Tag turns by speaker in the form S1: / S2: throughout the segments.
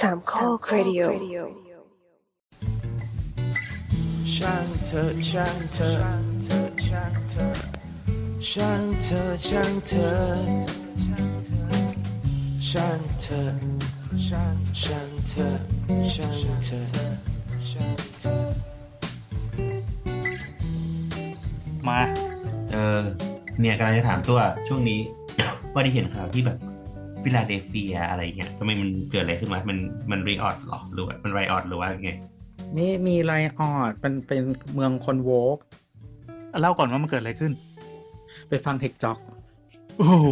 S1: สามข้อครดิโอ
S2: ช่างเธอช่างเธอช่างเธอช่างเธอช่างเธอช่างเธอช่างเธอช่างเธอช่างเธอช่างเธอ
S3: มา
S4: เออเนี่ยกำลังจะถามตัวช่วงนี้ ว่าได้เห็นข่าวที่แบบฟิลาเดลเฟียอะไรเงี้ยทำไมมันเกิดอะไรขึ้นวะมันมันรีออดหรอหรือว่ามันไรออดหรือว่าไง
S5: นี่มีไลออดมันเป็นเมืองคนโวก
S3: เล่าก่อนว่ามันเกิดอะไรขึ้น
S5: ไปฟังเทคจ็อก
S3: โอ้โห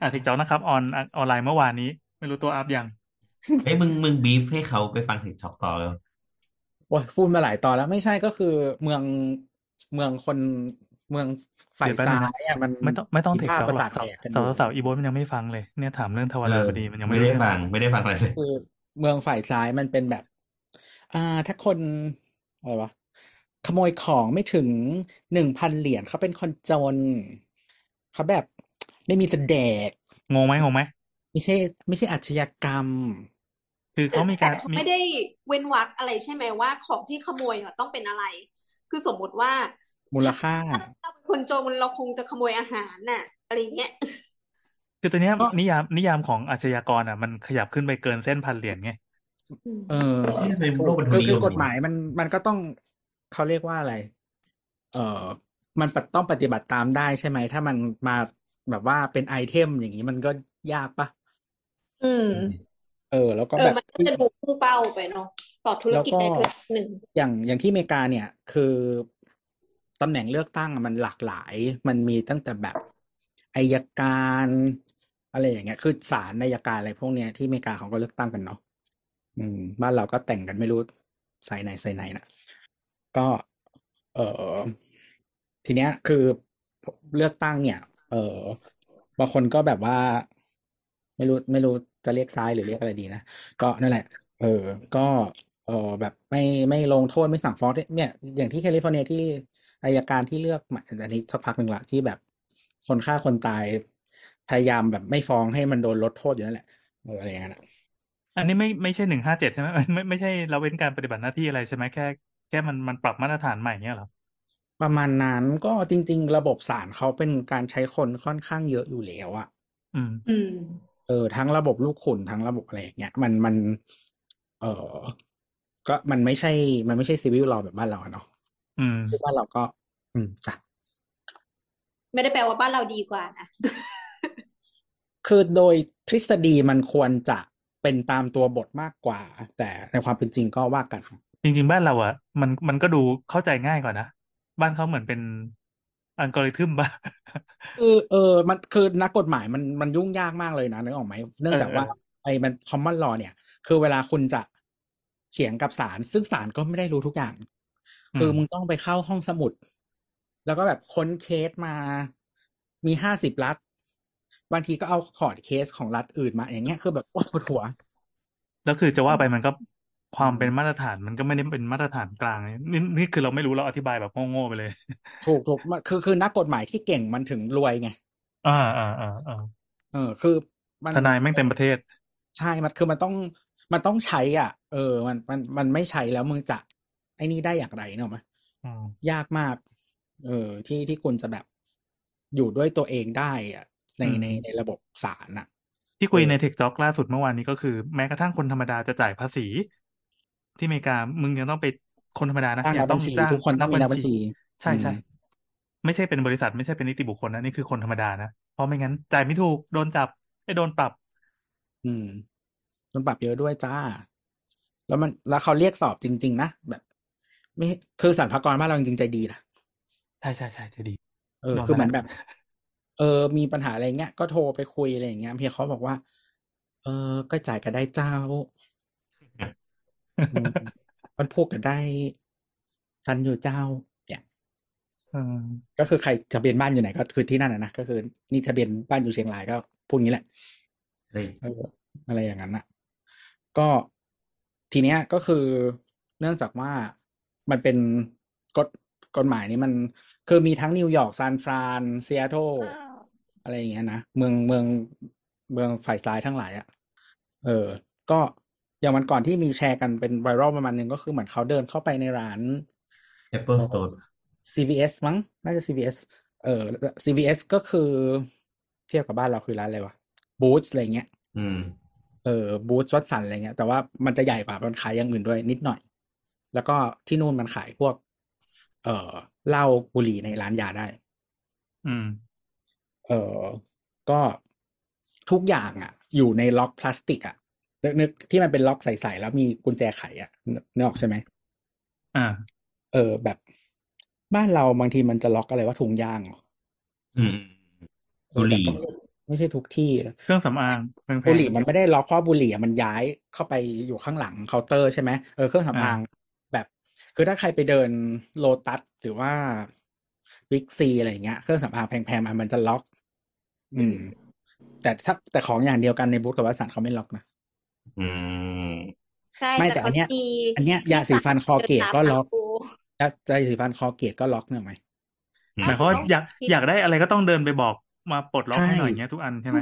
S3: อ่ะเทคเจ้านะครับ ออนออนไลน์เมื่อวานนี้ ไม่รู้ตัวอัพยัง
S4: เอ้ยมึงมึงบีฟให้เขาไปฟังถึงช็อกต่อแล้ว
S5: โอ้ยพูดมาหลายตอนแล้วไม่ใช่ก็คือเมืองเมืองคนเมืองฝ่าย
S3: เดี๋ยวแป๊บนึ
S5: ซ้า
S3: งนะ
S5: ยอ่ะมัน
S3: ไม่ต้องไม่ต้องเทค
S5: ภาพ
S3: เจ้า
S5: ประ
S3: หร
S5: สา
S3: อ
S5: ท
S3: กสาว
S5: แดกกันอ
S3: สาว
S5: ยู่
S3: สาวอีโบทมันยังไม่ฟังเลยเนี่ยถามเรื่องทวา
S4: เอ
S3: รา
S4: อ
S3: พอดีมันยังไม่
S4: ไม่
S3: รู้
S4: ได้
S3: เรื่อง
S4: ฟังไม่ได้ฟังอะไรเลย
S5: คือเมืองฝ่ายซ้ายมันเป็นแบบ อ่าถ้าคนอะไรวะขโมยของไม่ถึงหนึ่งพันเหรียญเขาเป็นคนจนเขาแบบไม่มีจะแดก
S3: งงไหมงงไหม
S5: ไม่ใช่ ไม่ใช่อาชญากรรม
S3: คือเขามี
S6: แต่
S3: การ
S6: เขา
S3: มี
S6: ไม่ได้เว้นวรรคอะไรใช่ไหมว่าของที่ขโมยเนี่ยต้องเป็นอะไร คือสมมติว่า
S5: มูลค่า
S6: ถ้าเราเป็นคนจนเราคงจะขโมยอาหารน่ะอะไรเงี้ย
S3: คือตัวเนี้ยนิยามนิยามของอาชญากรอ่ะมันขยับขึ้นไปเกินเส้นพันเหรียญไง
S5: เออ
S4: เอ๊ะทำไมโลกมัน
S5: คือ
S4: ทุนนิยมอ
S5: คือ
S4: ย่างนี้
S5: กฎหมายมันมันก็ต้องเขาเรียกว่าอะไร เออมันปฏิต้องปฏิบัติตามได้ใช่ไหม ถ้ามันมาแบบว่าเป็นไอเทมอย่างนี้มันก็ยากปะ
S6: อืม
S5: เออ แล้วก็
S6: เอ
S5: แบ
S6: อบ มันก็จะดูพุ่งเป้าไปเนาะต่อธุรกิจ
S5: แล้วก็
S6: ใดธุรกิจหนึ่ง
S5: อย่างอย่างที่อเมริกาเนี่ยคือตำแหน่งเลือกตั้งอะมันหลากหลาย มันมีตั้งแต่แบบอายการอะไรอย่างเงี้ย คือศาลอายการอะไรพวกเนี้ยที่อเมริกาเขาก็เลือกตั้งกันเนาะอืม บ้านเราก็แต่งกันไม่รู้สายไหนสายไหนนะก็ เออทีเนี้ยคือเลือกตั้งเนี่ย เออบางคนก็แบบว่า ไม่รู้ไม่รู้จะเรียกซ้ายหรือเรียกอะไรดีนะก็นั่นแหละ เออ ก็ เออแบบไม่ไม่ลงโทษไม่สั่งฟ้องเนี่ย อย่างที่แคลิฟอร์เนียที่อายการที่เลือกมาอันนี้สักพักหนึ่งละที่แบบคนฆ่าคนตายพยายามแบบไม่ฟ้องให้มันโดนลดโทษอยู่นั่นแหละเอออะไรอย่างเงี้ยนะ
S3: อันนี้ไม่ไม่ใช่หนึ่งห้าเจ็ดใช่ไหมไม่ไม่ไม่ใช่เราเว้นการปฏิบัติหน้าที่อะไรใช่ไหมแค่แค่มันมันปรับมาตรฐานใหม่เงี้ยเหรอ
S5: ประมาณนั้นก็จริง ๆ ระบบศาลเขาเป็นการใช้คนค่อนข้างเยอะอยู่แล้วอะ
S3: อืม
S6: อืม
S5: เออทั้งระบบลูกขุนทั้งระบบอะไรอย่างเงี้ยมันมัน เออก็มันไม่ใช่ มันไม่ใช่ซีวิลเราแบบบ้านเราอะเนาะ
S3: อืม
S5: ซึ่งบ้านเราก็ อืมจ้ะ
S6: ไม่ได้แปลว่าบ้านเราดีกว่านะ
S5: คือโดยทฤษฎีมันควรจะเป็นตามตัวบทมากกว่า แต่ในความเป็นจริงก็ว่ากัน
S3: จริง ๆ บ้านเราอ่ะ มันมันก็ดูเข้าใจง่ายกว่านะ บ้านเขาเหมือนเป็นอัลกอริทึมบ้า
S5: คือเออมันคือนักกฎหมายมันมันยุ่งยากมากเลยนะนึกออกไหมเนื่องจากว่าไอ้มันคอมมอนลอเนี่ย คือเวลาคุณจะเถียงกับศาลซึ่งศาลก็ไม่ได้รู้ทุกอย่าง
S3: อืม
S5: คือมึงต้องไปเข้าห้องสมุด แล้วก็แบบค้นเคสมามีห้าสิบรัฐบางทีก็เอาขอร์ดเคสของรัฐอื่นมา อย่างเงี้ยคือแบบโอ๊ยปวดหัว
S3: แล้วคือจะว่าไปมันก็ความเป็นมาตรฐานมันก็ไม่ได้เป็นมาตรฐานกลางนี่นี่นี่คือเราไม่รู้เราอธิบายแบบโง่ๆไปเลย
S5: ถูกถูกมันคือคือนักกฎหมายที่เก่งมันถึงรวยไง
S3: อ่าอ่าอ่าอ่า
S5: เออ คือมัน
S3: ทนายแม่งเต็มประเทศ
S5: ใช่ มันคือมันต้องมันต้องใช้อ่ะ เออ มันมันมันไม่ใช้แล้วมึงจะไอ้นี่ได้อย่างไรเนกอะมะ
S3: อืม
S5: ยากมาก เออ ที่ที่คุณจะแบบอยู่ด้วยตัวเองได้อ่ะ ใน
S3: อืม
S5: ในในระบบศาลอ่ะ
S3: ที่คุย
S5: เออ
S3: ในเทคจ็อกล่าสุดเมื่อวานนี้ก็คือแม้กระทั่งคนธรรมดาจะจ่ายภาษี ที่อเมริกามึงยังต้องไปคนธรรมดานะ
S5: ตั้ง
S3: ยั
S5: นัก
S3: งต้
S5: บั
S3: อ
S5: ญ
S3: ง
S5: ชี
S3: จ้าง
S5: ทุกคนต้องมีนักบัญชี
S3: ใช่ใช่
S5: อืม
S3: ไม่ใช่เป็นบริษัทไม่ใช่เป็นนิติบุคคลนะนี่คือคนธรรมดานะเพราะไม่งั้นจ่ายไม่ถูกโดนจับไอ้ยโดนปรับ
S5: อืมมันปรับเยอะด้วยจ้า แล้วมันแล้วเขาเรียกสอบจริง ๆ นะแบบไม่คือสรรพากรบ้านเราจริงๆใจดีนะ
S3: ใช่ใช่ใช่จะดี
S5: เออ
S3: โดน
S5: คือเหมือน
S3: มา
S5: แบ
S3: แล้ว
S5: บ เออ มีปัญหาอะไรเงี้ย ก็โทรไปคุยอะไรอย่างเงี้ยเพียเขาบอกว่า เออ ก็จ่ายกันได้เจ้า อืมมันพูดกันได้ทันอยู่เจ้าเนี่ย
S3: อืม
S5: ก็คือใครทะเบียนบ้านอยู่ไหนก็คือที่นั่นนะนะก็คือ นี่ทะเบียนบ้านอยู่เชียงรายก็พูดงี้แหละ
S4: เฮ้ย
S5: เอออะไรอย่างนั้นนะก็ทีเนี้ยก็คือเนื่องจากว่ามันเป็นกฎกฎหมายนี้มัน คือมีทั้งนิวยอร์กซานฟรานซีแอตเทิลอะไรอย่างเงี้ยนะ เมืองเมืองเมืองฝ่ายซ้ายทั้งหลายอะ่ะ เออ ก็อย่างวันก่อนที่มีแชร์กันเป็นไวรัลประมาณหนึงก็คือเหมือนเขาเดินเข้าไปในร้าน
S4: Apple Store
S5: CVS มั้งน่าจะ CVS เออ CVS ก็คือเทียบกับบ้านเราคือร้านอะไรวะ Boots อะไรเงี้ย
S4: อืม
S5: เออบูธวัตสันอะไรเงี้ย แต่ว่ามันจะใหญ่กว่ามันขายอย่างอื่นด้วยนิดหน่อย แล้วก็ที่นู่นมันขายพวก เออเหล้าบุหรี่ในร้านยาได้
S3: อืม
S5: เออก็ทุกอย่างอ่ะ อยู่ในล็อกพลาสติกอ่ะนึกนึกที่มันเป็นล็อกใสๆแล้วมีกุญแจไขอ่ะนึกนึกออกใช่ไหม
S3: อ่า
S5: เออแบบบ้านเราบางทีมันจะล็อกอะไรว่าถุงยางเหรอ
S4: อืม
S5: เออแต่ก็
S4: บุหรี่
S5: ไม่ใช่ทุกที่
S3: เครื่องสำอางแพงๆ
S5: บุหรี่มันไม่ได้ล็อกเพราะบุหรี่อะมันย้ายเข้าไปอยู่ข้างหลังเคาน์เตอร์ใช่ไหมเออเครื่องสำอางแบบ คือถ้าใครไปเดินโลตัสหรือว่าบิ๊กซีอะไรอย่างเงี้ยเครื่องสำอางแพงๆอะมันจะล็อก อืม แต่ถ้าแต่ของอย่างเดียวกันในบูธกับวัสันเขาไม่ล็อกนะ
S4: อืม
S6: ใช่
S5: ไม่
S6: แต่
S5: แต่อันเนี้ย
S6: เขามี
S5: อันเนี้ยยาสีฟันคอเกตก็ล็อก
S6: เดินตามหากู
S5: ยาสีฟันคอเกตก็ล็อกเนี่ยไหม
S3: หมายความว่าอยากอยากได้อะไรก็ต้องเดินไปบอกมาปลดล็อกให้หน่อย
S5: ใช่
S3: เงี้ยทุกอันใช่ไหม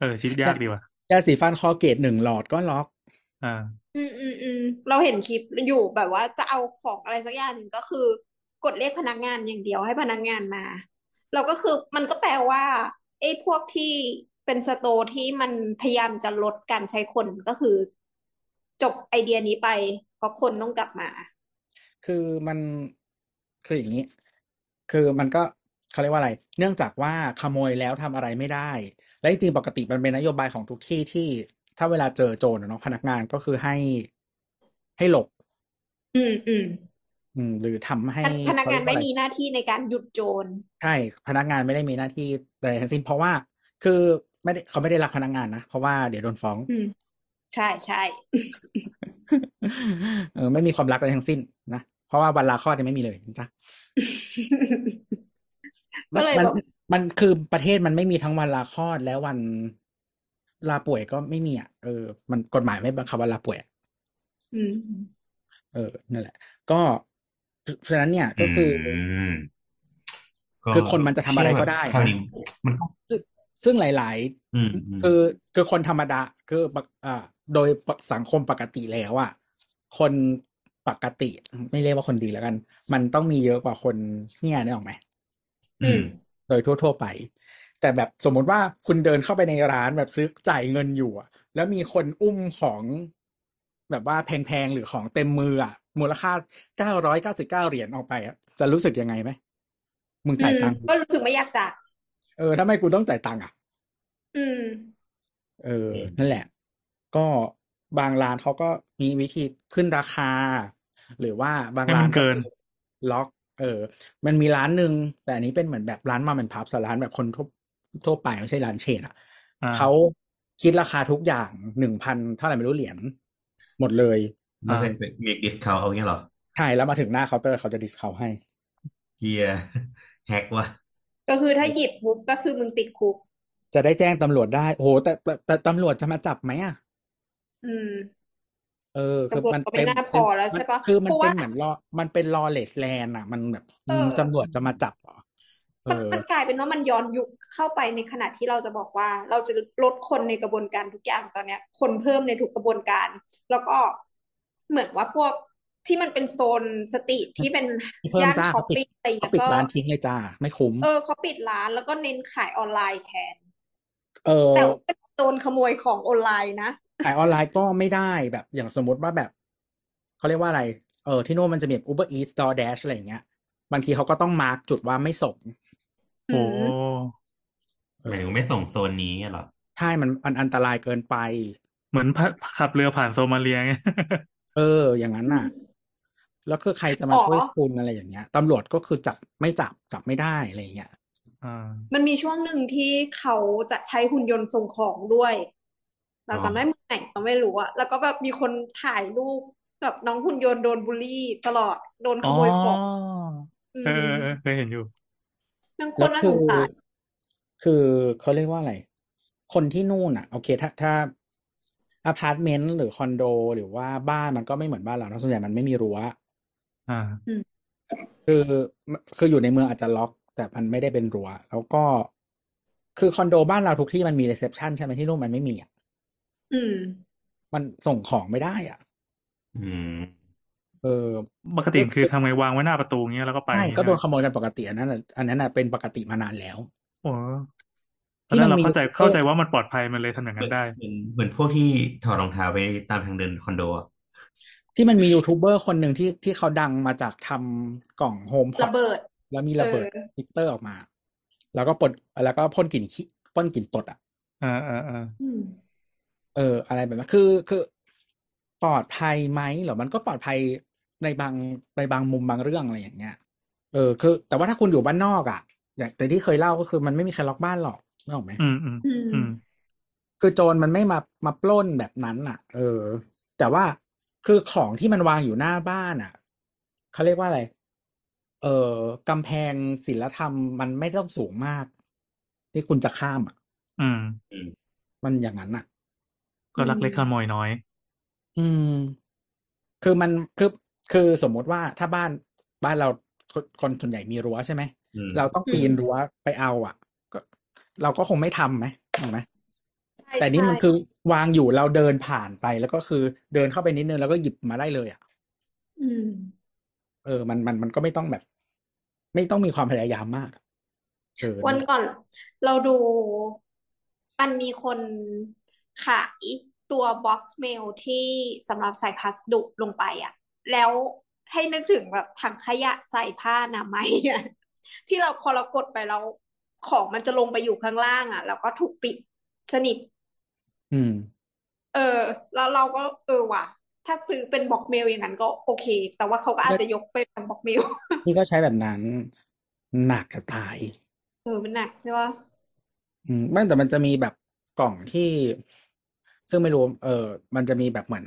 S3: เออชีวิตยากดีว่ะ
S5: ยาสีฟันคอเกตหนึ่งหลอดก็ล็อก
S3: อ่า
S6: อืมอืมอืมเราเห็นคลิปอยู่แบบว่าจะเอาของอะไรสักอย่างหนึ่งก็คือ กดเรียกพนักงานอย่างเดียวให้พนักงานมา เราก็คือมันก็แปลว่าไอ้พวกที่เป็นสโตร์ที่มันพยายามจะลดการใช้คนก็คือ จบไอเดียนี้ไป เพราะคนต้องกลับมา
S5: คือมันคืออย่างนี้ คือมันก็เขาเรียกว่าอะไร เนื่องจากว่าขโมยแล้วทำอะไรไม่ได้ และจริงๆปกติมันเป็นนโยบายของทุกที่ที่ถ้าเวลาเจอโจรอะเนาะพนักงานก็คือให้ให้หลบ
S6: อืมอืม
S5: อืม หรือทำให้
S6: พนพนักงาน
S5: เขเรียว่
S6: ไม่
S5: อะไร
S6: มีหน้าที่ในการหยุดโจร
S5: ใช่พนักงานไม่ได้มีหน้าที่ใดทั้งสิ้นเพราะว่าคือไม่ได้เขาไม่ได้รักพนักงานนะเพราะว่าเดี๋ยวโดนฟ้อง
S6: อืม ใช่ใช่
S5: เออไม่มีความรักอะไรทั้งสิ้นนะเพราะว่าวันลาคลอดเนี่ยไม่มีเลยนะจ๊ะ
S6: ก็เลย
S5: มัน
S6: แบบ
S5: มันมันคือประเทศมันไม่มีทั้งวันลาคลอดและวันลาป่วยก็ไม่มีอ่ะเออ มันกฎหมายไม่บังคับวันลาป่วยอะ
S6: อืม
S5: เออนั่นแหละ ก็เพราะฉะนั้นเนี่ยก็คืออ
S4: ม
S5: คือคนมันจะทำอะไรก็ได้นะ
S4: เชื่อแบบคราวนี้มันก็
S5: ซึ่งซึ่งหลาย
S4: อืมม
S5: ๆ คือคือคนธรรมดาคือปกอ่าโดยสังคมปกติแล้วอ่ะคนปกติไม่เรียกว่าคนดีแล้วกัน มันต้องมีเยอะกว่าคนเนี้ยนี่ออกไหม
S6: อืม
S5: โดยทั่ว ๆ ไป แต่แบบสมมติว่าคุณเดินเข้าไปในร้านแบบซื้อจ่ายเงินอยู่อะแล้วมีคนอุ้มของแบบว่าแพง ๆ หรือของเต็มมืออะมูลค่าเก้าร้อยเก้าสิบเก้าเหรียญออกไปอะจะรู้สึกยังไงไหมมึงจ่ายตังค์
S6: อืมก็รู้สึกไม่อยากจ่าย
S5: เออทำไมกูต้องจ่ายตังค์อะ
S6: อืม
S5: เอออ
S4: ม
S5: นั่นแหละ ก็บางร้านเขาก็มีวิธีขึ้นราคา หรือว่าบาง
S3: ให้มัน
S5: ร้าน
S3: เกิน
S5: คือล็อก เออ มันมีร้านหนึ่งแต่อันนี้เป็นเหมือนแบบร้านมาเป็นพับร้านแบบคนทั่วทั่วไปไม่ใช่ร้านเชนอะ
S3: อ่า
S5: เขาคิดราคาทุกอย่างหนึ่งพันเท่าไหร่ไม่รู้เหรียญหมดเลย
S4: ไม่เคยไปเมกดิสคาวเอาเงี้ยเหรอ
S5: ใช่แล้วมาถึงหน้าเคาน์เตอร์เขาจะดิสเขาให้
S4: เฮีย แฮกว่ะ
S6: ก็คือถ้าหยิบปุ๊บก็คือมึงติดคุก
S5: จะได้แจ้งตำรวจได้โอ้โหแต่แต่แต่ตำรวจจะมาจับไหมอ่ะ
S6: อืม
S5: เออคือ
S6: ตำรวจ
S5: มัน
S6: ก็ไม่
S5: เป็น
S6: น่าพอแล้วใช่ปะ
S5: มันคือมัน
S6: เพราะ
S5: เป็
S6: ว่า
S5: นเหมือนรอมันเป็นรอเลสแลนอ่ะ มันแบบ
S6: เออ
S5: ตำรวจจะมาจับเหรอเออ
S6: มัน มันกลายเป็นว่ามันย้อนยุคเข้าไปในขณะที่เราจะบอกว่า เราจะลดคนในกระบวนการทุกอย่างตอนเนี้ย คนเพิ่มในทุกกระบวนการ แล้วก็เหมือนว่าพวกที่มันเป็นโซนสตรีทที่เป็น
S5: เพิ่ม
S6: ย่าน
S5: จ้า
S6: ช้อป
S5: เขาปิด
S6: ปิ้งอะไรอย่าง
S5: เขา
S6: เงี้ย
S5: ปิด
S6: ก็
S5: ร้านทิ้งเลยจ้าไม่คุ้ม
S6: เออเขาปิดร้านแล้วก็เน้นขายออนไลน์แทน
S5: เออ
S6: แต่ว่าเป็นโดนขโมยของออนไลน์นะ
S5: ขายออนไลน์ก็ไม่ได้แบบอย่างสมมติว่าแบบเขาเรียกว่าอะไร เออที่โน่นมันจะมีแบบ Uber Eats DoorDash อะไรอย่างเงี้ย บางทีเขาก็ต้องมาร์กจุดว่าไม่ส่ง
S6: อื
S3: โอ้
S6: ม
S4: หมายถึงไม่ส่งโซนนี้เหรอ
S5: ใช่มันมันอันตรายเกินไป
S3: เหมือนพะขับเรือผ่านโซมาเลียไง
S5: เออ อย่างนั้นน่ะ แล้วคือใครจะมาช่วยคุณอะไรอย่างเงี้ยตำรวจก็คือจับไม่จับจับไม่ได้อะไรอย่างเงี้ย
S3: อ่า
S6: มันมีช่วงหนึ่งที่เขาจะใช้หุ่นยนต์ส่งของด้วย เรา
S4: อ๋อ
S6: จำได้เมื่อไหร่ก็ไม่รู้อะแล้วก็แบบมีคนถ่ายรูปแบบน้องหุ่นยนต์โดนบูลลี่ตลอดโดนข
S3: อ๋อ
S6: โมยของ
S2: 哦
S6: อื
S3: เออ
S6: ม
S3: เออเคยเห็นอยู่
S6: ทั้งค
S5: แล้ว
S6: นน่า
S5: คื
S6: ส
S5: อง
S6: สาร
S5: คือเขาเรียกว่าอะไร คนที่นู่นอ่ะ โอเค ถ้าถ้าอพาร์ตเมนต์หรือคอนโด หรือว่าบ้านมันก็ไม่เหมือนบ้านเราเนอะส่วนใหญ่มันไม่มีรั้ว
S3: อ่า
S5: คือคืออยู่ในเมืองอาจจะล็อก แต่มันไม่ได้เป็นรั้ว แล้วก็คือคอนโดบ้านเราทุกที่มันมีรีเซพชันใช่ไหมที่นู่นมันไม่มีอะ
S6: อืม
S5: มันส่งของไม่ได้อ่ะ
S4: อืม
S5: เออ
S3: ปกติคือทำไงวางไว้หน้าประตูเงี้ยแล้วก็ไป
S5: ใช่ก็โดน
S3: เงี้ย
S5: ขโมยกันปกติอันนั้นน่ะอันนั้นน่ะเป็นปกติมานานแล้ว
S3: โอ้ตอน
S5: ที่
S3: แรก
S5: มั
S3: เรา
S5: นมี
S3: เข้าใจเข้าใจว่ามันปลอดภัยมันเลยทำอย่างนั้นได้
S4: เหมือนเหมือนพวกที่ถอดรองเท้าไปตามทางเดินคอนโดอะ
S5: ที่มันมียูทูบเบอร์คนหนึ่งที่ที่เขาดังมาจากทำกล่องโฮมพอ
S6: ระเบิด
S5: แล้วมีระเบิด
S6: เออ
S5: มิเตอร์ออกมา แล้วก็ปลดแล้วก็พ่นกลิ่นขี้พ่นกลิ่นตดอ่ะ
S3: อ่าอ่าอ่า
S6: อืม
S5: เอออะไรแบบนั้นคือคือปลอดภัยไหมเหรอมันก็ปลอดภัยในบางในบางมุมบางเรื่องอะไรอย่างเงี้ยเออคือ แต่ว่าถ้าคุณอยู่บ้านนอกอ่ะอย่างแต่ที่เคยเล่าก็คือมันไม่มีใครล็อกบ้านหรอกนึกออกไหม
S3: อืมอืม
S6: อื
S3: อื
S6: ม
S3: ม
S5: คือโจรมันไม่มามาปล้นแบบนั้นอ่ะ เออ แต่ว่าคือของที่มันวางอยู่หน้าบ้านอ่ะเขาเรียกว่าอะไร เออกำแพงศิลธรรมมันไม่ต้องสูงมาก ที่คุณจะข้ามอ่ะ
S3: อืม
S5: มันอย่างนั้นอ่ะ
S3: ก็ลักเล็กขโมยน้อย
S5: อืม คือมันคือคือสมมติว่าถ้าบ้านบ้านเราคนคนส่วนใหญ่มีรั้วใช่ไหม
S4: อืม
S5: เราต้องปีน
S6: อืม
S5: รั้วไปเอาอ่ะ ก็ เราก็คงไม่ทำไหมถูกไหม
S6: ใช่
S5: แต่นี่
S6: ใช่
S5: มันคือวางอยู่เราเดินผ่านไปแล้วก็คือเดินเข้าไปนิดนึงแล้วก็หยิบมาได้เลยอ่ะ
S6: อืม
S5: เออมันมันมันก็ไม่ต้องแบบ ไม่ต้องมีความพยายามมากเออ
S6: วันก่อนเราดูมันมีคนขายตัวบ็อกซ์เมลที่สำหรับใส่พัสดุลงไปอ่ะ แล้วให้นึกถึงแบบถังขยะใส่ผ้าอนามัยอะที่เราพอเรากดไปแล้วของมันจะลงไปอยู่ข้างล่างอ่ะ แล้วก็ถูกปิดสนิท
S5: อืม
S6: เออแล้วเราก็เออว่ะ ถ้าซื้อเป็นบ็อกเมลอย่างนั้นก็โอเค แต่ว่าเขาก็อาจจะยกไปเป็นบ็อกเมล
S5: นี่ก็ใช้แบบนั้นหนักจะตาย
S6: เออมันหนักใช่ปะ
S5: อืมไม่แต่มันจะมีแบบกล่องที่ ซึ่งไม่รู้ เออมันจะมีแบบเหมือน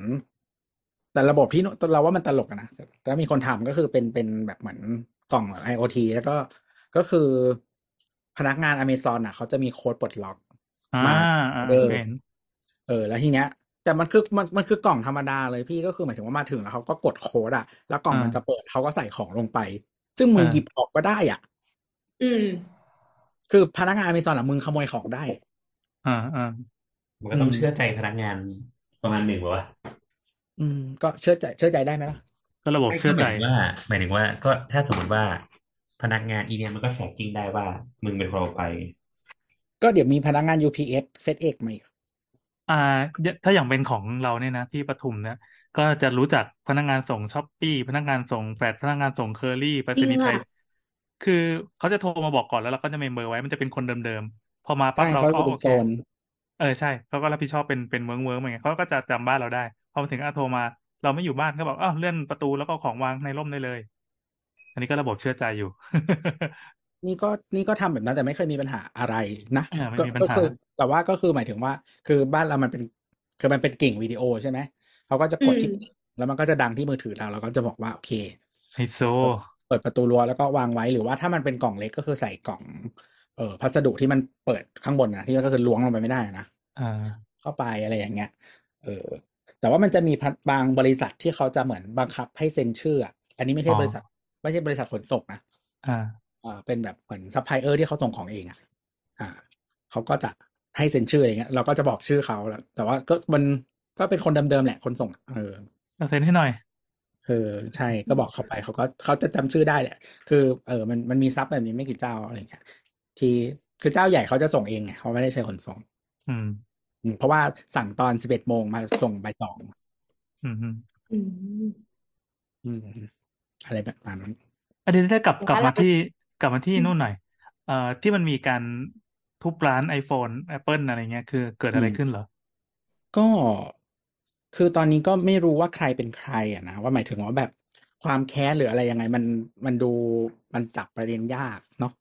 S5: แต่ระบบที่โนเราว่ามันตลกอะนะแต่มีคนทำก็คือเป็นเป็นแบบเหมือนกล่อง IoT แล้วก็ก็คือพนักงาน Amazon อ่ะ เขาจะมีโค้ดปลดล็อก
S3: อ่า
S5: มา
S3: อ่า
S5: เดิน
S3: เห็น
S5: เออ แล้วทีเนี้ย แต่มันคือมันมันคือกล่องธรรมดาเลยพี่ก็คือหมายถึงว่ามาถึงแล้วเขาก็กดโค้ดอ่ะ แล้วกล่องมันจะเปิดเขาก็ใส่ของลงไป ซึ่งมึงหยิบออกก็ได้อ่ะ
S6: อืม
S5: คือพนักงาน Amazon อ่ะมึงขโมยของได้
S3: อ่าอ่า
S4: มันก็ต้องเชื่อใจพนักงานประมาณหนึ่งปะวะ
S5: อืม ก็เชื่อใจเชื่อใจได้ไหมล่ะ
S3: ก็ระบบเชื่อใจ
S4: ไม่ก็หมายถึงว่าหมายถึงว่า ก็ถ้าสมมติว่าพนักงานอีเนี่ยมันก็แท็กกิ้งได้ว่า มึงเป็นคนเอาไป
S5: ก็เดี๋ยวมีพนักงาน UPS FedEx มาอีก
S3: อ่าถ้าอย่างเป็นของเราเนี่ยนะที่ปทุมเนี่ยก็จะรู้จักพนักงานส่งช้อปปี้พนักงานส่งแฟลชพนักงานส่งเคอรี่ไปรษณีย์ไทย
S6: จริงอะ
S3: คือเขาจะโทรมาบอกก่อนแล้วเราก็จะเมมเบอร์ไว้มันจะเป็นคนเดิมๆพอมาปั๊บ
S5: ใช่
S3: เรา
S5: เขา
S3: ก็
S5: จะเป็
S3: โอน เค
S5: โซน
S3: เออใช่เขาก็รับผิดชอบเป็นเป็นเวิร์กเวิร์กอะไรเงี้ยเขาก็จะจำบ้านเราได้พอมาถึงอ่ะโทรมา เราไม่อยู่บ้านก็บอกอ้าวเลื่อนประตูแล้วก็เอาของวางในร่มได้เลย อันนี้ก็ระบบเชื่อใจอยู่
S5: นี่ก็นี่ก็ทำแบบนั้นแต่ไม่เคยมีปัญหาอะไรนะ
S3: อ่าไม่
S5: ก็
S3: มีปัญ
S5: ก็
S3: หา
S5: คือ แต่ว่าก็คือหมายถึงว่า คือบ้านเรามันเป็นคือมันเป็นกิ่งวิดีโอใช่ไหมเขาก็จะกดที่
S6: อืม
S5: กิ่งแล้วมันก็จะดังที่มือถือเราแล้วก็จะบอกว่าโอเค
S3: ไฮโซ
S5: เปิดประตูรั้วแล้วก็วางไว้หรือว่าถ้ามันเป็นกล่องเล็กก็คือใส่กล่อง เอ่อพัสดุที่มันเปิดข้างบนนะที่ก็คือล้วงลงไปไม่ได้นะ
S3: อ่า
S5: เข้าไปอะไรอย่างเงี้ย เออ แต่ว่ามันจะมีพันบางบริษัทที่เขาจะเหมือนบังคับให้เซ็นชื่ออะอันนี้ไม่ใช่
S3: อ๋อ
S5: บริษัท ไม่ใช่บริษัทขนส่งนะ
S3: อ่า
S5: อ่าเป็นแบบเหมือนซัพพลายเออร์ที่เขาส่งของเองอะอ่าเขาก็จะให้เซ็นชื่ออะไรเงี้ย เราก็จะบอกชื่อเขาแล้วแต่ว่าก็มันก็เป็นคนเดิมๆแหละคนส่งอะเออ
S3: เอาเซ็นให้หน่อย
S5: เออใช่ก็บอกเขาไปเขาก็เขาจะจำชื่อได้แหละ คือเออมันมันมีซับแบบนี้ไม่กี่เจ้าอะไรเงี้ย ที่คือเจ้าใหญ่เขาจะส่งเองไงเขาไม่ได้ใช้ขนส่ง
S3: อืม
S5: อืมเพราะว่าสั่งตอนสิบเอ็ดโมงมาส่งบ่ายสอง
S3: อืมอืม
S6: อืม
S5: อืมอะไรแบบนั้น
S3: อันนี้ได้กลับกลับ
S6: แล้ว
S3: มาที่กลับมาที่
S6: อืม
S3: นู่นหน่อย เอ่อที่มันมีการทุบร้าน iPhone Apple อะไรเงี้ยคือเกิดอะไรขึ้นเหรอ
S5: ก็คือตอนนี้ก็ไม่รู้ว่าใครเป็นใครอ่ะนะว่าหมายถึงว่าแบบความแค้นหรืออะไรยังไง มันมันดูมันจับประเด็นยากเนาะ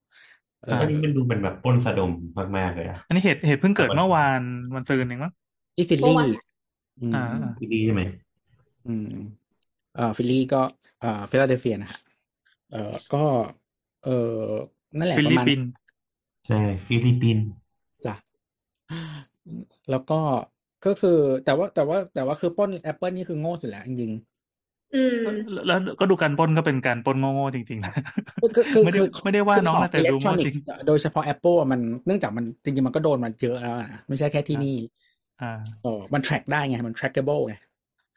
S5: เอ
S3: อ่า
S5: อ
S4: อันนี้มันดูเป็นแบบปล้นสะดมมากๆเลยอะ
S3: อันนี้เหตุเหตุเพิ่งเกิดเมื่อวานวันศุกร์เองมั้ง
S5: ที่ฟิลลี่อืม
S3: อ่าอ่า
S4: พี่ดีใช่ไหม
S5: อืมเอ่อฟิลลี่ก็เอ่อฟิลาเดลเฟียนะฮะเอ่อก็ เออนั่นแหละ
S3: ฟิ
S5: ป
S3: ลิป
S5: ระมาณ
S3: ปินส์
S4: ใช่ฟิลิปปินส์
S5: จ้ะแล้วก็ก็คือแต่ว่าแต่ว่าแต่ว่าคือปล้นแอปเปิลนี่คือโง่สุดแล้วจริงๆ
S6: อืม
S3: แล้วแล้วก็ดูการปล้นก็เป็นการปล้นโง่ๆจริงๆนะ
S5: คือคือคือ
S3: ไม่ได้
S5: คือ
S3: ไม่ได้ว่า
S5: คือ
S3: น้อง
S5: ข
S3: นะแต่
S5: อิเล็
S3: ดู
S5: กทรอ
S3: โง่
S5: นิ
S3: จ
S5: ก
S3: ริง
S5: ส์โดยเฉพาะ Apple อะมันเนื่องจากมันจริงๆมันก็โดนมาเยอะแล้วนะไม่ใช่แค่ที่
S3: อ่ะ
S5: นี่
S3: อ่า
S5: เออมัน track ได้ไง มัน trackable ไง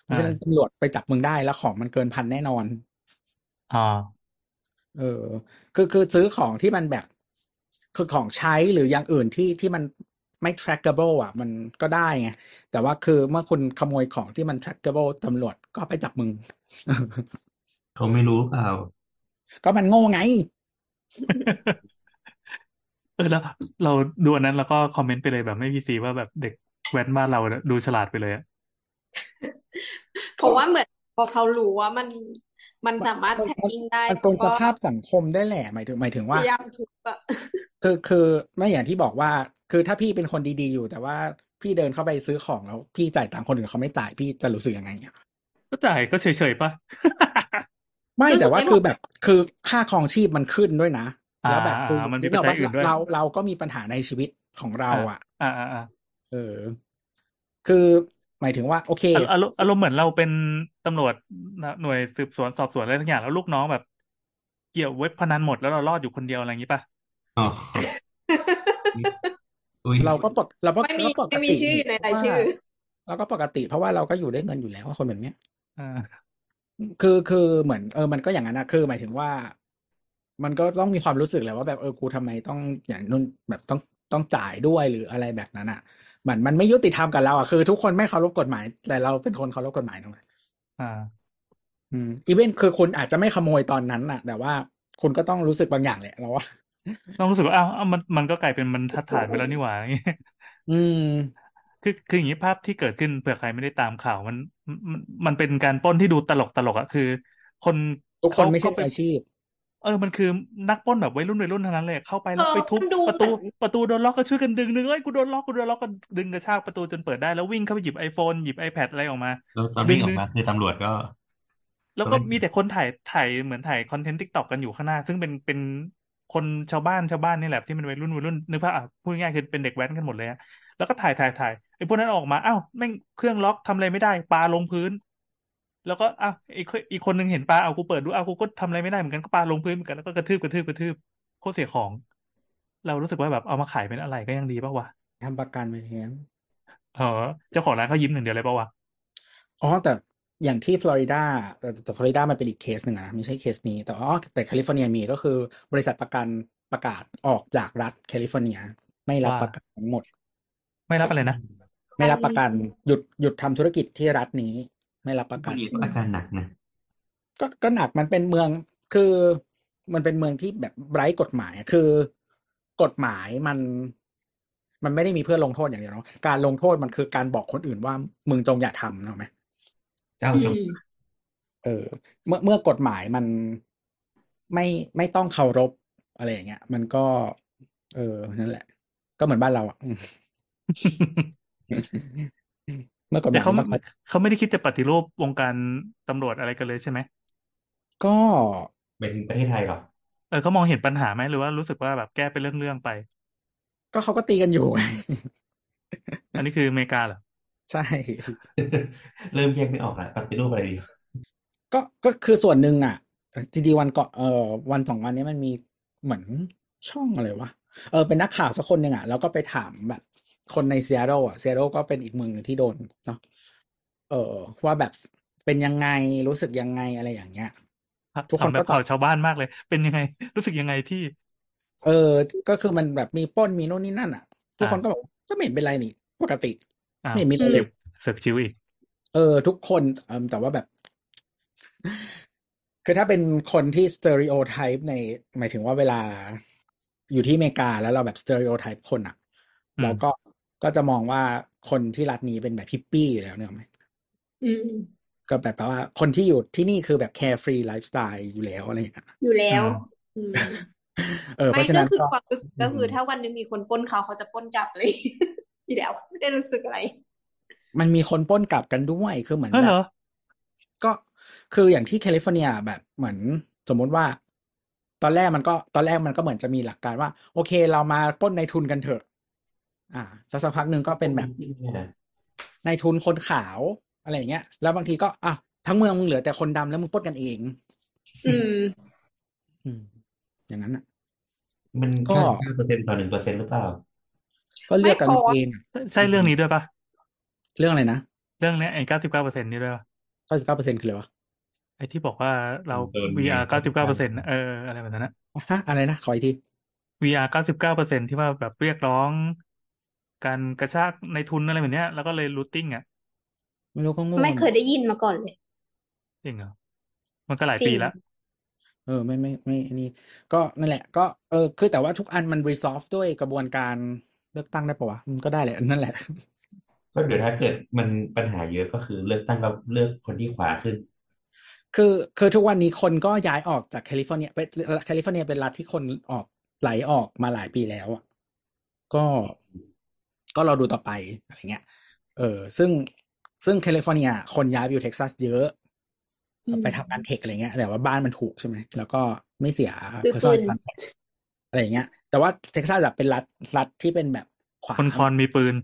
S5: เพราะฉะนั้นตำรวจไปจับมึงได้แล้วของมันเกินพันแน่นอน
S3: อ่า
S5: เออ คือคือซื้อของที่มันแบบ คือของใช้หรืออย่างอื่นที่ที่มันไม่ trackable อ่ะ มันก็ได้ไง แต่ว่าคือเมื่อคุณขโมยของที่มัน trackable ตำรวจก็ไปจับมึง
S4: เขาไม่รู้หรือเปล่า
S5: ก็มันโง่ไง
S3: เออแล้วเราดูอันนั้นแล้วก็คอมเมนต์ไปเลยแบบไม่พีซีว่าแบบเด็กแว้นบ้านเราเนี่ยดูฉลาดไปเลยอะ
S6: เพราะว่าเหมือนพอเขารู้ว่ามันมันสามารถ
S5: มัน
S6: แท็ก
S5: มัน
S6: กิ้งได้
S5: มัน
S6: แล้
S5: เป็น
S6: ว
S5: ส
S6: ก็
S5: ภาพสังคมได้แหละ หมายถึงหมายถึง
S6: พ
S5: ว่า
S6: ยายามทุบอะ
S5: คือคือไม่อย่างที่บอกว่า คือถ้าพี่เป็นคนดีๆอยู่ แต่ว่าพี่เดินเข้าไปซื้อของแล้วพี่จ่ายตังค์คนอื่นเขาไม่จ่ายพี่จะรู้สึกยังไงอะ
S3: ก็จ่ายก็เฉยๆป่ะ
S5: ไม่แต่ว่าคือแบบคือค่าครองชีพมันขึ้นด้วยนะ
S3: อ่า
S5: แล้วแบบคือ
S3: อ่ามันมี
S5: นึกออก
S3: ปัจจัยอื่นด้วย
S5: เราเราก็มีปัญหาในชีวิตของเราอ่ะ
S3: อ่าอ่าอ่า
S5: เออ คือหมายถึงว่า โอเค
S3: อารอารมณ์อารมณ์เหมือนเราเป็นตำรวจหน่วยสืบสวนสอบสวนอะไรสักอย่างแล้วลูกน้องแบบ เกี่ยวเว็บพนันหมดแล้วเรารอดอยู่คนเดียวอะไรอย่างนี้ป่ะ
S4: อ๋ออุ๊ย
S5: เราก็ปกเราก็
S6: ไม่มี
S5: เราปก
S6: ไม่มี
S5: ติ
S6: ชื่ออยู่ในรายชื่อ
S5: เราก็ปกติเพราะว่าเราก็อยู่ด้วยเงินอยู่แล้วคนแบบเนี้ย
S3: อ่า
S5: คือคือเหมือนเออมันก็อย่างนั้นนะคือหมายถึงว่า มันก็ต้องมีความรู้สึกแหละว่าแบบเออกูทำไมต้องอย่างนู้นแบบต้องต้องจ่ายด้วยหรืออะไรแบบนั้นอ่ะเหมือนมันไม่ยุติธรรมกับเราอ่ะคือทุกคนไม่เคารพกฎหมาย แต่เราเป็นคนเคารพกฎหมายนะเว้ย
S3: อ่า
S5: อืมอีเวนต์คือคุณอาจจะไม่ขโมยตอนนั้นน่ะ แต่ว่าคุณก็ต้องรู้สึกบางอย่างแหละเราว่า
S3: ต้องรู้สึกว่าอ้าวอ้าวมันมันก็กลายเป็นบรรทัดฐานไปแล้วนี่หว่า
S5: อืม
S3: คือคืออย่างนี้ภาพที่เกิดขึ้นเผื่อใครไม่ได้ตามข่าวมันมันมันเป็นการปล้นที่ดูตลกตลกอะคือ คน
S5: ทุกคนไม่ใช่
S3: เขาป
S5: อาชีพ
S3: เออมันคือนักปล้นแบบวัยรุ่นวัยรุ่นเท่านั้นเลยเข้าไปแล้ว
S6: เออ
S3: ไปทุบ
S6: มันดู
S3: ประตู
S6: เหมือน
S3: ประตูโดนล็อกก็ช่วยกันดึงดึงเอ้ยกูโดนล็อกกูโดนล็อกก็ดึงกระชากประตูจนเปิดได้แล้ววิ่งเข้าไปหยิบไอโฟนหยิบ iPad อะไรออกมา
S4: แล้วตอน
S3: ดึ
S4: วิ่
S3: ง
S4: งอ
S3: ดึ
S4: อก
S3: ง
S4: มาคือตำรวจก็
S3: แล้วก็มีแต่คนถ่ายถ่ายเหมือนถ่ายคอนเทนต์ทิกตอกกันอยู่ข้างหน้า ซึ่งเป็นเป็นคนชาวบ้านชาวบ้านนี่แหละที่มันวัยรุ่นวัยรุ่นนึกภาพอ่ะพูดง่ายๆคือเป็นเด็กแว้นกันหมดเลยอะแล้วก็ถ่ายถ่ายถ่ายไอ้พวกนั้นออกมาอ้าวแม่งเครื่องล็อกทำอะไรไม่ได้ปาลงพื้น แล้วก็อ้าวไอ้คนอีกคนนึงเห็นปลาเอากูเปิดดูเอากูก็ทำอะไรไม่ได้เหมือนกันก็ปาลงพื้นเหมือนกันแล้วก็กระทืบกระทืบกระทืบโคตรเสียของ เรารู้สึกว่าแบบเอามาขายเป็นอะไรก็ยังดีป่าวะ
S5: ทำประกันไปแล้ว
S3: เออเจ้าของร้านเขายิ้มหนึ่งเดียวเลยป่าวะ
S5: อ๋อแต่อย่างที่ฟลอริดาแต่แต่ฟลอริดามันเป็นอีกเคสหนึ่งอะนะไม่ใช่เคสนี้ แต่อ๋อแต่แคลิฟอร์เนียมีก็คือบริษัทประกันประกาศออกจากรัฐแคลิฟอร์เนีย ไม่รับประกันทั้งหมด
S3: ไม่รับอะไรนะ
S5: ไม่รับประกันหยุดหยุดทำธุรกิจที่รัฐนี้ ไม่รับประ
S4: พ
S5: กั
S4: วน กนี้ก็อาการหนักนะ
S5: ก็ก็หนักมันเป็นเมืองคือมันเป็นเมืองที่แบบไร้กฎหมายคือกฎหมายมัน มันไม่ได้มีเพื่อลงโทษอย่างเดียวเนาะการลงโทษมันคือการบอกคนอื่นว่ามึงจงอย่าทำเนาะไหม
S4: เจ้า
S6: อื
S4: จง
S6: ม
S5: เออเมื่อเมื่อกฎหมายมันไม่ไม่ต้องเคารพอะไรอย่างเงี้ย มันก็ เออนั่นแหละ ก็เหมือนบ้านเราอ่ะ อืมเมื่อกฎห
S3: แต่
S5: มาย
S3: เขา
S5: มันต้องเคารพ
S3: เขาไม่ได้คิดจะปฏิรูปวงการตำรวจอะไรกันเลยใช่ไหม
S5: ก็
S4: ไปถึงประเทศไทยหรอ
S3: เออเขามองเห็นปัญหาไหมหรือว่ารู้สึกว่าแบบแก้เป็นเรื่องๆไป
S5: ก็เขาก็ตีกันอยู่
S3: อันนี้คืออเมริกาเหรอ
S5: ใช่
S4: เริ่มแยกไม่ออกละปฏิรูปอะไรดี
S5: ก็ก็คือส่วนหนึ่งอ่ะจริงๆวันก่อนเออวันสองวันนี้มันมีเหมือนช่องอะไรวะเออเป็นนักข่าวสักคนหนึ่งอ่ะแล้วก็ไปถามแบบ คนในซีแอตเทิลอ่ะซีแอตเทิลก็เป็นอีกเมืองหนึ่งที่โดนเนาะเออว่าแบบเป็นยังไงรู้สึกยังไงอะไรอย่างเงี้ย ทุกคน
S3: ทำแบ
S5: ก็
S3: บ
S5: ตอบ
S3: ข่าวชาวบ้านมากเลย เป็นยังไง รู้สึกยังไงที่
S5: เออ ก็คือมันแบบมีปล้นมีโน่นนี่นั่นอ่ะ ทุกคนก็บอกก็ไม่เห็นเป็นไรนี่ ปกติ
S3: อ่า
S5: ไม่มีอะไร
S3: ชิวเสิร์ฟชิวอีก
S5: เออ ทุกคนเออแต่ว่าแบบ คือถ้าเป็นคนที่สเตอริโอไทป์ใน หมายถึงว่าเวลาอยู่ที่อเมริกาแล้วเราแบบสเตอริโอไทป์คนอ่ะ
S3: อืม
S5: เราก็ก็จะมองว่าคนที่รัฐนี้เป็นแบบฮิปปี้อยู่แล้วเนี่ยไหม
S6: อืม
S5: ก็แบบแปลว่าคนที่อยู่ที่นี่คือแบบแคร์ฟรีไลฟ์สไตล์อยู่แล้วอะไรอย่างเงี้ย
S6: อยู่แล้วอืม
S5: เออเพ
S6: ไม่
S5: ราะฉะ
S6: ก็
S5: นั้น
S6: คือ
S5: ก็
S6: ความรู้สึกก็คือถ้าวันหนึงมีคนปล้นเขาเขาจะปล้นกลับเลย อยู่แล้วไม่ได้รู้สึกอะไร
S5: มันมีคนปล้นกลับกันด้วยคือเหมือน
S3: เออ
S5: แบ
S3: เหร
S5: บ
S3: อ
S5: ก็คืออย่างที่แคลิฟอร์เนียแบบเหมือนสมมุติว่า ตอนแรกมันก็ตอนแรกมันก็เหมือนจะมีหลักการว่า โอเคเรามาปล้นในทุนกันเถอะ อ่าแล้วสักพักหนึ่งก็เป็นแบบในทุนคนขาวอะไรอย่างเงี้ย แล้วบางทีก็อ่ะทั้งเมืองมึงเหลือแต่คนดำแล้วมึงปล้นกันเอง
S6: อืม
S5: อืม อย่างนั้นอ่ะ
S4: มัน
S5: ก็
S4: เก้าสิบเก้าเปอร์เซ็นต์ต่อหนึ่งเปอร์เซ็นต์หรือเปล่า
S5: ก็เลือกกัน
S6: ไม่พอ
S5: เอง
S3: ใช่ใช่เรื่องนี้ด้วยปะ
S5: เรื่องอะไรนะ
S3: เรื่องเนี้ยไอ้เก้าสิบเก้าเปอร์เซ็นต์นี่ด้วยวะ
S5: เก้าสิบเก้าเปอร์เซ็นต์คืออะไรวะ
S3: ไอ้ที่บอกว่าเรา
S4: โดน
S3: VR เก้าสิบเก้าเปอร์เซ็นต์เอออะไรแบบนั้นนะ
S5: ฮะอะไรนะ ขออีกที
S3: VR เก้าสิบเก้าเปอร์เซ็นต์ที่ว่าแบบเรียกร้อง การกระชากในทุนอะไรแบบเนี้ย แล้วก็เลยรูทติ้งอ่ะ
S5: ไม่รู้ก็งง
S6: ไม่เคยได้ยินมาก่อนเลย
S3: จริงเหรอมันก็หลาย
S6: จ
S3: ปี
S6: ริง
S3: แล้ว
S5: เออไม่ไม่ไม่อันนี้ก็นั่นแหละ ก็เออคือแต่ว่าทุกอันมัน resolve ด้วยกระบวนการเลือกตั้งได้ปะวะมันก็ได้แหละนั่นแหละ
S4: ก็เดี๋ยวถ้าเกิดมันปัญหาเยอะก็คือเลือกตั้งก็เลือกคนที่ขวาขึ้น
S5: คือคือทุกวันนี้คนก็ย้ายออกจากแคลิฟอร์เนียไปแคลิฟอร์เนียเป็นรัฐที่คนออกไหลออกมาหลายปีแล้วอ่ะก็ก็รอดูต่อไปอะไรเงี้ย เออซึ่งซึ่งแคลิฟอร์เนีย คนย้ายไปอยู่เท็กซัสเยอะ
S6: อืม
S5: ไปทำงานเทคอะไรเงี้ยแต่ว่าบ้านมันถูกใช่ไหมแล้วก็ไม่เสีย
S6: ซื้อ
S5: personal
S6: ปืน
S5: income อะไรเงี้ย แต่ว่าเท็กซัสแบบเป็นรัฐรัฐที่เป็นแบบขวา
S3: คนคอนมีปืน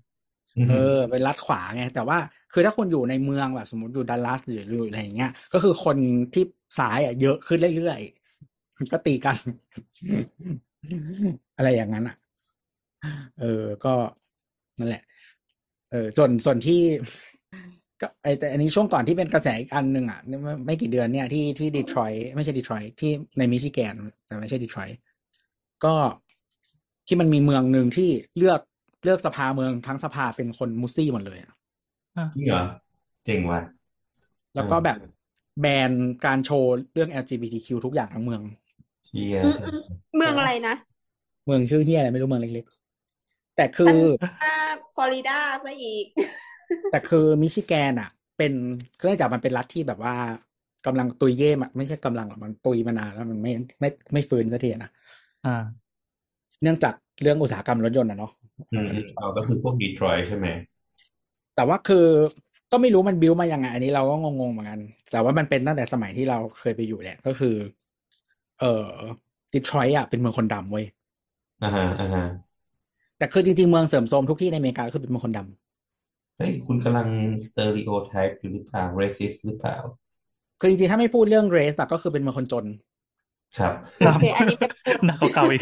S5: เออเป็นรัดขวาไง แต่ว่าคือถ้าคุณอยู่ในเมืองแบบสมมติอยู่ดัลลัสหรืออยู่อะไรอย่างเงี้ย ก็คือคนที่ซ้ายอ่ะเยอะขึ้นเรื่อยๆมันก็ตีกัน อะไรอย่างนั้นอ่ะ เออก็นั่นแหละ เออส่วนส่วนที่ ก็ไอแต่อันนี้ช่วงก่อนที่เป็นกระแสอีกอันหนึ่งอ่ะไม่ไม่กี่เดือนเนี่ยที่ที่ดีทรอยไม่ใช่ดีทรอยที่ในมิชิแกนแต่ไม่ใช่ดีทรอยก็ที่มันมีเมืองหนึ่งที่เลือกเลือกสภาเมืองทั้งสภาเป็นคนมุสซี่หมดเลยอะ
S4: จริงเหรอเจ๋งว่ะ
S5: แล้วก็แบบแบนการโชว์เรื่อง LGBTQ ทุกอย่างทั้งเมือง
S4: เชีย
S6: อืมอืมเมืองอะไรนะ
S5: เมืองชื่อเฮียอะไรไม่รู้เมืองเล็กๆ แต่คื
S6: ฉัน
S5: อ
S6: ว่าฟลอริดาซะอีก
S5: แต่คือมิชิแกนอ่ะ เป็นเนื่องจากมันเป็นรัฐที่แบบว่ากำลังตุยเย่มอะไม่ใช่กำลังหรอกมันตุยมานานแล้วมันไม่ไม่ไม่ฟื้นสักทีนะ
S3: อ่า
S5: เนื่องจากเรื่องอุตสาหกรรมรถยนต์อะเนาะ
S4: อืมเอาก็คือพวกดีทรอยใช่ไหม
S5: แต่ว่าคือก็ไม่รู้มันบิวมายังไงอันนี้เราก็งงๆเหมือนกัน แต่ว่ามันเป็นตั้งแต่สมัยที่เราเคยไปอยู่แหละก็คือ เอ่อดิทรอยต์อะเป็นเมืองคนดำเว้ย
S4: อ่าฮะอ่าฮะ
S5: แต่คือจริงๆเมืองเสริมโทรมทุกที่ในอเมริกาก็คือเป็นเมืองคนดำ
S4: เฮ้ยคุณกำลังสเตอริโอไทป์อยู่หรือเปล่าเรสิสหรือเปล่า
S5: คือจริงๆถ้าไม่พูดเรื่องเรสอะก็คือเป็นเมืองคนจน
S4: ครับ
S6: โอเคอันนี้ไม่พูด
S3: หนักกว่าเก่าอีก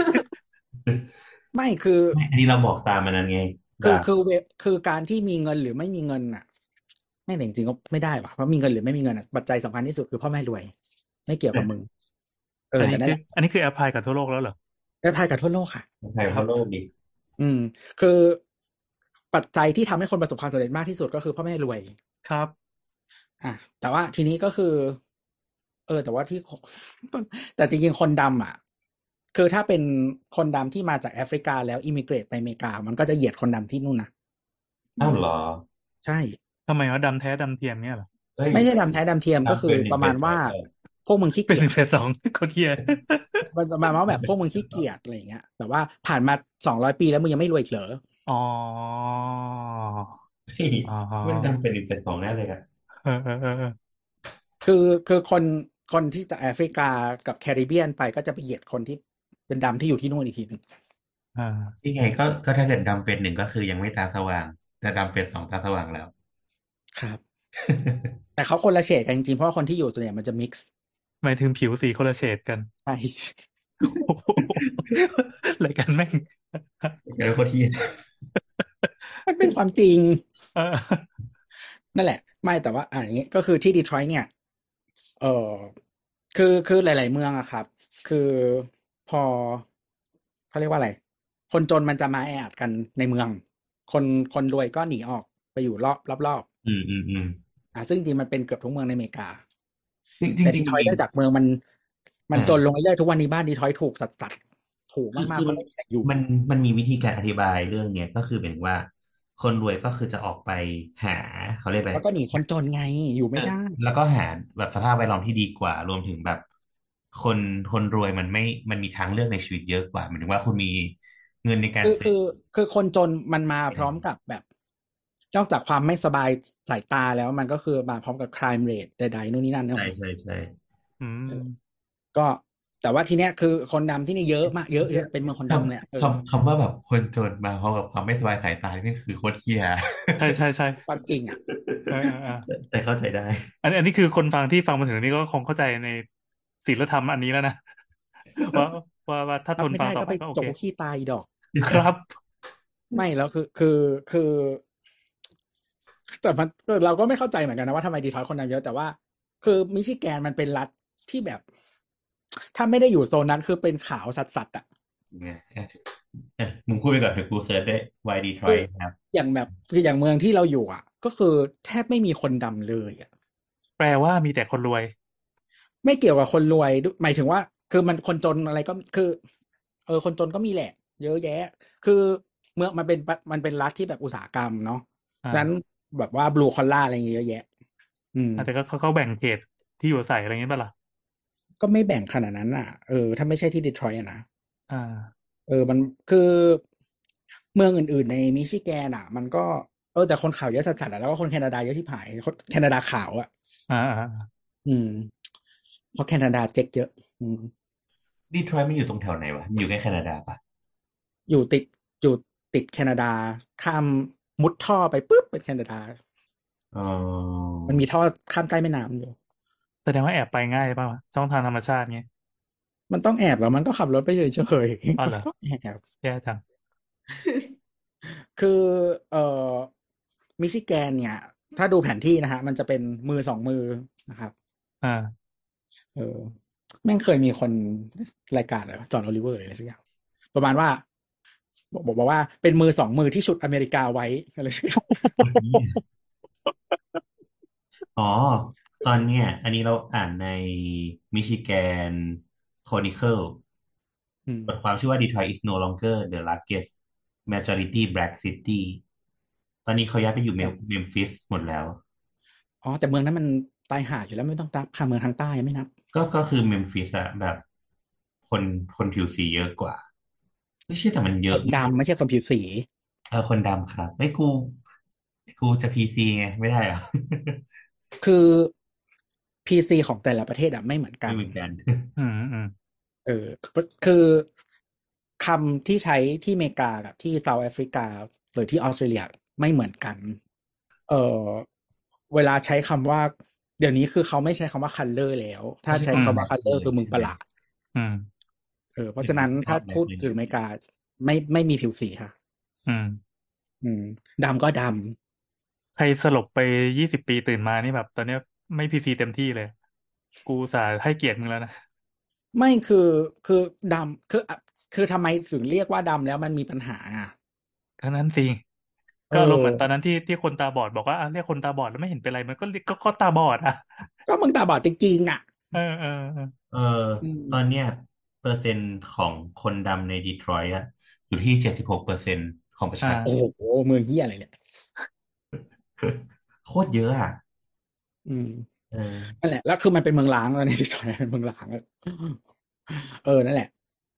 S5: ไม่คือ
S4: ไม่อันนี้เราบอกตามมันนั้นไง
S5: คือ
S4: ดาบ
S5: คือเวคือการที่มีเงินหรือไม่มีเงินน่ะ ไม่แต่จริงๆก็ไม่ได้ว่ะเพราะมีเงินหรือไม่มีเงินน่ะปัจจัยสำคัญที่สุดคือพ่อแม่รวย ไม่เกี่ยวกับมึง เออ
S3: อัน
S5: แต่
S3: นี้
S5: นั่
S3: คื
S5: นแห
S3: อ
S5: ละ
S3: อันนี้คือแอปพลายกับทั่วโลกแล้วเหรอ
S5: ได้พายกับทั่วโลกค่ะ
S4: ไทยเขาโลกดิ
S5: อืม คือปัจจัยที่ทำให้คนประสบความสำเร็จมากที่สุดก็คือพ่อแม่รวย
S3: ครับ
S5: อ่ะแต่ว่าทีนี้ก็คือ เออ แต่ว่า ที่ แต่จริงๆ คนดำอ่ะ คือถ้าเป็นคนดำที่มาจากแอฟริกาแล้วอิมิเกรตไปอเมริกา มันก็จะเหยียดคนดำที่นู่นนะ
S4: อ้าวเหรอ
S5: ใช่
S3: ทำไมว่าดำแท้ดำเทียมเนี่ยเหรอ
S4: เฮ้ย
S5: ไม่ใช่ดำแท้ดำเทียม
S4: ดำ
S5: ก็คือ
S4: เป็นหนึ่ง
S5: ประมาณ
S4: เฟส
S5: ว่า
S4: สอง
S5: พวกมึงขี้
S3: เป็น
S5: เกี
S3: ห
S5: ย
S3: นึ่
S5: จ
S3: งเฟสสอง คนเทีย
S5: มันประมาณว่าแบบพวกมึงขี้เกียจอะไรอย่างเงี้ย แต่ว่าผ่านมาสองร้อยปีแล้วมึงยังไม่รวยอีกเหรอ
S3: อ๋อ
S4: เฮ้ย
S3: อ๋อ
S4: มันดำเป็นหนึ่งเฟสสองแน่เลยอะ
S3: เออเออเออเออ
S5: คือคือคนคนที่จากแอฟริกากับแคริบเบียนไปก็จะไปเหยียดคนที่เป็นดำที่อยู่ที่นู่นอีกทีหนึ่ง
S3: อ่า
S4: นี่ไงก็ก็ถ้าเกิดดำเฟสหนึ่งก็คือยังไม่ตาสว่างแต่ดำเฟสสองตาสว่างแล้ว
S5: ครับ แต่เขาคนละเฉดกันจริงๆเพราะว่าคนที่อยู่ส่วนใหญ่มันจะมิกซ์
S3: หมายถึงผิวสีคนละเฉดกัน
S5: ใช่
S3: โอ้โหรายการแม่ง
S4: อย่างนั้นก็ที่
S5: มันเป็นความจริง
S3: เออ
S5: นั่นแหละ ไม่แต่ว่าอ่าอย่างนี้ก็คือที่ดีทรอยต์เนี่ยเออคือคือหลาย ๆ เมืองอะครับ คือพอเขาเรียกว่าอะไร คนจนมันจะมาแออัดกันในเมือง คนคนรวยก็หนีออกไปอยู่รอบรอบรอบ
S4: อืมอืมอืม
S5: ๆอ่ะซึ่งจริงมันเป็นเกือบทุกเมืองในอเมริกา
S4: จริงจริง
S5: แต่
S4: จริ
S5: ดี
S4: ง
S5: ทรอยต์เนื่องจากเมืองมัน มัน
S4: อ่า
S5: จนลงเรื่อยๆทุกวันนี้บ้านดีทรอยต์ถูกสัดสัดๆถูกมากๆ
S4: คือคือ
S5: เพราะไม่มีใครอยู่
S4: มันมันมีวิธีการอธิบายเรื่องเนี้ยก็คือเหมือนว่า คนรวยก็คือจะออกไปหาเขาเรียกอะไร
S5: แล้วก็หนีคนจนไงอยู่ไม่ได้
S4: แล้วก็หาแบบสภาพแวดล้อมที่ดีกว่า รวมถึงแบบ คนคนรวยมันไม่มันมีทางเลือกในชีวิตเยอะกว่าหมายถึงว่าคุณมีเงินในการ
S5: คือ
S4: ซื้
S5: คือคือคนจนมันมาพร้อมกับแบบ นอกจากความไม่สบายสายตาแล้วมันก็คือมาพร้อมกับ crime rate ใดๆนู่นนี่นั่นนะ
S4: ใช่ใช่ใช่
S3: อืม
S5: ก็แต่ว่าทีเนี้ยคือคนดำที่นี่เยอะมากเยอะเยอะเป็นเมืองคนดำเลยอะเออ
S4: คำคำว่าแบบคนจนมาพร้อมกับความไม่สบายสายตานี่คือโคตรเฮีย
S3: ใช่ใช่ใช่
S5: ความจริงอ่ะ
S3: เออเออ
S4: แต่เข้าใจได้
S3: อันนี้อันนี้คือคนฟังที่ฟังมาถึงนี้ก็คงเข้าใจในศีลธรรมอันนี้แล้วนะ ว่าว่าว่าถ้าทน
S5: ไม่
S3: ฟัง
S5: ได้
S3: ต่อ
S5: ก็
S3: ไป
S5: ไป
S3: ก็โอ
S5: จก
S3: เค
S5: ขี้ตายดอก
S3: ครับ
S5: ไม่แล้วคือคือคือ แต่มันเออเราก็ไม่เข้าใจเหมือนกันนะว่าทำไมดีทรอยต์คนทำเยอะแต่ว่า คือมิชิแกนมันเป็นรัฐที่แบบ ถ้าไม่ได้อยู่โซนนั้นคือเป็นขาวสัดสัดๆอะ
S4: เนี่ยเออมึงพูดไปก่อนเดี๋ยวกูเซิร์ชด้วย why Detroit ครับ
S5: อย่างแบบคืออย่างเมืองที่เราอยู่อะก็คือแทบไม่มีคนดำเลยอะ
S3: แปลว่ามีแต่คนรวย
S5: ไม่เกี่ยวกับคนรวยด้วยหมายถึงว่า คือมันคนจนอะไรก็คือ เออ คนจนก็มีแหละ เยอะแยะ คือเมืองมันเป็นปะมันเป็นรัฐที่แบบอุตสาหกรรมเนาะ
S3: อ่า
S5: นั้นแบบว่าบลูคอลล่าอะไรอย่างเงี้ยเยอะแยะ อืม
S3: อ่ะแต่ก็เขาเขาแบ่งเขตที่อยู่อาศัยอะไรเงี้ยป่ะล่ะ
S5: ก็ไม่แบ่งขนาดนั้นอ่ะเออถ้าไม่ใช่ที่ดีทรอยต์อะนะ
S3: อ่า
S5: เออ มันคือเมืองอื่น ๆ ในมิชิแกนอ่ะ มันก็เออแต่คนข่าวเยอะสัดๆอะแล้วก็คนแคนาดาเยอะที่ผายคนแคนาดาขาวอ่ะ
S3: อ่าอ่าอ่า
S5: อืม เพราะแคนาดาเจ๊กเยอะ อืม
S4: ดีทรอยต์มันอยู่ตรงแถวไหนวะมันอยู่ใกล้แคนาดาปะ
S5: อยู่ติดอยู่ติดแคนาดา ข้ามมุดท่อไปปุ๊บเป็นแคนาดา
S4: อ๋อ
S5: มันมีท่อข้ามใต้แม่น้ำอยู่
S3: แสดงว่าแอบไปง่ายป่ะวะช่องทางธรรมชาติเงี้ย
S5: มันต้องแอบเหรอมันก็ขับรถไปเฉยๆ
S3: อ๋อ
S5: มัน
S3: เหรอ
S5: ต้องแอบ
S3: แย่จัง
S5: คือเอ่อมิชิแกนเนี่ย ถ้าดูแผนที่นะฮะ มันจะเป็นมือสองมือนะครับ
S3: อ่า
S5: เออแม่งเคยมีคนรายการอะไรจอห์นโอลิเวอร์อะไรสักอย่าง ประมาณว่า บอกบอกบอกว่าเป็นมือสองมือที่ชุดอเมริกาไว้อะไรสักอย่าง
S4: อ๋อ ตอนเนี้ย อันนี้เราอ่านในมิชิแกน Chronicle
S5: อืม
S4: บทความชื่อว่า Detroit is no longer the largest majority black city ตอนนี้เขาย้ายไปอยู่เมมเมมฟิสหมดแล้ว
S5: อ๋อแต่เมืองนั้นมันตายหาอยู่แล้วไม่ต้องนับค่ะเมืองทางใต้ไม่นับ
S4: ก็ก็คือเมมฟิสอะแบบคนคนผิวสีเยอะกว่าไม่ใช่ยแต่มันเย
S5: ค
S4: อะ
S5: นดำไม่ใช่คนผิวสี
S4: เออคนดำครับไอ้ยกูกูจะพีซีไงไม่ได้เหรอ
S5: คือ PC ของแต่ละประเทศอะไม่เหมือนกั
S4: ไม่
S5: น
S4: เหมือนกัน
S3: อืมอืม
S5: เออ คือคำที่ใช้ที่อเมริกากับที่เซาท์แอฟริกาหรือที่ออสเตรเลียไม่เหมือนกัน เออเวลาใช้คำว่า เดี๋ยวนี้คือเขาไม่ใช้คำว่า color แล้ว ถ้าใช้คำว่า color คือมึงประหลาด
S3: อืม
S5: เออ เพราะฉะนั้นถ้าพูดถึงอเมริกาไม่ไม่มีผิวสีค่ะ
S3: อืม
S5: อืมดำก็ด
S3: ใครสลบไปยี่สิบปีตื่นมานี่แบบ ตอนเนี้ยไม่พีซีเต็มที่เลย กูอุตสาห์ให้เกียรติมึงแล้วนะ
S5: ำไม่คือคือดำคือคือทำไมถึงเรียกว่าดำแล้วมันมีปัญหาอ่ะ
S3: ทั้งนั้นสิ
S5: เออ
S3: ก็ลงเหมือนตอนนั้นที่ที่คนตาบอดบอกว่าอ่ะเรียกคนตาบอดแล้วไม่เห็นเป็นไรมันก็เรียกก็ก็ตาบอดอ่ะ
S5: ก็มึงตาบอดจริงๆอ่ะ
S3: เออเออเออ
S4: เออ
S5: อืม
S4: ตอนเนี้ย เปอร์เซ็นต์ของคนดำในดีทรอยต์อะอยู่ที่เจ็ดสิบหกเปอร์เซ็นต์ของประชาก
S5: โอ้
S4: ร
S5: โหเมืองเฮียอะไรเนี่ย
S4: โคตรเยอะอ่ะ
S5: อืม
S4: เออ
S5: นั่นแหละแล้วคือมันเป็นเมืองล้างแล้วในดิ จิทัลเป็นเมืองล้างอะเออนั่นแหละ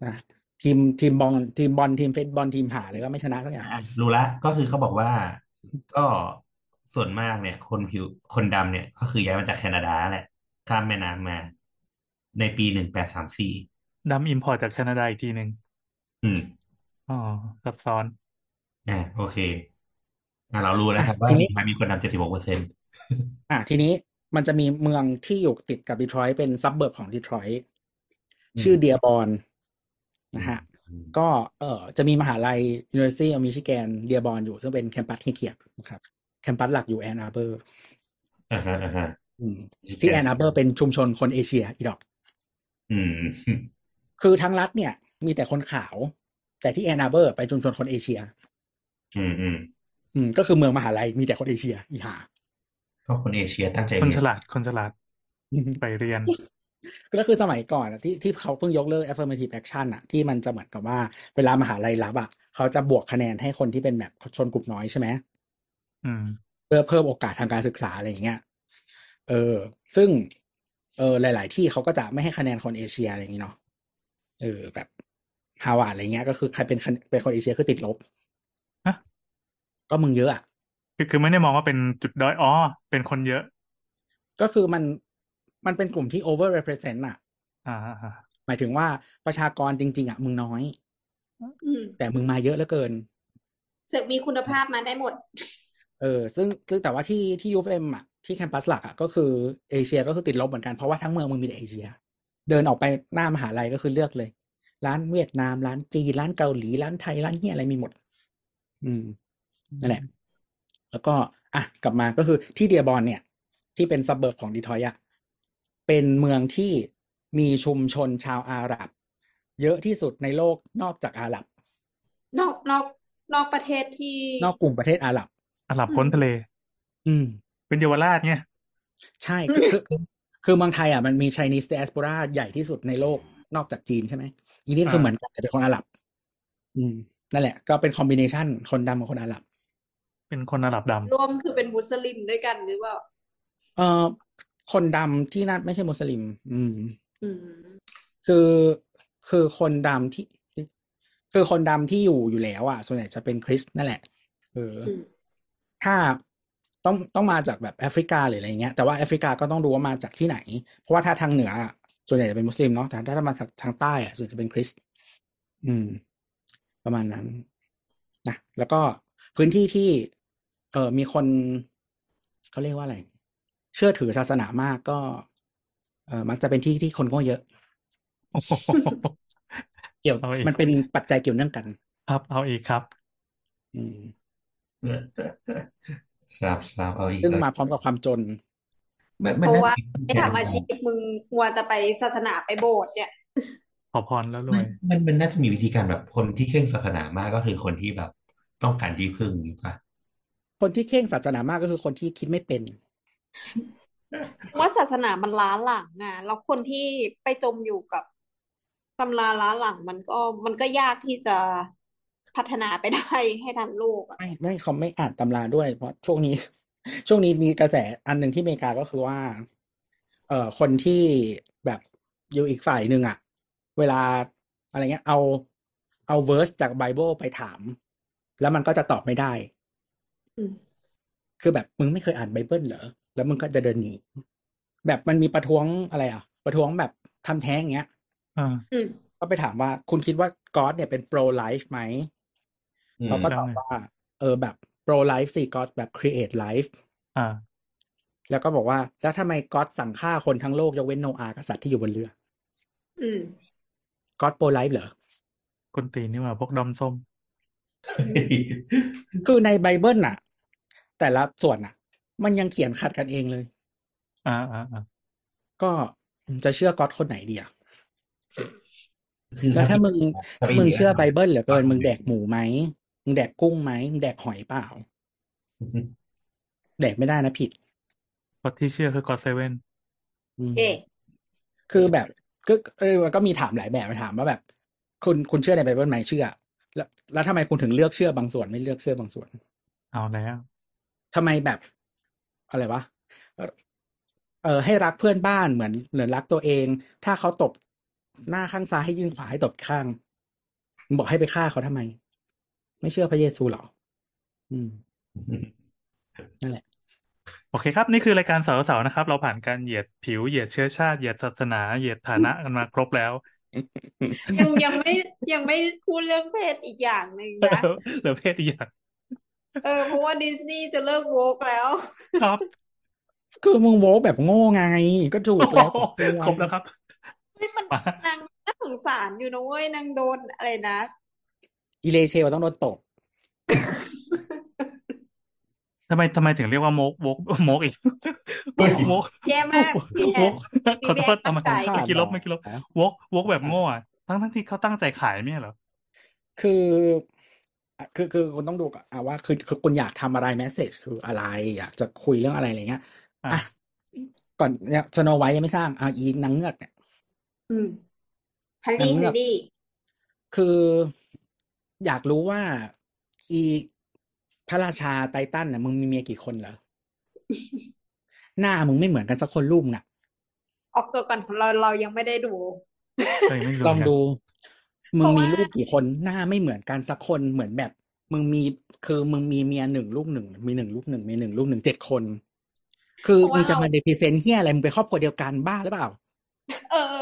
S5: นะทีมทีมบอลทีมบอลทีมเฟสบอลทีมหาเลยก็ไม่ชนะสักอย่าง
S4: อ่ะรู้ละก็คือเขาบอกว่าก็ส่วนมากเนี่ย คนผิวคนดำเนี่ย ก็คือย้ายมาจากแคนาดาแหละ ข้ามแม่น้ำมา ในปีหนึ่งแปดสามสี่
S3: ดำอิมพอร์ตจากแคนาดาอีกทีหนึ่ง
S4: อืม
S3: อ๋อซับซ้อน
S4: อ่าโอเคอ่ะเรารู้แล้วครับว่า
S5: ทีนี้
S4: มันมีคนดำเจ็ดสิบหกเปอร์เซ็นต์
S5: อ่ะทีนี้มันจะมีเมืองที่อยู่ติดกับดีทรอยต์เป็นซับเบิร์บของดีทรอยต์ชื่อเดียบอนนะฮะ ก็เออจะมีมหาลัย University of Michigan เดียบอนอยู่ซึ่งเป็นแคมปัสที่เกียบนะครับแคมปัสหลักอยู่แอนอาร์เบอร์
S4: อ่าฮะอ่าฮะ
S5: ที่แอนอาร์เบอร์เป็นชุมชนคนเอเชียอีดอก
S4: อืม
S5: คือทั้งรัฐเนี่ย มีแต่คนขาว แต่ที่แอนนาเบอร์ไปชุมชนคนเอเชีย
S4: อืมอืม
S5: อืม ก็คือเมืองมหาลัยมีแต่คนเอเชีย อีหา
S4: ก็คนเอเชียตั้งใจ
S3: คน
S4: เรีย
S3: ฉ
S4: น
S3: ลาดคนฉลาดไปเรียน
S5: ก็คือสมัยก่อนอะที่ที่เขาเพิ่งยกเลิก affirmative action อะที่มันจะเหมือนกับว่า เวลามหาลัยรับอะเขาจะบวกคะแนนให้คนที่เป็นแบบชนกลุ่มน้อยใช่ไหม
S3: อืม
S5: เพื่อเพิ่มโอกาสทางการศึกษาอะไรอย่างเงี้ย เออ ซึ่ง เออหลาย ๆ ที่เขาก็จะไม่ให้คะแนนคนเอเชียอะไรอย่างงี้เนาะ เออ แบบฮาวาดอะไรเงี้ย ก็คือใครเป็นคะแนนเป็นคนเอเชียคือติดลบ
S3: ฮะ
S5: ก็มึงเยอะอะ
S3: คือคือไม่ได้มองว่าเป็นจุดด้อยอ๋อเป็นคนเยอะ
S5: ก็คือมันมันเป็นกลุ่มที่ over represent อะ
S3: อ่าอ่าอ่า
S5: หมายถึงว่าประชากรจริง ๆอะมึงน้อย
S6: อืม
S5: แต่มึงมาเยอะเหลือเกิน
S6: เสือกมีคุณภาพมาได้หมด
S5: เออ ซึ่งซึ่งแต่ว่าที่ที่ยูเอ็มอะที่แคมปัสหลักอะก็คือเอเชียก็คือติดลบเหมือนกันเพราะว่าทั้งเมืองมึงมีแต่เอเชีย เดินออกไปหน้ามหาลัยก็คือเลือกเลย ร้านเวียดนาม ร้านจีนร้านเกาหลี ร้านไทย ร้านเฮียอะไรมีหมด อืม นั่นแหละ แล้วก็ อ่ะกลับมาก็คือที่เดียบอนเนี่ย ที่เป็นซับเบิร์บของดีทรอยต์อะเป็นเมืองที่มีชุมชนชาวอาหรับ เยอะที่สุดในโลกนอกจากอาหรับ
S6: นอกนอกนอกประเทศที่
S5: นอกกลุ่มประเทศอาหรับ
S3: อาหรับพ้นทะเล
S5: อืม
S3: เป็นเยาวราชไง
S5: ใช่คือคือคือคือเมืองไทยอ่ะมันมี Chinese diaspora ใหญ่ที่สุดในโลกนอกจากจีนใช่ไหมอีนี่คือเหมือนกันแต่เป็นคนอาหรับ อืม นั่นแหละ ก็เป็นคอมบิเนชันคนดำกับคนอาหรับ
S3: เป็นคนอาหรับดำ
S6: รวมคือเป็นมุสลิมด้วยกันหรือเปล่า
S5: เอ่อ คนดำที่นั่นไม่ใช่มุสลิม อืม
S6: อืม
S5: คือคือคนดำที่ คือคนดำที่อยู่อยู่แล้วอ่ะ ส่วนใหญ่จะเป็นคริสต์นั่นแหละเอออ
S6: ม
S5: ถ้าต้องต้องมาจากแบบแอฟริกาหรืออะไรเงี้ยแต่ว่าแอฟริกาก็ต้องดูว่ามาจากที่ไหน เพราะว่าถ้าทางเหนืออะส่วนใหญ่จะเป็นมุสลิมเนาะแต่ถ้ามาจากทางใต้อ่ะส่วนใหญ่จะเป็นคริสต์อืม ประมาณนั้นนะแล้วก็พื้นที่ที่ เออมีคนเขาเรียกว่าอะไร เชื่อถือศาสนามากก็เออมักจะเป็นที่ที่คนก็เยอะ
S3: โอ้โห
S5: เกี่ยว
S3: เอาอีก
S5: มันเป็นปัจจัยเกี่ยวเนื่องกัน
S3: ครับ เอาอีกครับ
S5: อืม
S4: สลับสลับเอาอีก
S5: ซึ่ง
S4: แล้ว
S5: มาพร้อมกับความจน
S4: มัน
S6: เพราะว่า
S4: มันน่คิด
S6: ไม่ทำอาชีพมึงมัวแต่ไปศาสนาไปโบสถ์เนี่ย
S3: ขอพรแล้วร
S4: มั
S3: วน ย
S4: มันมันน่าจะมีวิธีการแบบคนที่เคร่งศาสนามากก็คือคนที่แบบต้องการที่พึ่งหรือเปล่า
S5: คนที่เคร่งศาสนามากก็คือคนที่คิดไม่เป็น
S6: ว่าศาสนามันล้าหลังอะแล้วคนที่ไปจมอยู่กับตำราล้าหลังมันก็มันก็ยากที่จะพัฒนาไปได้ให้ทันโลกอะ
S5: ไม่ไม่เขาไม่อ่านตำราด้วย เพราะช่วงนี้ ช่วงนี้มีกระแสอันหนึ่งที่อเมริกาก็คือว่า เอ่อคนที่แบบอยู่อีกฝ่ายหนึ่งอะเวลาอะไรเงี้ย เอาเอาเวอร์สจากไบเบิลไปถาม แล้วมันก็จะตอบไม่ได้
S6: อืม
S5: คือแบบมึงไม่เคยอ่านไบเบิลเหรอ แล้วมึงก็จะเดินหนี แบบมันมีประท้วงอะไรอ่ะ ประท้วงแบบทำแท้งอย่างเงี้ย
S3: อ่า
S6: อืม
S5: ก็ไปถามว่าคุณคิดว่าก๊อตเนี่ยเป็นโปรไลฟ์ไหม
S4: อื
S5: เขา
S4: ม
S5: ก็ตอบว่า เออแบบโปรไลฟ์สิก๊อตแบบ create life
S3: อ่า
S5: แล้วก็บอกว่า แล้วทำไมก๊อตสั่งฆ่าคนทั้งโลกยกเว้นโนอาห์กษัตริย์ที่อยู่บนเรือ
S6: อืม
S5: ก๊อตโปรไลฟ์เหรอ
S3: คนตีนนี่หว่าพวกดอมส้ม
S5: คือในไบเบิลน่ะ แต่ละส่วนน่ะ มันยังเขียนขัดกันเองเลย
S3: อ่าอ่าอ่า
S5: ก็จะเชื่อก๊อตคนไหนดีอะ
S4: คือ
S5: แล้วถ้ามึง
S4: ถ้า
S5: ถ้ามึง
S4: ดี
S5: เชื่อไบเบิลเหลือเกินมึงแดกหมูไหมมึงแดกกุ้งไหมมึงแดกหอยเปล่า แดกไม่ได้นะผิด
S3: ก็ที่เชื่อคือกอดเซเว่น
S5: อืม
S6: เอ๊ะ
S5: คือแบบก็เออมันก็มีถามหลายแบบมาถามว่าแบบ คุณคุณเชื่อในไบเบิลไหมเชื่อ แล้วแล้วทำไมคุณถึงเลือกเชื่อบางส่วนไม่เลือกเชื่อบางส่วน
S3: เอาแล้ว
S5: ทำไมแบบ อะไรวะเอ่อเออให้รักเพื่อนบ้านเหมือนเหมือนรักตัวเอง ถ้าเขาตบหน้าข้างซ้ายให้ยื่นขวาให้ตบข้างมึงบอกให้ไปฆ่าเขาทำไม ไม่เชื่อพระเยซูเหรออืม นั่นแหละ
S3: โอเคครับ นี่คือรายการเสาร์เสาร์นะครับ เราผ่านการเหยียดผิวเหยียดเชื้อชาติเหยียดศาสนาเหยียดฐานะกันมาครบแล้ว
S6: ยังยังไม่ยังไม่พูดเรื่องเพศอีกอย่างหนึ่งนะ
S3: เหลือเพศอีกอย่าง
S6: เออเพราะว่าดิสนีย์จะเลิกโวกแล้ว
S3: ครับ
S5: คือมึงโว้แบบโง่ไงก็ถูกแล้ว
S3: ครบแล้วครับ
S6: มัน
S3: มาน
S6: างน่าสงสารอยู่นะเว้ยนางโดนอะไรนะ
S5: อีเลเชลต้องโดนตบ
S3: ทำไมทำไมถึงเรียกว่าโมกโมกโมกอีกโมก
S6: แย่มากพี่แอ
S3: โม
S6: น
S3: ก ขอโทษทำไม
S6: ตั้งใจ
S3: ไม่กี่ลบไม่กี่ลบโวกโวกแบบโง่อะทั้งทั้งที่เขาตั้งใจขายไม่ใช่เหรอ
S5: คืออ่ะคือคือคุณต้องดูก่อนอ่ะว่าคือคือคุณอยากทำอะไรแมสเซจคืออะไร อยากจะคุยเรื่องอะไรอะไรเงี้ย
S3: อ่ะ
S5: อ่ะก่อนเนี่ยสโนไวท์ยังไม่สร้างอ่ะอีนางเงือกเนี่ย
S6: อืมฮันดี้
S5: นางเงื
S6: ฮั
S5: อก
S6: นดี้
S5: คืออยากรู้ว่าอีพระราชาไททันน่ะมึงมีเมียกี่คน เหรอ หน้ามึงไม่เหมือนกันสักคนรูปน่ะ
S6: ออกตัวก่อนเราเรายังไม่ได้ดู
S3: เอ้ยไม่รู้
S5: ลองดูมึงมี
S6: เพราะ
S5: รู
S6: ว่า
S5: ปกี่คนหน้าไม่เหมือนกันสักคนเหมือนแบบ มึงมีคือมึงมีเมียหนึ่งลูกหนึ่งมีหนึ่งลูกหนึ่งมีหนึ่งลูกหนึ่งเจ็ดคน คือมึงจะมาเดพิเซนเฮียอะไรมึงเป็นครอบครัวเดียวกันบ้าหรือเปล่า
S6: เออ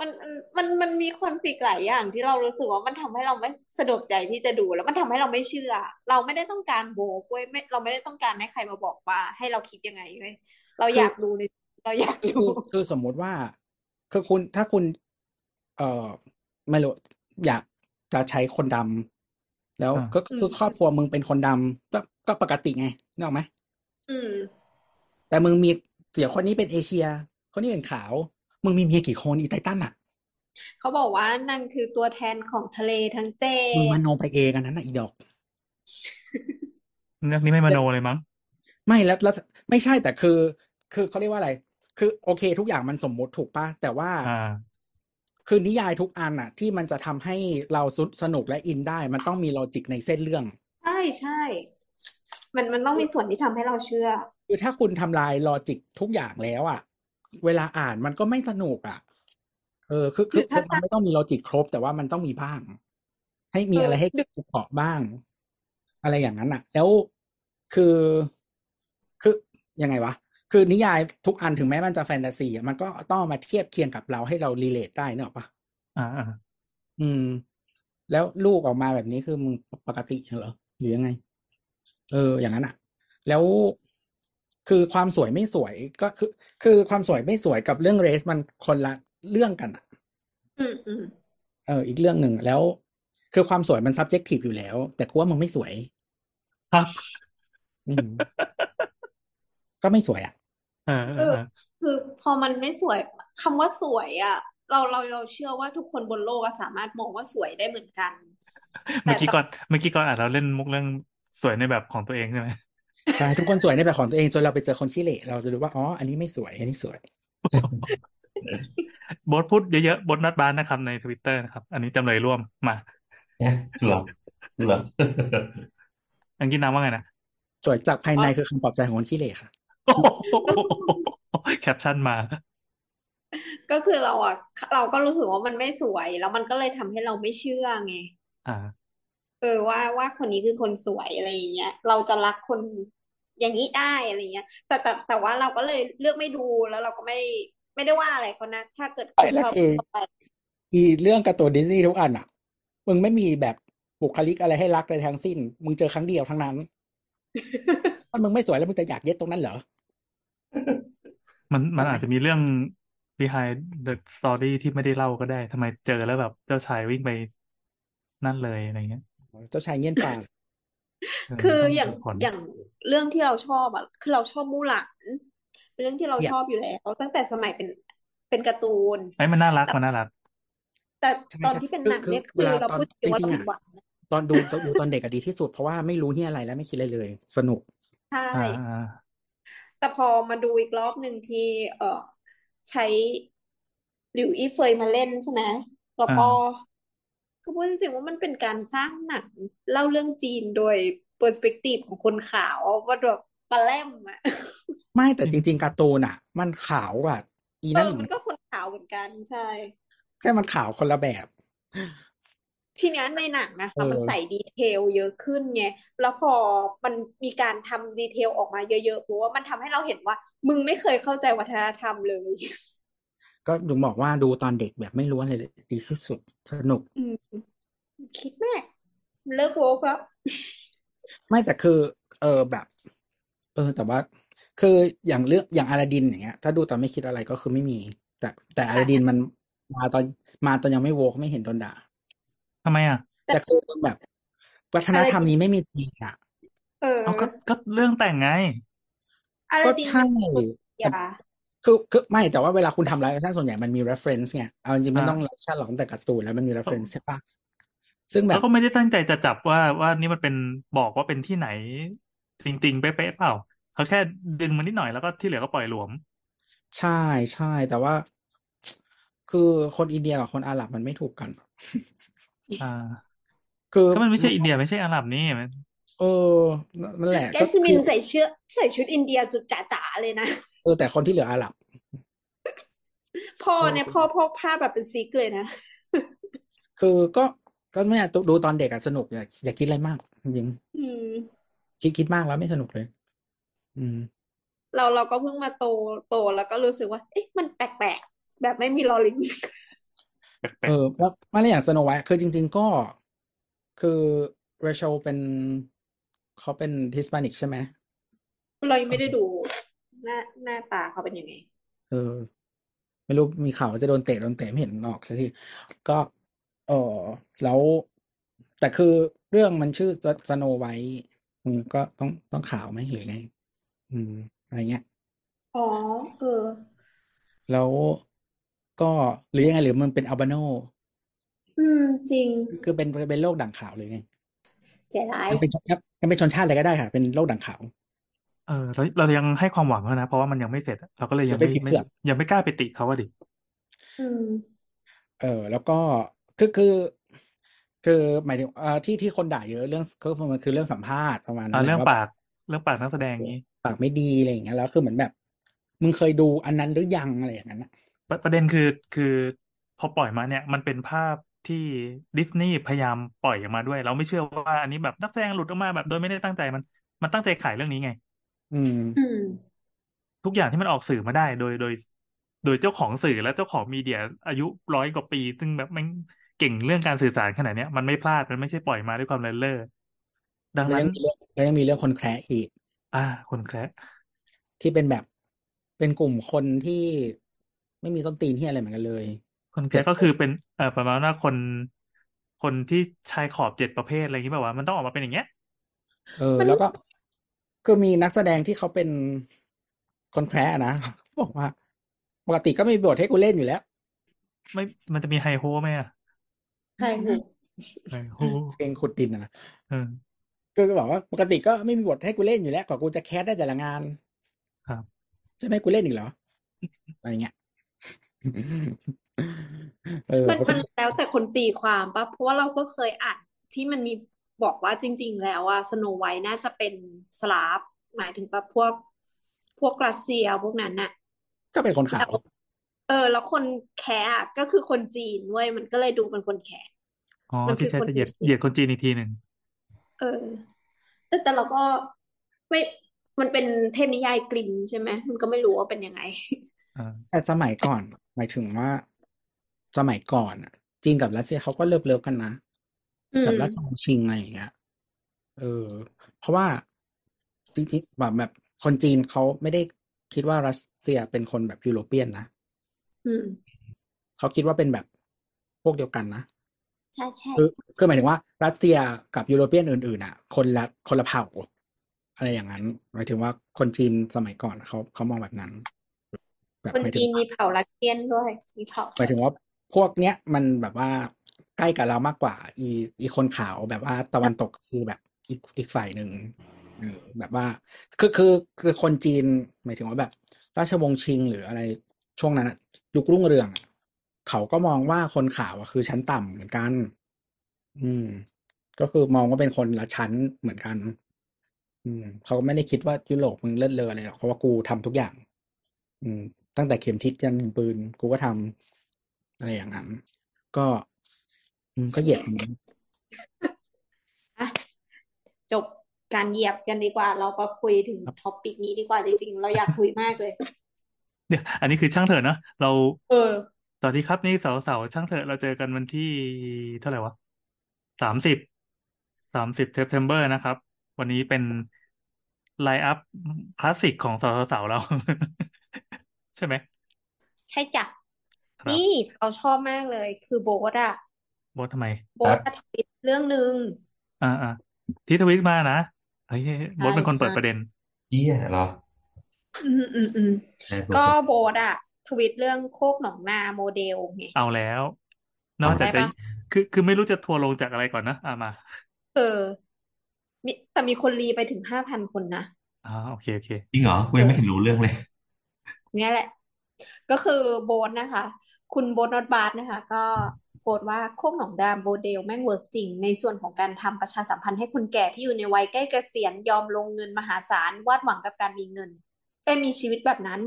S6: มันมันมันมีคอนฟ lict หลายอย่างที่เรารู้สึกว่ามันทำให้เราไม่สะดวกใจที่จะดูแล้วมันทำให้เราไม่เชื่อ เราไม่ได้ต้องการโบกเว้ยไม่เราไม่ได้ต้องการให้ใครมาบอกว่า ให้เราคิดยังไงเว้ยเราอยากดูในเราอยาก
S5: คือ
S6: ดู
S5: คือสมมุติว่าคือคุณถ้าคุณ เอ่อไม่รู้อยากจะใช้คนดำแล้ว
S3: อ่า
S5: ก็คือครอบครัวมึงเป็นคนดำก็ก็ปกติไงนึกออกไหม
S6: อืม
S5: แต่มึงมีเดี๋ยวคนนี้เป็นเอเชีย คนนี้เป็นขาว มึงมีเมียกี่คนอีไททันอ่ะ
S6: เขาบอกว่านางคือตัวแทนของทะเลทั้งเจ็
S5: มึง
S6: ด
S5: มโนไปเองอันนั้นน่ะอีดอก
S3: เรื่องนี้ไม่มโนเลยมั้ง
S5: ไม่แล้วแล้วไม่ใช่แต่คือ คือเขาเรียกว่าอะไร คือโอเค ทุกอย่างมันสมมุติถูกป่ะแต่ว่า
S3: อ่า
S5: คือนิยายทุกอันน่ะ ที่มันจะทำให้เราสุดสนุกและอินได้ มันต้องมีลอจิกในเส้นเรื่อง
S6: ใช่ใช่ มันมันต้องมีส่วนที่ทำให้เราเชื่อ
S5: คือถ้าคุณทำลายลอจิกทุกอย่างแล้วอะ่ะ เวลาอ่านมันก็ไม่สนุกอะ่ะ เออคือคือ
S6: หรือถ้า
S5: คือมันไม่ต้องมีลอจิกครบ แต่ว่ามันต้องมีบ้าง ให้มีอะไรให้ดึกเกาะบ้าง อะไรอย่างนั้นอ่ะ แล้วคือคือยังไงวะ คือนิยายทุกอันถึงแม้มันจะแฟนตาซีอะมันก็ต้องเอามาเทียบเคียงกับเราให้เรารีเลทได้เนกอะปะ
S3: อ่าอ่า
S5: อืม แล้วลูกออกมาแบบนี้คือมึงปกติเหรอหรือยังไง เออ อย่างนั้นอ่ะ แล้วคือความสวยไม่สวยก็คือ คือความสวยไม่สวยกับเรื่องเรสมันคนละเรื่องกันอ่ะ
S6: อืมอืม
S5: เออ อีกเรื่องหนึ่งแล้ว คือความสวยมัน subjective อยู่แล้ว แต่กูว่ามึงไม่สวย
S3: ครับ
S5: อืม ก็ไม่สวยอ่ะ
S3: เออเออเออ
S6: คือพอมันไม่สวยคำว่าสวยอ่ะ เราเราเราเชื่อว่าทุกคนบนโลกอะสามารถมองว่าสวยได้เหมือนกัน
S3: เมื่อกี้ก่อนเมื่อกี้ก่อนอ่ะเราเล่นมุกเรื่องสวยในแบบของตัวเองใช่ไหม
S5: ใช่ทุกคนสวยในแบบของตัวเองจนเราไปเจอคนขี้เหร่เราจะรู้ว่าอ๋ออันนี้ไม่สวย อันนี้สวย
S3: โบทพูดเยอะๆโบทนัดบ้านนะครับในทวิตเตอร์นะครับ อันนี้จำเลยร่วมมา
S4: เนี่ยเหรอเหรอ
S3: อังกินน้ำว่าไงนะ
S5: สวยจากภายในคือคำปลอบใจของคนขี้เหร่ค่ะ
S3: โอ้โหแคปชั่นมา
S6: ก็คือเราอ่ะเราก็รู้สึกว่ามันไม่สวย แล้วมันก็เลยทำให้เราไม่เชื่อไง
S3: อ่า
S6: เออว่าว่าคนนี้คือคนสวยอะไรอย่างเงี้ยเราจะรักคนอย่างนี้ได้อะไรเงี้ย แต่แต่แต่ว่าเราก็เลยเลือกไม่ดูแล้วเราก็ไม่ไม่ได้ว่าอะไรเขานะ ถ้าเกิด
S5: ใช่
S6: คุณ
S5: แล้ว
S6: ชอบ
S5: คือ
S6: ก็ไป
S5: อีเรื่องการ์ตูนดิสนีย์ทุกอันอ่ะ มึงไม่มีแบบบุคลิกอะไรให้รักเลยทั้งสิ้น มึงเจอครั้งเดียวทั้ง นั้น ถ้ามึงไม่สวยแล้วมึงจะอยากเย็ดตรงนั้นเหรอ
S3: มันมันอาจจะมีเรื่อง behind the story ที่ไม่ได้เล่าก็ได้ทำไมเจอแล้วแบบเจ้าชายวิ่งไปนั่นเลยอะไรเงี้ย
S5: เจ้าชายเงี้ยนปาก
S3: เออ
S6: คือ
S3: ต้อง
S6: อย่าง
S3: มีผล
S6: อย่างเรื่องที่เราชอบอ่ะคือเราชอบมู่หลานเป็นเรื่องที่เราชอบอยู่แล้วตั้งแต่สมัยเป็นเป็นการ์ตูน
S3: ไอ้ยมันน่ารักมันน่ารัก
S6: แต่
S5: ใช่
S6: ตอน
S5: ใช่
S6: ที่เป็น
S5: คือ
S6: หนัง
S5: คือ
S6: เนี่ยคือ
S5: เวลา
S6: เรา
S5: ตอน
S6: พูด
S5: จ
S6: ว่า
S5: ริงๆ
S6: เราผิด
S5: อ่ะ
S6: หวังนะ
S5: ตอนดูตอนดูตอนเด็กอะดีที่สุดเพราะว่าไม่รู้เนี่ยอะไรแล้วไม่คิดอะไรเลย สนุก
S6: ใช่
S3: อ่าอ่า
S6: แต่พอมาดูอีกรอบหนึ่งที่เออใช้หลิวอี้เฟยมาเล่นใช่ไหมแล้วก็คือพูดจริงๆว่ามันเป็นการสร้างหนังเล่าเรื่องจีนโดยเปอร์สเปกทีฟของคนขาวว่าแบบปลาแล่มอะ
S5: ไม่แต่จริง ๆการ์ตูนอ่ะ มันขาวกว่าอี
S6: เอ
S5: นั่น
S6: อ
S5: อีก
S6: มันก็คนขาวเหมือนกันใช่
S5: แค่มันขาวคนละแบบ
S6: ทีเนี้ยในหนังนะคะ
S5: เออ
S6: มันใส่ดีเทลเยอะขึ้นไงแล้วพอมันมีการทำดีเทลออกมาเยอะๆเพราะว่ามันทำให้เราเห็นว่า มึงไม่เคยเข้าใจวัฒนธรรมเลย
S5: ก็ถึงบอกว่าดูตอนเด็กแบบไม่รู้อะไรเลยดีที่สุดสนุก
S6: อืมคิดแม่เลิกโวกแล้ว
S5: ไม่แต่คือ เออแบบ เออ แต่ว่า คืออย่างเรื่องอย่างอลาดินอย่างเงี้ย ถ้าดูตอนไม่คิดอะไรก็คือไม่มี แต่แต่อลาดินมันมาตอนมาตอนยังไม่โวกไม่เห็นโดนด่า
S3: ทำไมอ่ะ
S5: แต่คือแบบ วัฒนธรรมนี้ไม่มีจริงอ่ะ
S6: เออ
S3: เอาก็ก็เรื่องแต่งไง
S6: อา
S5: ก็
S6: ลาดิน
S5: ใช่
S6: เป็นคนยา
S5: คือคือไม่แต่ว่าเวลาคุณทำไลฟ์แอคชั่นส่วนใหญ่มันมี reference ไงเอาจริงๆไม่
S3: อ่า
S5: ต้องไลฟ์แอคชั่นหรอกตั้งแต่การ์ตูนแล้วมันมี reference ใช่ปะซึ่งแบ
S3: แล้
S5: บ
S3: วก็ไม่ได้ตั้งใจจะจับว่าว่านี่มันเป็นบอกว่าเป็นที่ไหน จริงๆเป๊ะๆเปล่าเขาแค่ดึงมันนิดหน่อยแล้วก็ที่เหลือก็ปล่อยหลวม
S5: ใช่ใช่แต่ว่า คือคนอินเดียกับคนอาหรับมันไม่ถูกกัน
S3: อ่า
S5: คือ
S3: ก็มันไม่ใช่อินเดียไม่ใช่อาหรับนี่มัน
S5: เออนั่นแหละ
S6: แจ
S5: ก็
S6: สมิ
S5: คื
S6: น
S5: อ
S6: ใส่เชื้อใส่ชุดอินเดียสุดจ๋าๆเลยนะ
S5: เออแต่คนที่เหลืออาหรับ
S6: พ่อ
S5: เออ
S6: เนี่ยพ่อพ่อผ้าแบบเป็นซิกเลยนะ
S5: คือก็ก็ไม่อยากดูตอนเด็กอะสนุกอย่าอย่าคิดอะไรมากจริง
S6: อืม
S5: คิดคิดมากแล้วไม่สนุกเลย อืม
S6: เราเราก็เพิ่งมาโตโตแล้วก็รู้สึกว่า เอ๊ะมันแปลกๆ แบบไม่มีลอลิง
S3: แปล
S5: เอก อแล้วมาเรื่องอย่างสโนไวท์คือจริง ๆ ก็คือเรเชลเป็นเขาเป็นฮิสปานิกใช่ไหม
S6: เรายังไม่ได้ดูหน้าหน้าตาเขาเป็นยังไง
S5: เออ ไม่รู้มีข่าวว่าจะโดนเตะโดนเตะไม่เห็นออกสักทีก็เออแล้วแต่คือเรื่องมันชื่อสโนไวท์ก็ต้องต้องข่าวไหมหรือไง อืมอะไรเงี้ย
S6: อ๋อ เออ
S5: แล้วก็หรือยังไงหรือมันเป็นอัลบาโน
S6: อืม จริง
S5: คือเป็นเป็นโรคด่างขาวหรือไง
S6: เสียดาย
S5: มันเป็นชนมันเป็นชนชาติอะไรก็ได้ค่ะ เป็นโรคด่างขาว
S3: เออเราเรายังให้ความหวังเขานะ เพราะว่ามันยังไม่เสร็จอะเราก็เลยยัง
S5: จะไป
S3: ไม่
S5: ผิด
S3: ไม่
S5: เพื่อน
S3: ยังไม่กล้าไปติเขาว่าดิ
S6: อืม
S5: เออแล้วก็คือคือ คือหมายถึงเอ่อที่ที่คนด่าเยอะเรื่องก็คือมันคือเรื่องสัมภาษณ์ประมาณนั้
S3: อ่าน
S5: แห
S3: เรื่
S5: ละ
S3: อง
S5: ว่า
S3: ปากเรื่องปากนักแสดงอย่างนี้
S5: ปากไม่ดีอะไรอย่างเงี้ยแล้วคือเหมือนแบบ มึงเคยดูอันนั้นหรือยังอะไรอย่างนั้นน่ะ
S3: ประประเด็นคือคือพอปล่อยมาเนี่ย มันเป็นภาพที่ดิสนีย์พยายามปล่อยออกมาด้วย เราไม่เชื่อว่าอันนี้แบบนักแสดงหลุดออกมาแบบโดยไม่ได้ตั้งใจมัน มันตั้งใจขายเรื่องนี้ไง
S5: อืม
S6: อืม
S3: ทุกอย่างที่มันออกสื่อมาได้โดยโดย โดยเจ้าของสื่อและเจ้าของมีเดียอายุร้อยกว่าปี ซึ่งแบบแมันเก่งเรื่องการสื่อสารขนาดเนี้ยมันไม่พลาดมันไม่ใช่ปล่อยมาด้วยความเลินเล่อดัง
S5: แล้ว
S3: นั้
S5: ยั
S3: น
S5: งมีเรื่องแล้วยังมีเรื่องคนแคระอีก
S3: อ่า คนแคระ
S5: ที่เป็นแบบเป็นกลุ่มคนที่ไม่มีต้นตีนที่อะไรเหมือนกันเลย
S3: คนแคระก็คือเป็นเอ่อประมาณว่าคน คนที่ชายขอบเจ็ดประเภทอะไรอย่างนี้แบบว่าวะมันต้องออกมาเป็นอย่างเงี้ย
S5: เออ
S6: มัน
S5: แล้วก็คือมีนักแสดงที่เขาเป็นคนแคระอะนะ บอกว่า ปกติก็ไม่มีบทให้กูเล่นอยู่แล้ว
S3: ไม่มันจะมีไฮโฮไหมอะ
S6: ใช่ถูก
S3: ไฮโฮ
S5: เพลงขุดดินอะนะ
S3: เออ
S5: ก็บอกว่าปกติก็ไม่มีบทให้กูเล่นอยู่แล้วกว่ากูจะแคสได้แต่ละงาน
S3: ครับ
S5: จะไม่ให้กูเล่นอีกเหรออะไร เงี้ยเออ
S6: มัน
S5: ปก
S6: มัน
S5: ติ
S6: แล้วแต่คนตีความปะเพราะว่าเราก็เคยอ่านที่มันมีบอกว่าจริง ๆ แล้วอะสโนไวท์น่าจะเป็นสลาฟหมายถึงปะพวก พวกรัสเซียพวกนั้นน่ะ
S5: ก็เป็นคนขาว
S6: เออ แล้วคนแคร์อะก็คือคนจีนเว้ยมันก็เลยดูเป็นคนแคร์
S3: อ๋อ
S6: มัน
S3: ที่
S6: คือ
S3: แค่
S6: คน
S3: จะเหยียด
S6: จีน
S3: เหยียดคนจีนอีกทีหนึ่ง
S6: เออ แต่แต่เราก็ไม่ มันเป็นเทพนิยายกริมใช่ไหมมันก็ไม่รู้ว่าเป็นยังไง
S3: อ่า
S5: แต่สมัยก่อน หมายถึงว่า สมัยก่อนอะจีนกับรัสเซียเขาก็เลิฟเลิฟกันนะ
S6: อื
S5: แบบ
S6: ม
S5: ราชวงศ์ชิงอะไรอย่างเงี้ย เออ เพราะว่าจริงๆแบบแบบคนจีนเขาไม่ได้คิดว่ารัสเซียเป็นคนแบบยุโรเปียนนะ
S6: อืม
S5: เขาคิดว่าเป็นแบบพวกเดียวกันนะ
S6: ใช่ใช่
S5: คือคือหมายถึงว่า รัสเซียกับยุโรเปียนอื่นๆอ่ะ คนละคนละเผ่า อะไรอย่างนั้น หมายถึงว่าคนจีนสมัยก่อนเขาเขามองแบบนั้น แบบ
S6: คน
S5: หมายถึ
S6: จี
S5: ง
S6: น
S5: ว่า
S6: มีเผ่ารัสเซียนด้วย มีเผ่า
S5: หมายถึงว่าพวกเนี้ยมันแบบว่าใกล้กับเรามากกว่า อีอีคนขาวแบบว่าตะวันตกคือแบบอีกอีกฝ่ายหนึ่งเออแบบว่าคือคือคือคนจีน หมายถึงว่าแบบ ราชวงศ์ชิงหรืออะไรช่วงนั้นอะยุครุ่งเรืองอะเขาก็มองว่าคนขาวอะคือชั้นต่ำเหมือนกัน อืม ก็คือมองว่าเป็นคนละชั้นเหมือนกัน อืมเขาก็ไม่ได้คิดว่ายุโรปมึงเลิศเลออะไรหรอกเพราะว่ากูทำทุกอย่าง อืม ตั้งแต่เข็มทิศยันปืนกูก็ทำอะไรอย่างนั้น ก็อืมก็เหยียดมัน
S6: อ่ะจบการเหยียบกันดีกว่า เราก็คุยถึงท็อปิกนี้ดีกว่าจริงๆ เราอยากคุยมากเลย
S3: เดี๋ยวอันนี้คือช่างเถอะเนอะเรา
S6: เออ
S3: สวัสดีครับนี่เสาร์เสาร์ช่างเถอะเราเจอกันวันที่เท่าไหร่วะสามสิบสามสิบเซปเทมเบอร์นะครับ วันนี้เป็นไลน์อัพคลาสสิกของเสาร์เสาร์ เรา ใช่ไหม
S6: ใช่จ้ะ
S3: ครับ
S6: นี่เราชอบมากเลย คือโบ๊ทอะ
S3: โบททำไม
S6: โบ๊ทอะทวิตเรื่องหนึ่ง
S3: อ่าอ่าที่ทวิตมานะเฮ้ยโบทเป็นคน
S6: ใช่
S3: เปิดประเด็น
S4: เยี่ยเหรอ
S6: อืมอืมอืม
S4: ได้ปะ
S6: ก็โบทอะทวิตเรื่องโคกหนองนาโมเดลไง
S3: เอาแล้ว นอกจาก
S6: ได้
S3: จะ
S6: ปะ
S3: คือคือไม่รู้จะทัวร์ลงจากอะไรก่อนนะอ่ามา
S6: เออมีแต่มีคนรีไปถึงห้าพันคนนะ
S3: อ่าโอเคโอเค
S4: จริงเหรอกูยังไม่เห็นรู้เรื่องเลย
S6: เนี่ยแหละ ก็คือโบทนะคะ คุณโบทนอตบาร์นะคะ ก็โพสต์ว่าโคกหนองดามโมเดลแม่งเวิร์กจริง ในส่วนของการทำประชาสัมพันธ์ให้คนแก่ที่อยู่ในวัยใกล้เกษียณยอมลงเงินมหาศาลวาดหวังกับการมีเงินเอ้ยมีชีวิตแบบนั้น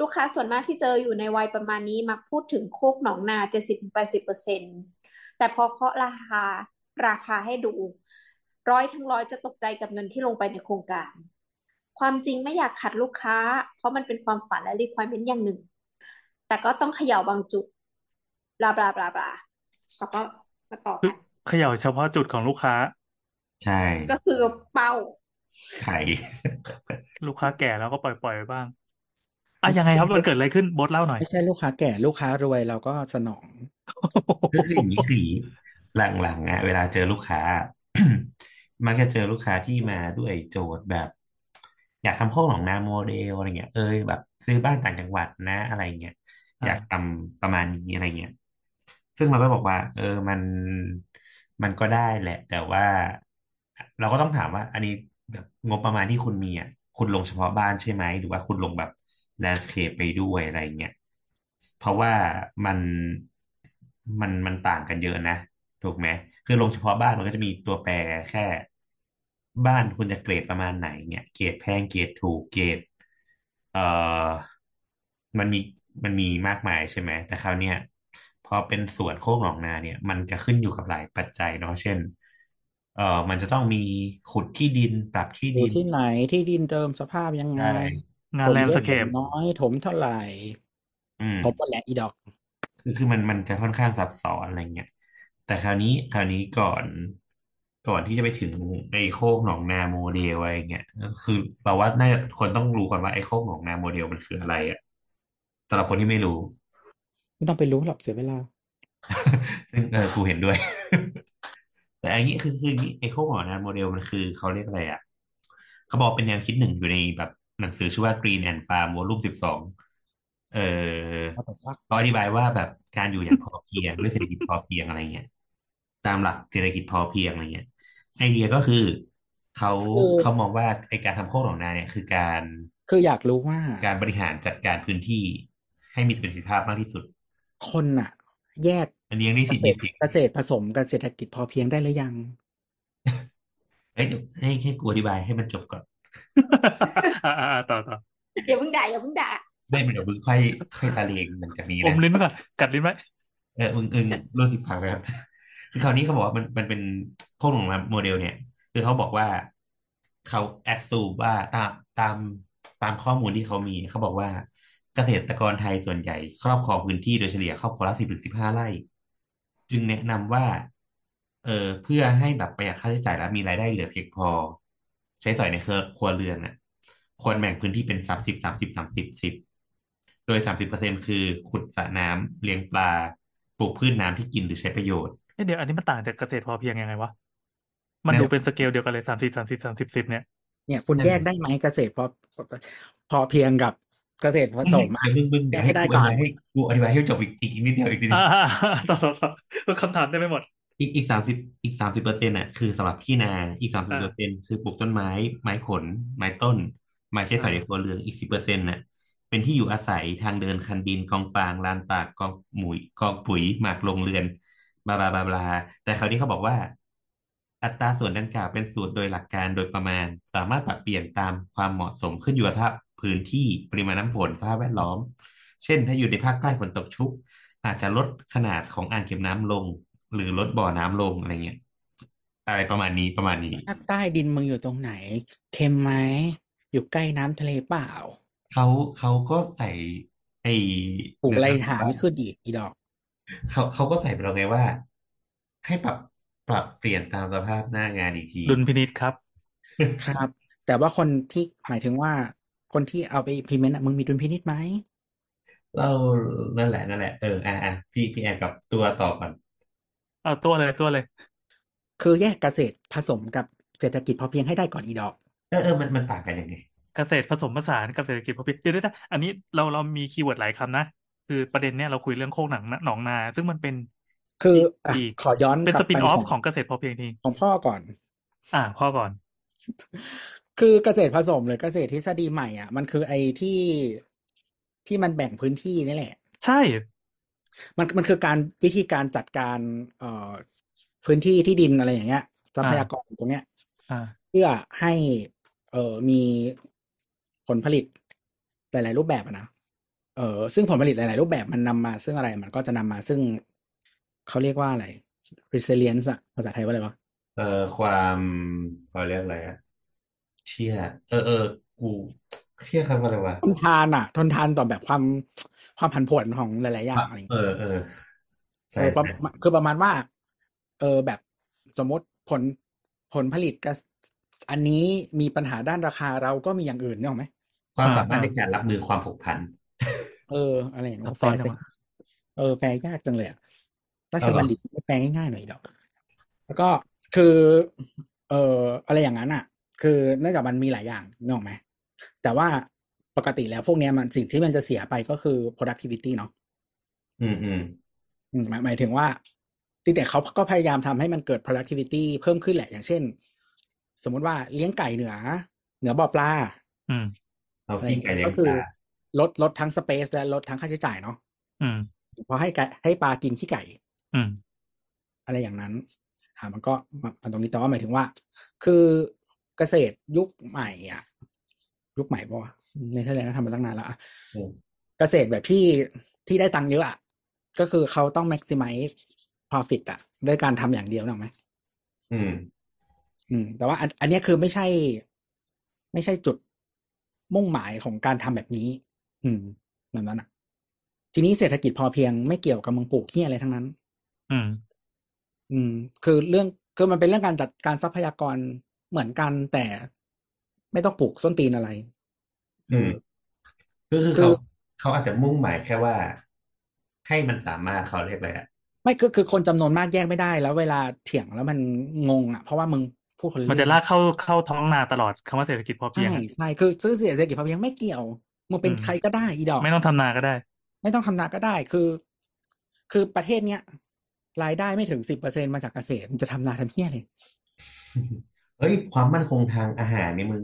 S6: ลูกค้าส่วนมากที่เจออยู่ในวัยประมาณนี้มักพูดถึงโคกหนองนาเจ็ดสิบแปดสิบเปอร์เซ็นต์แต่พอเคาะราคาราคาให้ดู ร้อยทั้งร้อยจะตกใจกับเงินที่ลงไปในโครงการ ความจริงไม่อยากขัดลูกค้า เพราะมันเป็นความฝันและ requirement อย่างหนึ่ง แต่ก็ต้องเขย่าบางจุดบลาบลาบลาบลาแล้วก็มาต่อกัน
S3: เขย่าเฉพาะจุดของลูกค้า
S4: ใช่
S6: ก็คือเป้า
S4: ไข่
S3: ลูกค้าแก่แล้วก็ปล่อยปล่อยไปบ้างอ่ะยังไงครับมันเกิดอะไรขึ้นโบทเล่าหน่อย
S5: ไม่ใช่ลูกค้าแก่ลูกค้ารวยเราก็สนอง
S4: คือคืออย่างนี้คืออย่างนี้หลังๆอะเวลา เจอลูกค้า มักจะเจอลูกค้าที่มาด้วยโจทย์แบบ อยากทำโคกหนองนาโมเดลอะไรเงี้ยเอยแบบ ซื้อบ้านต่างจังหวัดนะอะไรเงี้ย
S3: อ่า
S4: อยากทำประมาณนี้อะไรเงี้ยซึ่งเราก็บอกว่า เออมันมันก็ได้แหละ แต่ว่า เราก็ต้องถามว่า อันนี้แบบงบประมาณที่คุณมีอ่ะคุณลงเฉพาะบ้านใช่ไหมหรือว่าคุณลงแบบแลนด์สเคปไปด้วยอะไรเงี้ยเพราะว่ามันมันมันต่างกันเยอะนะ ถูกไหมคือลงเฉพาะบ้านมันก็จะมีตัวแปรแค่ บ้านคุณจะเกรดประมาณไหนเนี่ยเกรดแพงเกรดถูกเกรดเอ่อมันมีมันมีมากมายใช่ไหมแต่คราวเนี้ยพอเป็นสวนโคกหนองนาเนี่ย มันจะขึ้นอยู่กับหลายปัจจัยเนาะเช่น เอ่อมันจะต้องมีขุดที่ดินปรับที่
S5: อ
S4: ดิ
S5: ยู่
S4: น
S5: ที่ไหนที่ดินเดิมสภาพยังไง
S4: ได้
S3: งา
S5: ถ
S3: น
S5: ม
S3: แลน
S5: เย
S3: ด์ส
S5: อะ
S3: เค
S5: ถ
S3: ป
S5: มน้อยถมเท่าไหร่
S4: อืม
S5: ถมหมดแหละอีดอก
S4: คือคือมันมันจะค่อนข้างซับซ้อนอะไรเงี้ย แต่คราวนี้คราวนี้ก่อนก่อนที่จะไปถึงไอ้โคกหนองนาโมเดลอะไรเงี้ยคือเราว่าน่าจะคนต้องรู้ก่อนว่าไอ้โคกหนองนาโมเดลมันคืออะไรอะสำหรับคนที่ไม่รู้
S5: ไม่ต้องไปรู้หรอกเสียเวลา
S4: ซึ่งเออกูเห็นด้วย แต่อันนี้คือคืออย่างนี้ไอ้โคกหนองนาโมเดลมันคือเขาเรียกอะไรอะเขาบอกเป็นแนวคิดหนึ่งอยู่ในแบบหนังสือชื่อว่า Green and Farm Volume สิบสองเออ
S5: What the fuck
S4: ก็อธิบายว่าแบบการอยู่อย่างพอเพียงด้วยเศรษฐกิจพอเพียงอะไรเงี้ยตามหลักเศรษฐกิจพอเพียงอะไรเงี้ยไอเดียก็คือเขา
S5: คือ
S4: เขามองว่าไอการทำโคกหนองนาเนี่ยคือการ
S5: คืออยากรู้ว่า
S4: การบริหารจัดการพื้นที่ให้มีประสิทธิภาพมากที่สุด
S5: คนน่ะ แยก
S4: อันนี้ยังได้
S5: เก
S4: สิทธิ์
S5: ษ
S4: มี
S5: ตร
S4: เสียง
S5: เกษตรผสมกับเศรษฐกิจพอเพียงได้หรือยัง
S4: เอ้ยเดี๋ยวให้ให้กูอธิบายให้มันจบก่อน
S3: อ่าอ่าอ่าต่อต่อ
S6: อย่าเพิ่งด่าอย่าเพิ่งด่า
S4: ได้เดี๋ยวมึงค่อยค่อยตะเลงหลังจากนี้
S3: อ
S4: นะ
S3: มลิ้นไว้ก่อนกัดลิ้นไว้
S4: เอออึงอึงรู้สิพังไปครับ คือคราวนี้เขาบอกว่ามันมันเป็นพวกของโมเดลเนี่ย คือเขาบอกว่าเขาแอดซูว่าตามตามตามข้อมูลที่เขามี เขาบอกว่าเกษตรกรไทยส่วนใหญ่ ครอบครองพื้นที่โดยเฉลี่ยครอบครัวละสิบถึงสิบห้าไร่ จึงแนะนำว่า เออเพื่อให้แบบประหยัดค่าใช้จ่ายและมีรายได้เหลือเพียงพอ ใช้สอยในเครือครัวเรือนน่ะ ควรแบ่งพื้นที่เป็นสามสิบสามสิบสามสิบสิบโดยสามสิบเปอร์เซ็นต์คือขุดสระน้ำเลี้ยงปลา ปลูกพืชน้ำที่กินหรือใช้ประโยชน์
S3: เอ้ยเดี๋ยวอันนี้มันต่างจากเกษตรพอเพียงยังไงวะมัน
S4: แน่
S3: ดูเป็นสเกลเดียวกันเลยสามสิบสามสิบสามสิบสิบเนี่ย
S5: เนี่ย คุณ
S4: ใช่
S5: แยกได้ไหมเกษตรพอพอเพียงกับเกษตรผ
S4: ไม่
S5: ส
S4: ให้
S5: มอะ
S4: เดี๋ยวมึงๆ
S5: แย
S4: เดี๋ยวให้
S5: กให้ได้
S4: กูอ
S5: ก่อ
S4: ธิ
S5: น
S4: บายให้กูอธิบายให้จบอีกอีกนิดเดียวอีกนิดเดี
S3: อ่า
S4: ยว
S3: อ่าอ่าต่อต่อต่อต่อคำถามได้ไม่หมด
S4: อีกอีกสามสิบอีกสามสิบเปอร์เซ็นต์่ะคือสำหรับที่นาอีกสามสิบ
S3: อ่า
S4: เปอร์เซ็นต์คือปลูกต้นไม้ ไม้ผล ไม้ต้น ไม้ใช้ส
S3: อ่า
S4: อยในครัวเรือนอีกสิบเปอร์เซ็นต์่ะเป็นที่อยู่อาศัยทางเดินคันดินกองฟางลานตากกองหมุยกองปุ๋ยหมากโรงเรือนบลาบลาบลาบลาแต่คราวนี้เขาบอกว่า อัตราส่วนดังกล่าวเป็นสูตรโดยหลักการโดยประมาณ สามารถปรับเปลี่ยนตามความเหมาะสมขึ้นอยู่กับสภาพพื้นที่ปริมาณน้ำฝนสภาพแวดล้อม เช่น ถ้าอยู่ในภาคใต้ฝนตกชุก อาจจะลดขนาดของอ่างเก็บน้ำลง หรือลดบ่อน้ำลงอะไรเงี้ยอะไรประมาณนี้ประมาณนี้
S5: ภาคใต้ดินมึงอยู่ตรงไหน เค็มไหม อยู่ใกล้น้ำทะเลเปล่า
S4: เขาเขาก็ใส่ไอ้
S5: ปลูก
S4: เดี๋ยว
S5: อะไร
S4: นะ
S5: ถาม
S4: ว่า
S5: ไม่ขึ้นอีกอีดอก
S4: เขาเขาก็ใส่ไปแล้วไงว่า ให้ปรับปรับเปลี่ยนตามสภาพหน้างานอีกที
S3: ดุลพินิจครับ
S5: ครับ แต่ว่าคนที่หมายถึงว่า คนที่เอาไปพิมพ์นะมึงมีดุลพินิจไหม
S4: เรานั่นแหละนั่นแหละเอออ่ะอ่ะพี่พี่แอนกับตัวต่อก่อน
S3: เอาตัวเลยตัวเลย
S5: คือแยกเกษตรผสมกับเศรษฐกิจพอเพียงให้ได้ก่อนอีดอก
S4: เออเออมันมันต่างกันยังไง
S3: เกษตรผสมผสานกับเศรษฐกิจพอเพียงเดี๋ยวนะอันนี้เราเรามีคีย์เวิร์ดหลายคำนะ คือประเด็นเนี่ยเราคุยเรื่องโคกหนังหนองนา ซึ่งมันเป็น
S5: คืออ่ะ
S3: อีก
S5: ขอย้อน
S3: เป็น
S5: กลั
S3: ส
S5: บ
S3: ปิ
S5: ไป
S3: นออ
S5: ข
S3: ฟ
S5: อง
S3: ของเกษตรพอเพียงที
S5: ของพ่อก่อน
S3: อ่าพ่อก่อน
S5: คือเกษตรผสมหรือเกษตรทฤษฎีใหม่อ่ะ มันคือไอ้ที่ที่มันแบ่งพื้นที่นี่แหละ
S3: ใช่
S5: มันมันคือการวิธีการจัดการเอ่อพื้นที่ที่ดินอะไรอย่างเงี้ยทรัพยากรตรงเนี้ย
S3: อ่า
S5: เพื่อให้ เอ่อมีผลผลิตหลาย ๆ รูปแบบอะนะเอ่อซึ่งผลผลิตหลาย ๆ รูปแบบมันนำมา ซึ่งอะไรมันก็จะนำมาซึ่งเขาเรียกว่าอะไร resilience อะภาษาไทยว่าอะไรวะ
S4: เออความเขาเรียกอะไรอะเชี่ยเออเออกูเชี่ยคำว่าอะไรวะ
S5: ทนทานอะทนทานต่อแบบความความผันผวนของหลาย ๆ อย่างอะไรอย่าง
S4: เออ
S5: เงี้ย
S4: เออใช่
S5: เออประ
S4: ใช่
S5: มาณคือประมาณว่า เออแบบสมมติผลผลผลิตกับอันนี้มีปัญหาด้านราคาเราก็มีอย่างอื่นเนี่ยหรอกไหม
S4: ความ
S3: อ่า
S4: สามารถ
S3: อ่า
S4: ในการรับมือความผกผัน
S5: เออ อะไรอย่าง
S3: ซั
S5: เงี้
S3: บ
S5: ยแป
S3: ซ้อ
S5: ล
S3: นจัง
S5: สิ
S3: วะ
S5: เออ แปลยากจังเลยอะรา
S4: เอา
S5: ช
S4: เหร
S5: บั
S4: อ
S5: ณฑิตไม่แปลง่ายๆหน่อยดอก แล้วก็คือ เอออะไรอย่างนั้นอ่ะ คือเนื่องจากมันมีหลายอย่างนึกออกไหม แต่ว่าปกติแล้วพวกเนี้ยมันสิ่งที่มันจะเสียไปก็คือ productivity เนาะ
S4: อืมอืม
S5: อืมหมายหมายถึงว่าจริงๆเขาก็พยายามทำให้มันเกิด productivity เพิ่มขึ้นแหละ อย่างเช่น สมมุติว่าเลี้ยงไก่เหนือ เหนือบ่อปลา
S3: อืม
S4: เอา
S5: อะไรอ
S4: ขี้
S5: ย่าง
S4: ไก่
S5: เงี้ย
S4: เลี้ย
S5: ก็
S4: ง
S5: คื
S4: ป
S5: อ
S4: ลา
S5: ลดลดทั้ง space และลดทั้งค่าใช้จ่ายเนาะ
S3: อืม
S5: เพราะให้ไก่ให้ปลากินขี้ไก่
S3: อืม
S5: อะไรอย่างนั้นหามันก็มามาตรงนี้แต่ว่าหมายถึงว่า คือเกษตรยุคใหม่อ่ะ ยุคใหม่ป่าวะในเทอร์แลนด์ก็ทำมาตั้งนานแล้วอะ
S4: อืม
S5: เกษตรแบบที่ที่ได้ตังค์เยอะอ่ะก็คือเขาต้อง maximize profit อ่ะด้วยการทำอย่างเดียวนึกออกไหม
S4: อืม
S5: อืมแต่ว่าอันอันเนี้ยคือไม่ใช่ ไม่ใช่จุดมุ่งหมายของการทำแบบนี้ อืมแบบนั้นอ่ะ ทีนี้เศรษฐกิจพอเพียงไม่เกี่ยวกับเมึงปลูกเหียอะไรทั้งนั้น
S3: อืม
S5: อืม คือเรื่องคือมันเป็นเรื่องการจัดการทรัพยากรเหมือนกันแต่ไม่ต้องปลูกส้นตีนอะไร
S4: อืมก็คือ
S5: คือ
S4: เขาเขาอาจจะมุ่งหมายแค่ว่า ให้มันสามารถเขาเรียกอะไรอะ
S5: ไม่คือคือคนจำนวนมากแยกไม่ได้ แล้วเวลาเถียงแล้วมันงงอ่ะเพราะว่ามึงพูดคนละ
S3: มันจะ
S5: เรื่
S3: ลา
S5: อก ง
S3: เข้าเข้าท้องนาตลอดคำว่าเศรษฐกิจพอเพีย
S5: ใช่
S3: งอะ
S5: ใช่คือซื้อเสียเศรษฐกิจพอเพียงไม่เกี่ยวมึงเป็น
S3: อืม
S5: ใครก็ได้อีดอก
S3: ไม่ต้องทำนาก็ได้
S5: ไม่ต้องทำนาก็ได้คือ คือประเทศเนี้ย รายได้ไม่ถึงสิบเปอร์เซ็นมาจากเกษตรมันจะทำนาทำเพี้ยเลย
S4: เฮ้ย ความมั่นคงทางอาหารนี่มึง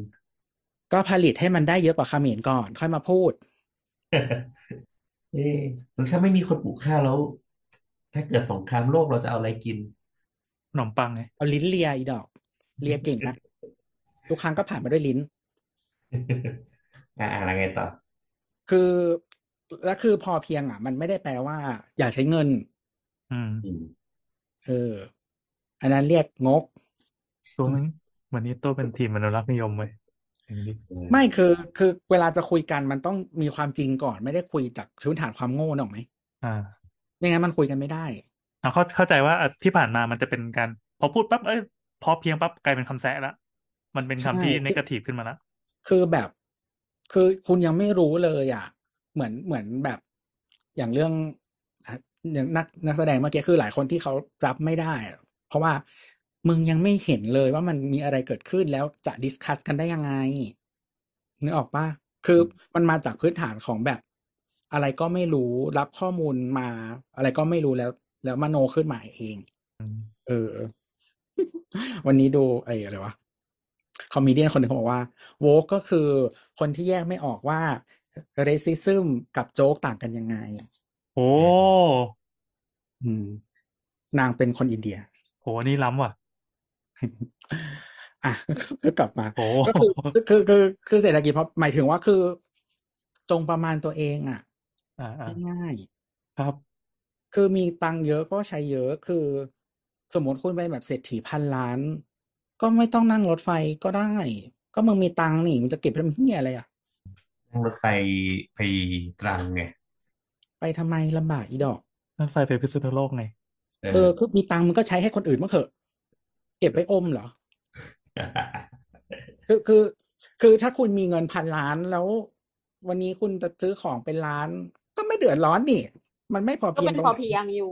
S5: ก็ผลิตให้มันได้เยอะกว่าเขมรก่อน ค่อยมาพูด
S4: เอ๊ะแล้วถ้าไม่มีคนปลูกข้าวแล้ว ถ้าเกิดสงครามโลกเราจะเอาอะไรกิน
S3: ขนมปังไง
S5: เอาลิ้นเลียอีดอก เลียเก่งนะทุกครั้งก็ผ่านมาด้วยลิ้น
S4: อ่าอ่าแล้วไงต่อ
S5: คือและคือพอเพียงอ่ะ มันไม่ได้แปลว่า อย่าใช้เงิน
S3: อืม
S4: อืม
S5: เออ อันนั้นเรียกงก
S3: ตัวนี้วันนี้ตัวเป็นทีมอนุรักษ์นิยมเว้ยอย่างนี้
S4: เออ
S5: ไม่คือคือเวลาจะคุยกันมันต้องมีความจริงก่อน ไม่ได้คุยจากพื้นฐานความโง่หรอกไหม
S3: อ่า
S5: ไม่งั้นมันคุยกันไม่ได้
S3: เอาเข้าเข้าใจว่าอ่ะที่ผ่านมามันจะเป็นการ พอพูดปั๊บเอ้ยพอเพียงปั๊บกลายเป็นคำแซะละมันเป็นคำที่
S5: ใช่
S3: เนกาทีฟขึ้นมาละ
S5: คือแบบคือคุณยังไม่รู้เลยอ่ะ เหมือนเหมือนแบบอย่างเรื่องอ่ะอย่างนักนักแสดงเมื่อกี้คือหลายคนที่เขารับไม่ได้อะเพราะว่ามึงยังไม่เห็นเลยว่ามันมีอะไรเกิดขึ้นแล้วจะดิสคัสกันได้ยังไงนึกออกปะคือมันมาจากพื้นฐานของแบบ อะไรก็ไม่รู้รับข้อมูลมา อะไรก็ไม่รู้แล้ว แล้วมโนขึ้นมาเอง
S3: อืม
S5: เออ วันนี้ดูไอ้อะไรวะ คอมเมเดี้คนหนึ่งเขาบอกว่า โวกก็คือคนที่แยกไม่ออกว่าเรซิซึมกับโจ๊กต่างกันยังไง
S3: โอ้
S5: อืม นางเป็นคนอินเดีย
S3: โหอันนี่ล้ำว่ะ
S5: อ่ะ ก็กลับมา
S3: โอ้
S5: ก็คือคือคือคือคือเศรษฐกิจพอหมายถึงว่าคือ จงประมาณตัวเองอ่ะ
S3: อ่าอ่า
S5: ง่ายๆ
S3: ครับ
S5: คือมีตังค์เยอะก็ใช้เยอะคือ สมมติคุณไปนแบบเศรษฐีพันล้าน ก็ไม่ต้องนั่งรถไฟก็ได้ ก็มึงมีตังค์นี่มึงจะเก็บไปทำเหี้ยอะไรอ่ะ
S4: นั่งรถไฟไปตรังไง
S5: ไปทำไมลำบากอีดอก
S3: นั่นไฟไปพิษณุโลกไง
S4: เออ
S5: เออ คือมีตังค์มึงก็ใช้ให้คนอื่นบ้างเถอะ เก็บไว้อมเหรอ คือคือ คือถ้าคุณมีเงินพันล้านแล้ว วันนี้คุณจะซื้อของเป็นล้าน ก็ไม่เดือดร้อนนี่ มันไม่พอ
S6: ก็
S5: เพียง
S6: เป็น
S5: ตรง
S6: พอ
S5: ไหน
S6: เพียงอยู่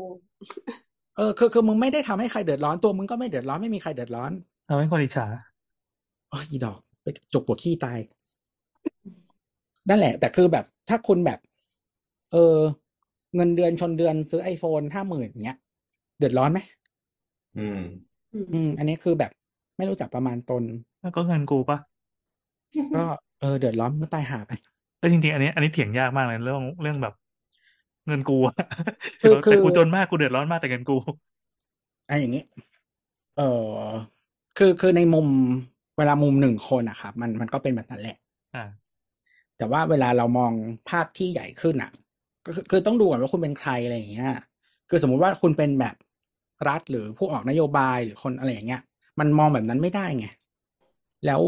S5: เออคือคือมึงไม่ได้ทำให้ใครเดือดร้อนตัวมึงก็ไม่เดือดร้อนไม่มีใครเดือดร้อน
S3: ทำให้คนอิจฉา
S5: โอ้ยอีดอกไปจกหัวขี้ตาย นั่นแหละ แต่คือแบบถ้าคุณแบบ เออ เงินเดือนชนเดือนซื้อไอโฟนห้าหมื่นเงี้ย เดือดร้อนไหม
S4: อืม
S6: อืม
S5: อืม อันนี้คือแบบไม่รู้จักประมาณตน
S3: แล้วก็เงินกูปะ
S5: ก็เออเดือดร้อนมึงก็ตายหาไป
S3: เออจริงๆ อันนี้ อันนี้เถียงยากมากเลยเรื่องเรื่องแบบ เงินกูอะ
S5: คือคือ
S3: แต่กูจนมากกูเดือดร้อนมากแต่เงินกู
S5: อ่ะอย่างนี้ เออคือคือในมุมเวลามุมหนึ่งคนอะครับมันมันก็เป็นแบบนั้นแหละ
S3: อ่า
S5: แต่ว่าเวลาเรามองภาพที่ใหญ่ขึ้นอะก็คือคือต้องดูก่อนว่าคุณเป็นใครอะไรอย่างเงี้ย คือสมมุติว่าคุณเป็นแบบรัฐหรือผู้ออกนโยบายหรือคนอะไรอย่างเงี้ย มันมองแบบนั้นไม่ได้ไง แล้ว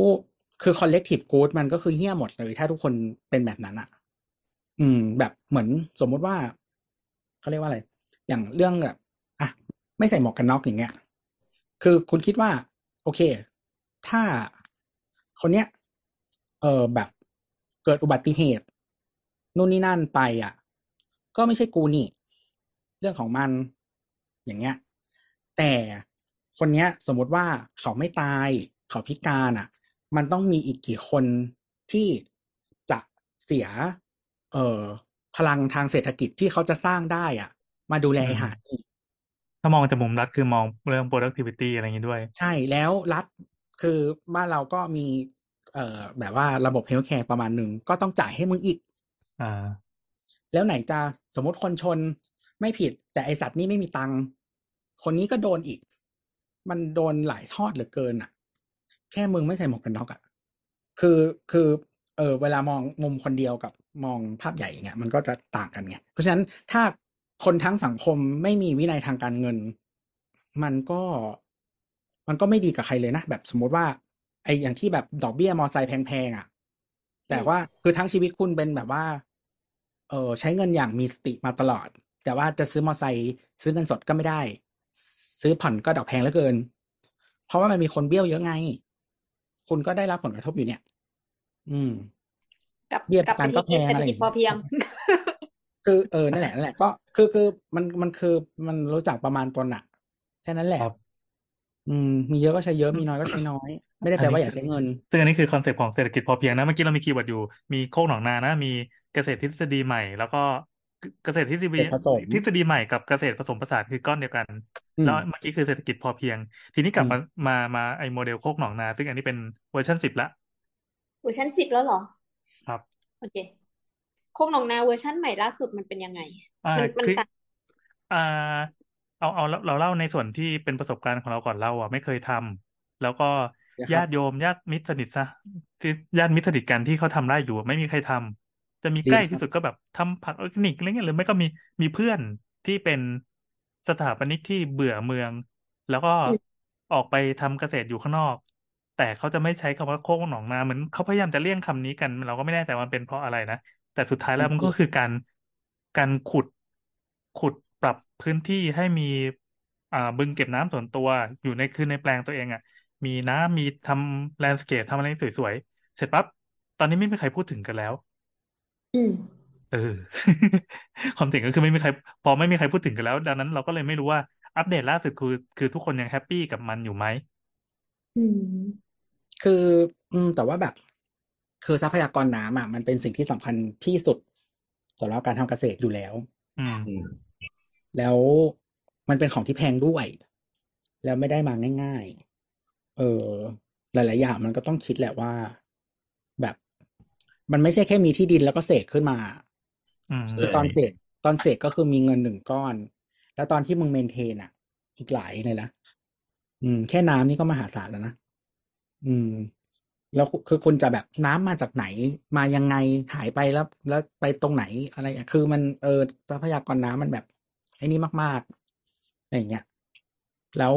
S5: คือ collective good มันก็คือเหี้ยหมดเลย ถ้าทุกคนเป็นแบบนั้นอะอืม แบบเหมือนสมมุติว่าเขาเรียกว่าอะไร อย่างเรื่องแบบอ่ะไม่ใส่หมวกกันน็อกอย่างเงี้ย คือคุณคิดว่า โอเค ถ้าคนเนี้ย เออแบบ เกิดอุบัติเหตุนู่นนี่นั่นไปอ่ะ ก็ไม่ใช่กูนี่ เรื่องของมันอย่างเงี้ย แต่คนเนี้ย สมมติว่าเขาไม่ตาย เขาพิการอ่ะ มันต้องมีอีกกี่คน ที่จะเสีย เอ่อพลังทางเศรษฐกิจที่เขาจะสร้างได้อ่ะ มาดูแลไอ้หาดอีก
S3: ถ้ามองจากมุมรัฐคือมองเรื่อง productivity อะไรอย่างนี้ด้วย
S5: ใช่แล้วรัฐคือบ้านเราก็มี เอ่อแบบว่าระบบเฮลท์แคร์ประมาณหนึ่งก็ต้องจ่ายให้มึงอีก
S3: อ่า
S5: แล้วไหนจะสมมติคนชนไม่ผิด แต่ไอสัตว์นี่ไม่มีตังค์คนนี้ก็โดนอีก มันโดนหลายทอดเหลือเกินอ่ะ แค่มึงไม่ใส่หมวกกันน็อกอ่ะคือคือ เออเวลามองมุมคนเดียวกับมองภาพใหญ่อย่างเงี้ยมันก็จะต่างกันไงเพราะฉะนั้นถ้าคนทั้งสังคมไม่มีวินัยทางการเงิน มันก็มันก็ไม่ดีกับใครเลยนะ แบบสมมติว่า ไออย่างที่แบบดอกเบี้ยมอไซค์แพงๆอ่ะ แต่ว่าคือทั้งชีวิตคุณเป็นแบบว่า เออใช้เงินอย่างมีสติมาตลอด แต่ว่าจะซื้อมอไซค์ซื้อเงินสดก็ไม่ได้ ซื้อผ่อนก็ดอกแพงเหลือเกิน เพราะว่ามันมีคนเบี้ยวเยอะไง คุณก็ได้รับผลกระทบอยู่เนี่ย อืม
S6: กลับ
S5: เบี้ย
S6: กลับไป
S5: การก็แพ
S6: ที่
S5: ง
S6: เศรษฐ
S5: อะไรอ
S6: กิจ
S5: ย่าง
S6: พอเพียง
S5: เงี้ คือเออนั่นแหละนั่นแหละก็คือคือมันมันคือมันรู้จักประมาณตนอะแค่นั้นแหละ
S3: ครับ
S5: อืม มีเยอะก็ใช้เยอะมีน้อยก็ใช้น้อย ไม่ได้แปลว่าอย่าใช้เงิน
S3: ซึ่งอันนี้คือคอนเซปต์ของเศรษฐกิจพอเพียงนะ เมื่อกี้เรามีคีย์เวิร์ดอยู่ มีโคกหนองนานะ มีเกษตรทฤษฎีใหม่ แล้วก็เกษตรทฤษฎี
S5: เกษตรผสม
S3: ทฤษฎีใหม่กับเกษตรผสมผสานคือก้อนเดียวกัน
S5: อืม
S3: แล้วเมื่อกี้คือเศรษฐกิจพอเพียง ทีนี้กลับมา มา มาไอโมเดลโคกหนองนา ซึ่งอันนี้เป็นเวอร์ชันสิบละ
S6: เวอร์ชันสิบแล้วเหรอ
S3: ครับ
S6: โอเคโคกหนองนาเวอร์ชันใหม่ล่าสุดมันเป็นยังไง
S3: อ่า
S6: มันมัน
S3: คือ
S6: ต่าง
S3: อ่าเอาเอาเราเราเล่าในส่วนที่เป็นประสบการณ์ของเราก่อนเราอ่ะไม่เคยทำแล้วก็
S5: นะครับ
S3: ญาติโยมญาติมิตรสนิทซะที่ญาติมิตรสนิทกันที่เขาทำไร่อยู่อะไม่มีใครทำจะมีใกล้ที่สุดก็แบบทำผักออร์แกนิกอะไรเงี้ยหรือไม่ก็มีมีเพื่อนที่เป็นสถาปนิกที่เบื่อเมือง แล้วก็
S6: อืม
S3: ออกไปทำเกษตรอยู่ข้างนอก แต่เขาจะไม่ใช้คำว่าโคกหนองนาเหมือนเขาพยายามจะเลี่ยงคำนี้กัน เราก็ไม่แน่ใจว่ามันเป็นเพราะอะไรนะ แต่สุดท้ายแล้วมันก็คือการการขุดขุดปรับพื้นที่ให้มีอ่าบึงเก็บน้ำส่วนตัวอยู่ในคือในแปลงตัวเองอ่ะ มีน้ำมีทำแลนด์สเคปทำอะไรสวยๆ เสร็จปั๊บตอนนี้ไม่มีใครพูดถึงกันแล้ว
S6: อืม
S3: เออ ความจริงก็คือไม่มีใคร พอไม่มีใครพูดถึงกันแล้ว ดังนั้นเราก็เลยไม่รู้ว่าอัปเดตล่าสุดคือคือทุกคนยังแฮปปี้กับมันอยู่ไหม
S6: อืม
S5: คืออืมแต่ว่าแบบ คือทรัพยากรน้ำอ่ะมันเป็นสิ่งที่สำคัญที่สุดสำหรับการทำเกษตรอยู่แล้ว
S3: อืม
S4: อืม
S5: แล้วมันเป็นของที่แพงด้วย แล้วไม่ได้มาง่าย ๆ เออหลาย ๆ อย่างมันก็ต้องคิดแหละว่า แบบ มันไม่ใช่แค่มีที่ดินแล้วก็เสกขึ้นมา
S3: อืม
S5: คือตอนเสกตอนเสกก็คือมีเงินหนึ่งก้อน แล้วตอนที่มึงเมนเทนอ่ะ อีกหลายเลยนะอืม แค่น้ำนี่ก็มหาศาลแล้วนะอืม แล้วคือคุณจะแบบน้ำมาจากไหน มายังไงหายไปแล้ว แล้วไปตรงไหนอะไรอ่ะคือมันเออทรัพยากรน้ำมันแบบไอ้นี่มากๆอะไรอย่างเงี้ยแล้ว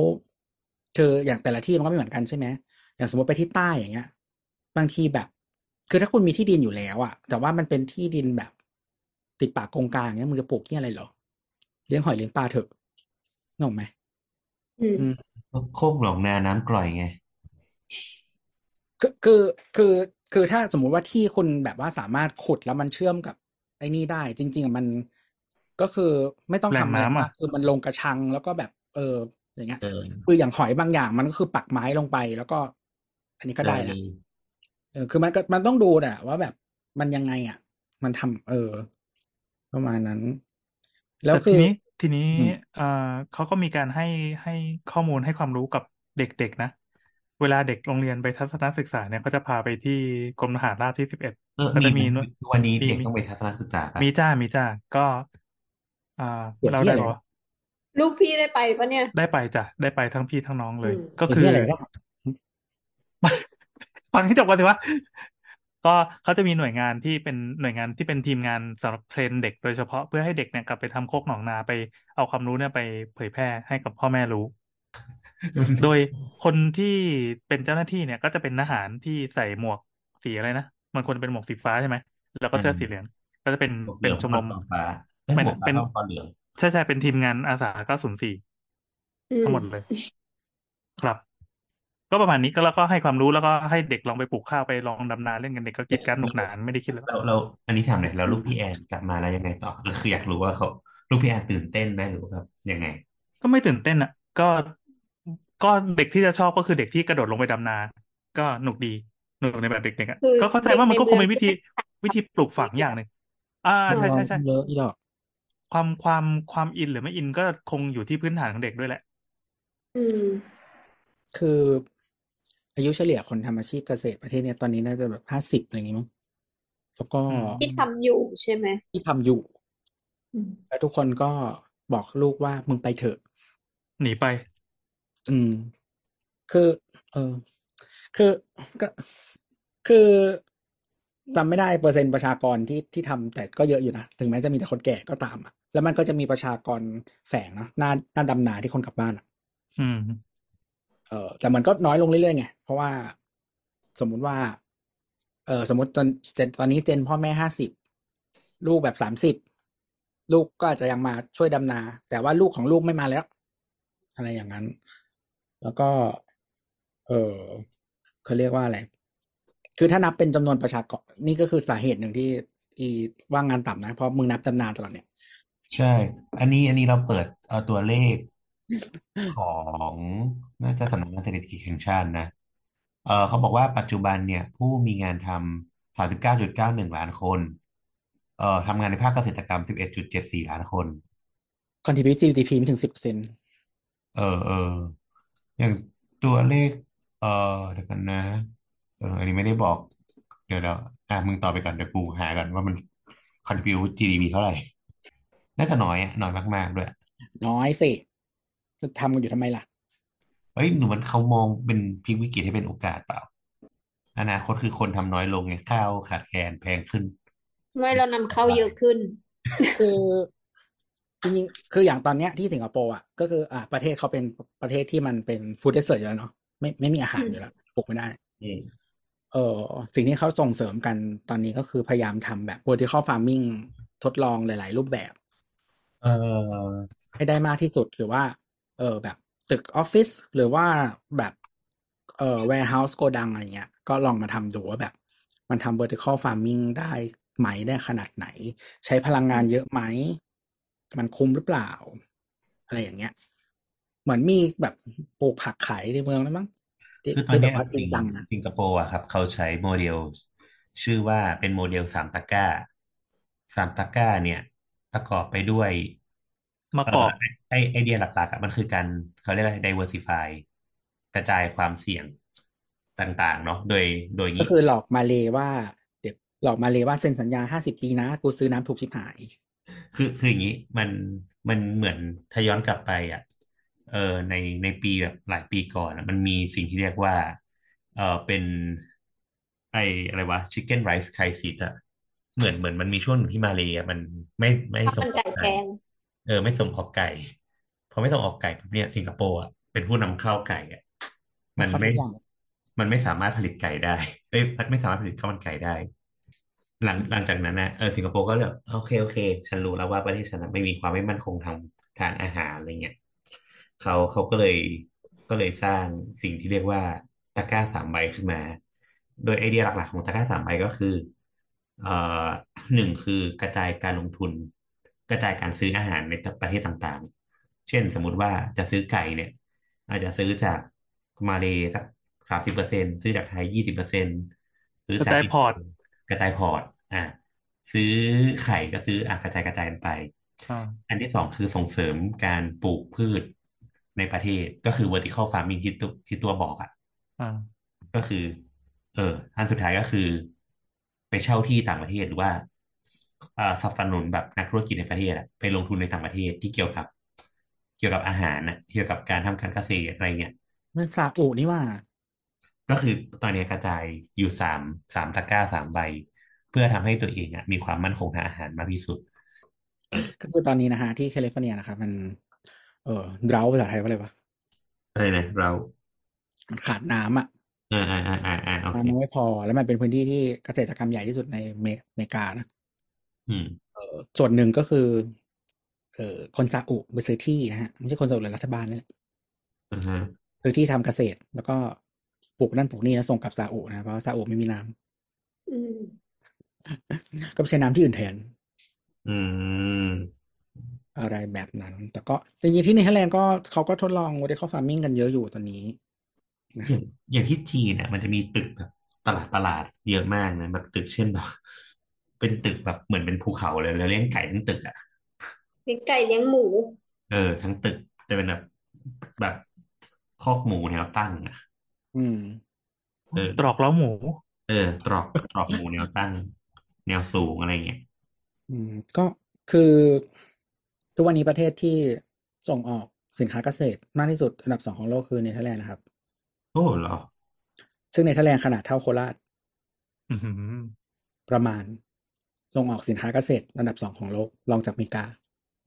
S5: คืออย่างแต่ละที่มันก็ไม่เหมือนกันใช่ไหม อย่างสมมติไปที่ใต้อย่างเงี้ย บางทีแบบ คือถ้าคุณมีที่ดินอยู่แล้วอะแต่ว่ามันเป็นที่ดินแบบ ติดป่าโกงกลางเงี้ยมึงจะปลูกที่อะไรเหรอเลี้ยงหอยเลี้ยงปลาเถอะงงไหม
S6: อืม
S5: อืม
S4: โคกหนองนาน้ำกร่อยไง
S5: คือคือคือคือถ้าสมมุติว่าที่คุณแบบว่าสามารถขุดแล้วมันเชื่อมกับ ไอ้นี่ได้ จริง ๆอะมันก็คือไม่ต้องทำอะไร
S3: แหล่งน้ำ
S5: มา
S3: อะ
S5: กคือมันลงกระชังแล้วก็แบบ เออ อย่างเงี้ย
S4: เออ
S5: คืออย่างหอยบางอย่างมันก็คือปักไม้ลงไปแล้วก็ อันนี้ก็ได้ละ เออคือมันก็มันต้องดูแหละว่าแบบมันยังไงอ่ะ มันทำเออ ประมาณนั้น แล้ว
S3: แต่
S5: คื
S3: ที
S5: อ
S3: นี้ทีนี้
S5: อืม
S3: เอ่อเขาก็มีการให้ให้ข้อมูลให้ความรู้กับเด็กๆนะ เวลาเด็กโรงเรียนไปทัศนศึกษาเนี่ยเขาจะพาไปที่กรมทหารราบที่สิบเอ็ด
S4: เออ
S3: ก็
S4: มี
S3: จะ
S4: ไหม
S3: มีหน่วย
S4: วันนี้
S3: มี
S4: เด็ก
S3: มี
S4: ต้องไปทัศนศึกษาปะ
S3: มีจ้ามีจ้าก็อ่า
S5: เดี๋ยว
S3: เรา
S5: ที่
S3: ได้
S5: อะไร
S3: ปะ
S5: วะ
S3: วะ
S6: ลูกพี่ได้ไปปะเนี่ย
S3: ได้ไปจ้ะได้ไปทั้งพี่ทั้งน้องเลย
S6: อืม
S3: ก็
S5: เป็น
S3: คือ
S5: ที่อะไรได้
S3: ฟังให้จบก่อนสิวะก็เขาจะมีหน่วยงานที่เป็นหน่วยงานที่เป็นทีมงานสำหรับเทรนเด็กโดยเฉพาะเพื่อให้เด็กเนี่ยกลับไปทำโคกหนองนาไปเอาความรู้เนี่ยไปเผยแพร่ให้กับพ่อแม่รู้ โดยคนที่เป็นเจ้าหน้าที่เนี่ย ก็จะเป็นทหารที่ใส่หมวกสีอะไรนะมันควรจะเป็นหมวกสีฟ้าใช่ไหมแล้วก็เสื้อสีเหลือง ก็จะเป็น
S4: หมวกเห
S3: เป็
S4: ลื
S3: น
S4: อง
S3: ชม
S4: ค
S3: ร
S4: วาม
S3: ม
S4: ฟ้าฟ้าเอ้ย
S3: เป็น
S4: หม
S3: เป็น
S4: วกฟ้าฟ้าความเหลือง
S3: ใช่ใช่เป็นทีมงานอาสาเก้าศูนย์สี่
S6: อื
S3: ทั้
S6: ม
S3: งหมดเลยครับ ก็ประมาณนี้ก็แล้วก็ให้ความรู้แล้วก็ให้เด็กลองไปปลูกข้าวไปลองดำนาเล่นกันเด็กก็กรีดกรารหนุกหนานไม่ได้คิดเลย
S4: เราเราอันนี้ถามหน่อยเราลูกพี่แอนกลับมาแล้วยังไงต่อก็คืออยากรู้ว่าเขาลูกพี่แอนตื่นเต้นไหมหรือว่าแบบยังไง
S3: ก็ไม่ตื่นเต้นอ่ะ ก็ก็เด็กที่จะชอบก็คือเด็กที่กระโดดลงไปดำนา ก็หนุกดี หนูในแบบเด็กๆอ่ะ
S6: คือ
S3: ก็เข้าใจว่ามันก็คงเป็นวิธีวิธีปลูกฝังอย่างหนึ่งอ่าใช่ใช่ใช่
S5: เยอะอีดอก
S3: ความความความอินหรือไม่อินก็คงอยู่ที่พื้นฐานของเด็กด้วยแหละ
S6: อืม
S5: คืออายุเฉลี่ยคนทำอาชีพเกษตรประเทศเนี่ยตอนนี้น่าจะแบบห้าสิบอะไรอย่างงี้มั้งแล้วก็
S3: อืม
S6: ที่ทำอยู่ใช่ไหม
S5: ที่ทำอยู่
S6: อืม
S5: แล้วทุกคนก็บอกลูกว่ามึงไปเถอะ
S3: หนีไป
S5: อืม คือ เออ คือ ก็ คือจำไม่ได้เปอร์เซ็นต์ประชากรที่ที่ทำแต่ก็เยอะอยู่นะ ถึงแม้จะมีแต่คนแก่ก็ตามอะแล้วมันก็จะมีประชากรแฝงเนาะหน้าหน้าดำนาที่คนกลับบ้านอะ
S3: อืม
S5: เออ แต่มันก็น้อยลงเรื่อยๆไง เพราะว่าสมมุติว่า เออสมมติตอนเจนตอนนี้เจนพ่อแม่ห้าสิบลูกแบบสามสิบลูกก็อาจจะยังมาช่วยดำนา แต่ว่าลูกของลูกไม่มาแล้ว อะไรอย่างนั้น แล้วก็ เออเขาเรียกว่าอะไร คือถ้านับเป็นจำนวนประชากรนี่ก็คือสาเหตุหนึ่งที่ อีว่างงานต่ำนะ เพราะมึงนับจำนานตลอดเนี่ย
S4: ใช่ อันนี้อันนี้เราเปิดเอาตัวเลขของน่าจะสำนักงานเศรษฐกิจแห่งชาตินะ เออเขาบอกว่าปัจจุบันเนี่ย ผู้มีงานทำสามสิบเก้าจุดเก้าหนึ่งล้านคน เอ่อทำงานในภาคเกษตรกรรมสิบเอ็ดจุดเจ็ดสี่ล้านคน
S5: contribute GDP ไม่ถึงสิบเปอร์เซ็น
S4: เออเอออย่างตัวเลข เออเดี๋ยวกันนะ เออ อันนี้ไม่ได้บอก เดี๋ยวเดี๋ยวอ่ะมึงต่อไปก่อนเดี๋ยวกูหาก่อนว่ามัน contribute GDP เท่าไหร่ น่าจะน้อยอ่ะน้อยมากๆด้วย
S5: น้อยสิจะทำกันอยู่ทำไมล่ะ
S4: เฮ้ยหนูมันเขามองเป็นพลิกวิกฤตให้เป็นโอกาสเปล่า อนาคตคือคนทำน้อยลงไงข้าวขาดแคลนแพงขึ้น
S6: ไม่เรานำเข้าเยอะขึ้น
S5: คือจริงๆคืออย่างตอนเนี้ยที่สิงคโปร์อ่ะก็คืออ่าประเทศเขาเป็นประเทศที่มันเป็น food desert อยู่แล้วเนาะไม่ไม่มีอาหาร
S6: อืม
S5: อยู่แล้วปลูกไม่ได้
S4: อืม
S5: เออสิ่งที่เขาส่งเสริมกันตอนนี้ก็คือพยายามทำแบบ vertical farming ทดลองหลาย ๆ รูปแบบ
S4: เออ
S5: ให้ได้มากที่สุดหรือว่า เออแบบตึกออฟฟิศหรือว่าแบบเออ warehouse โกดังอะไรเงี้ย ก็ลองมาทำดูว่าแบบ มันทำ vertical farming ได้ไหมได้ขนาดไหน ใช้พลังงานเยอะไหม มันคุ้มหรือเปล่า อะไรอย่างเงี้ย เหมือนมีแบบปลูกผักขายในเมืองแล้วมั้งที่
S4: คือตอน
S5: ที่แบ
S4: เนี้ย
S5: บว่าจริงจังนะ
S4: สิงคโปร์อะครับ เขาใช้โมเดล ชื่อว่าเป็นโมเดลสามตะกร้าสามตะกร้าเนี่ย ประกอบไปด้วย
S3: มาก
S4: เอ่
S3: รอ
S4: อบ ไอไอเดียหลักๆอ่ะมันคือการเขาเรียกอะไร diversify กระจายความเสี่ยงต่างๆ เนาะโดยโดย
S5: ก็
S4: งี้
S5: คือหลอกมาเลว่า เด็กหลอกมาเลว่าเซ็นสัญญาห้าสิบปีนะ กูซื้อน้ำถูกชิบหาย
S4: คือคืออย่างนี้มันมันเหมือนถ้าย้อนกลับไปอ่ะเออในในปีแบบหลายปีก่อนอะมันมีสิ่งที่เรียกว่า เออเป็นไออะไรวะ Chicken Rice Crisis อ่ะเหมือนเหมือนมันมีช่วงหนึ่งที่มาเลย์อะมันไม่ไม่
S6: ถ้า
S4: ส่
S6: มั
S4: งอ
S6: นไก่
S4: อก
S6: แพ
S4: ไก่
S6: ง
S4: เออ ไม่ส่งออกไก่พอไม่ส่งออกไก่ปุ๊บเนี่ยสิงคโปร์อ่ะเป็นผู้นำเข้าไก่อ่ะมัน
S5: เข้าทุ
S4: ไม่
S5: กอย่าง
S4: มันไม่สามารถผลิตไก่ได้เอ้ยไม่สามารถผลิตข้าวมันไก่ได้ หลังหลังจากนั้นนะเออสิงคโปร์ก็เลยแบบโอเคโอเค ฉันรู้แล้วว่าประเทศฉันน่ะไม่มีความไม่มั่นคงทางทางอาหารอะไรเงี้ยเขาเขาก็เลยก็เลยสร้างสิ่งที่เรียกว่าตะกร้าสามใบขึ้นมา โดยไอเดียหลักๆของตะกร้าสามใบก็คือ เอ่อ หนึ่งคือกระจายการลงทุน กระจายการซื้ออาหารในประเทศต่างๆ เช่นสมมุติว่าจะซื้อไก่เนี่ย อาจจะซื้อจากมาเลย์สักสามสิบเปอร์เซ็นซื้อจากไทยยี่สิบเปอร์เซ็นซื้อก
S3: ระจายพอร์ต
S4: กระจายพอร์ต อ่ะซื้อไข่ก็ซื้ออ่ะกระจายกระจายกันไป
S3: อ่า
S4: อันที่สองคือส่งเสริมการปลูกพืชในประเทศก็คือ vertical farming ที่ตัวที่ตัวบอกอ่ะ
S3: อ่า
S4: ก็คือ เอออันสุดท้ายก็คือ ไปเช่าที่ต่างประเทศหรือว่าอ่าสนับสนุนแบบนักธุรกิจในประเทศอะไปลงทุนในต่างประเทศที่เกี่ยวกับ เกี่ยวกับอาหารนะเกี่ยวกับการทำการเกษตรอะไรเงี้ย
S5: มันซาอุนี่หว่า
S4: ก็คือตอนเนี้ยกระจายอยู่สามสามตะกร้าสามใบ เพื่อทำให้ตัวเองอะมีความมั่นคงทางอาหารมากที่สุด
S5: ก็คือตอนนี้นะฮะที่แคลิฟอร์เนียนะครับมัน เออดราวภาษาไทยว่าอะไรวะ
S4: อะไรนะเรา
S5: มันขาดน้ำอ่ะ
S4: อ่าอ่าอ่าอ่าอ่าโอเค
S5: น้ำไม่พอแล้วมันเป็นพื้นที่ที่เกษตรกรรมใหญ่ที่สุดในเมเมกานะ
S4: อืม
S5: เออส่วนหนึ่งก็คือ เออคนซาอุไปซื้อที่นะฮะไม่ใช่คนซาอุหรือรัฐบาลนี่แหละ
S4: อือฮะ
S5: ซื้อที่ทำเกษตร แล้วก็ปลูกนั่นปลูกนี่แล้วส่งกลับซาอุนะเพราะว่าซาอุไม่มีน้ำ
S6: อืม
S5: ก็ไปใช้น้ำที่อื่นแทน
S4: อืม
S5: อะไรแบบนั้น แต่ก็จริงๆที่เนเธอร์แลนด์ก็เขาก็ทดลอง vertical farming กันเยอะอยู่ตอนนี้
S4: อย่างอย่างที่จีนอ่ะมันจะมีตึกแบบ ตลาดตลาดเยอะมากนะแบบตึกเช่นแบบ เป็นตึกแบบเหมือนเป็นภูเขาเลย แล้วเลี้ยงไก่ทั้งตึกอ่ะ
S6: เลี้ยงไก่เลี้ยงหมู
S4: เออ ทั้งตึกจะเป็นแบบแบบคอกหมูแนวตั้งอ่ะ
S5: อืม
S4: เออ
S3: ตรอกเล้าหมู
S4: เออ ตรอกตรอกหมูแนวตั้ง แนวสูงอะไรเงี้ย
S5: อืมก็คือทุกวันนี้ประเทศที่ส่งออกสินค้าเกษตรมากที่สุดอันดับสองของโลกคือเนเธอร์แลนด์นะครับ
S4: โอ้เหรอ
S5: ซึ่งเนเธอร์แลนด์ขนาดเท่าโคราช
S3: อื้อหือ
S5: ประมาณ ส่งออกสินค้าเกษตรอันดับสองของโลกรองจากอเมริกา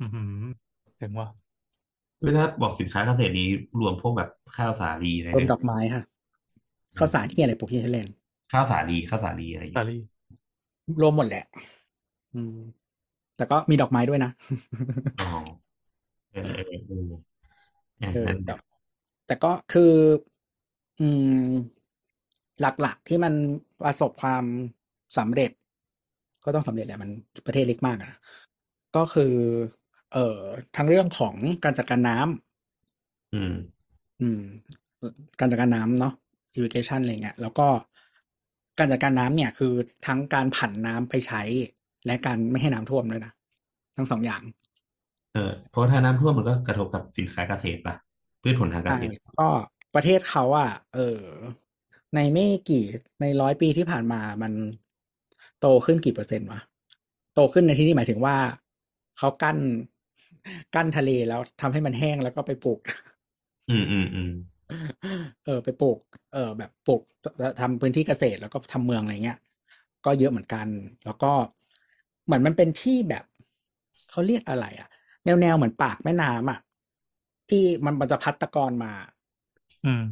S3: อื้อหือถึงว่า
S4: คือถ้าบอกสินค้าเกษตรนี้รวมพวกแบบข้าวสาลีอะไร
S5: รวม
S4: เนี่ย
S5: ดอกไม้ค่ะข้าวสารที่อะไรปลูกที่เนเธอร์แลนด์
S4: ข้าวสาลีข้าวสาลีอะไรอย่าง
S3: สา
S4: เงี้ย
S3: ลี
S5: รวมหมดแหละ อืม แต่ก็มีดอกไม้ด้วยนะ
S4: อ๋อเออเออเอออ่ะ
S5: เออ
S4: นั่น
S5: แต่แต่ก็คืออืมหลักๆที่มันประสบความสำเร็จ ก็ต้องสำเร็จแหละมันประเทศเล็กมากอะก็คือ เอ่อทั้งเรื่องของการจัดการน้ำ
S4: อืม
S5: อืม การจัดการน้ำเนาะ irrigation อะไรเงี้ยแล้วก็การจัดการน้ำเนี่ย คือทั้งการผันน้ำไปใช้ และการไม่ให้น้ำท่วมด้วยนะทั้งสองอย่าง
S4: เออเพราะถ้าน้ำท่วมมันก็กระทบกับสินค้าเกษตรป่ะพืชผลทางเก
S5: ใช่
S4: ษตร
S5: ก็ประเทศเขาอ่ะ เออ ในไม่กี่ในร้อยปีที่ผ่านมามันโตขึ้นกี่เปอร์เซ็นต์วะ โตขึ้นในที่นี้หมายถึงว่าเขากั้นกั้นทะเลแล้วทำให้มันแห้งแล้วก็ไปปลูก
S4: อืมอืมอืม
S5: เออไปปลูก เออแบบปลูกทำพื้นที่เกษตรแล้วก็ทำเมืองอะไรเงี้ย ก็เยอะเหมือนกัน แล้วก็เหมือนมันเป็นที่แบบเขาเรียกอะไรอะแนวแนวๆเหมือนปากแม่น้ำอ่ะที่มันมันจะพัดตะกอนมา
S3: อืม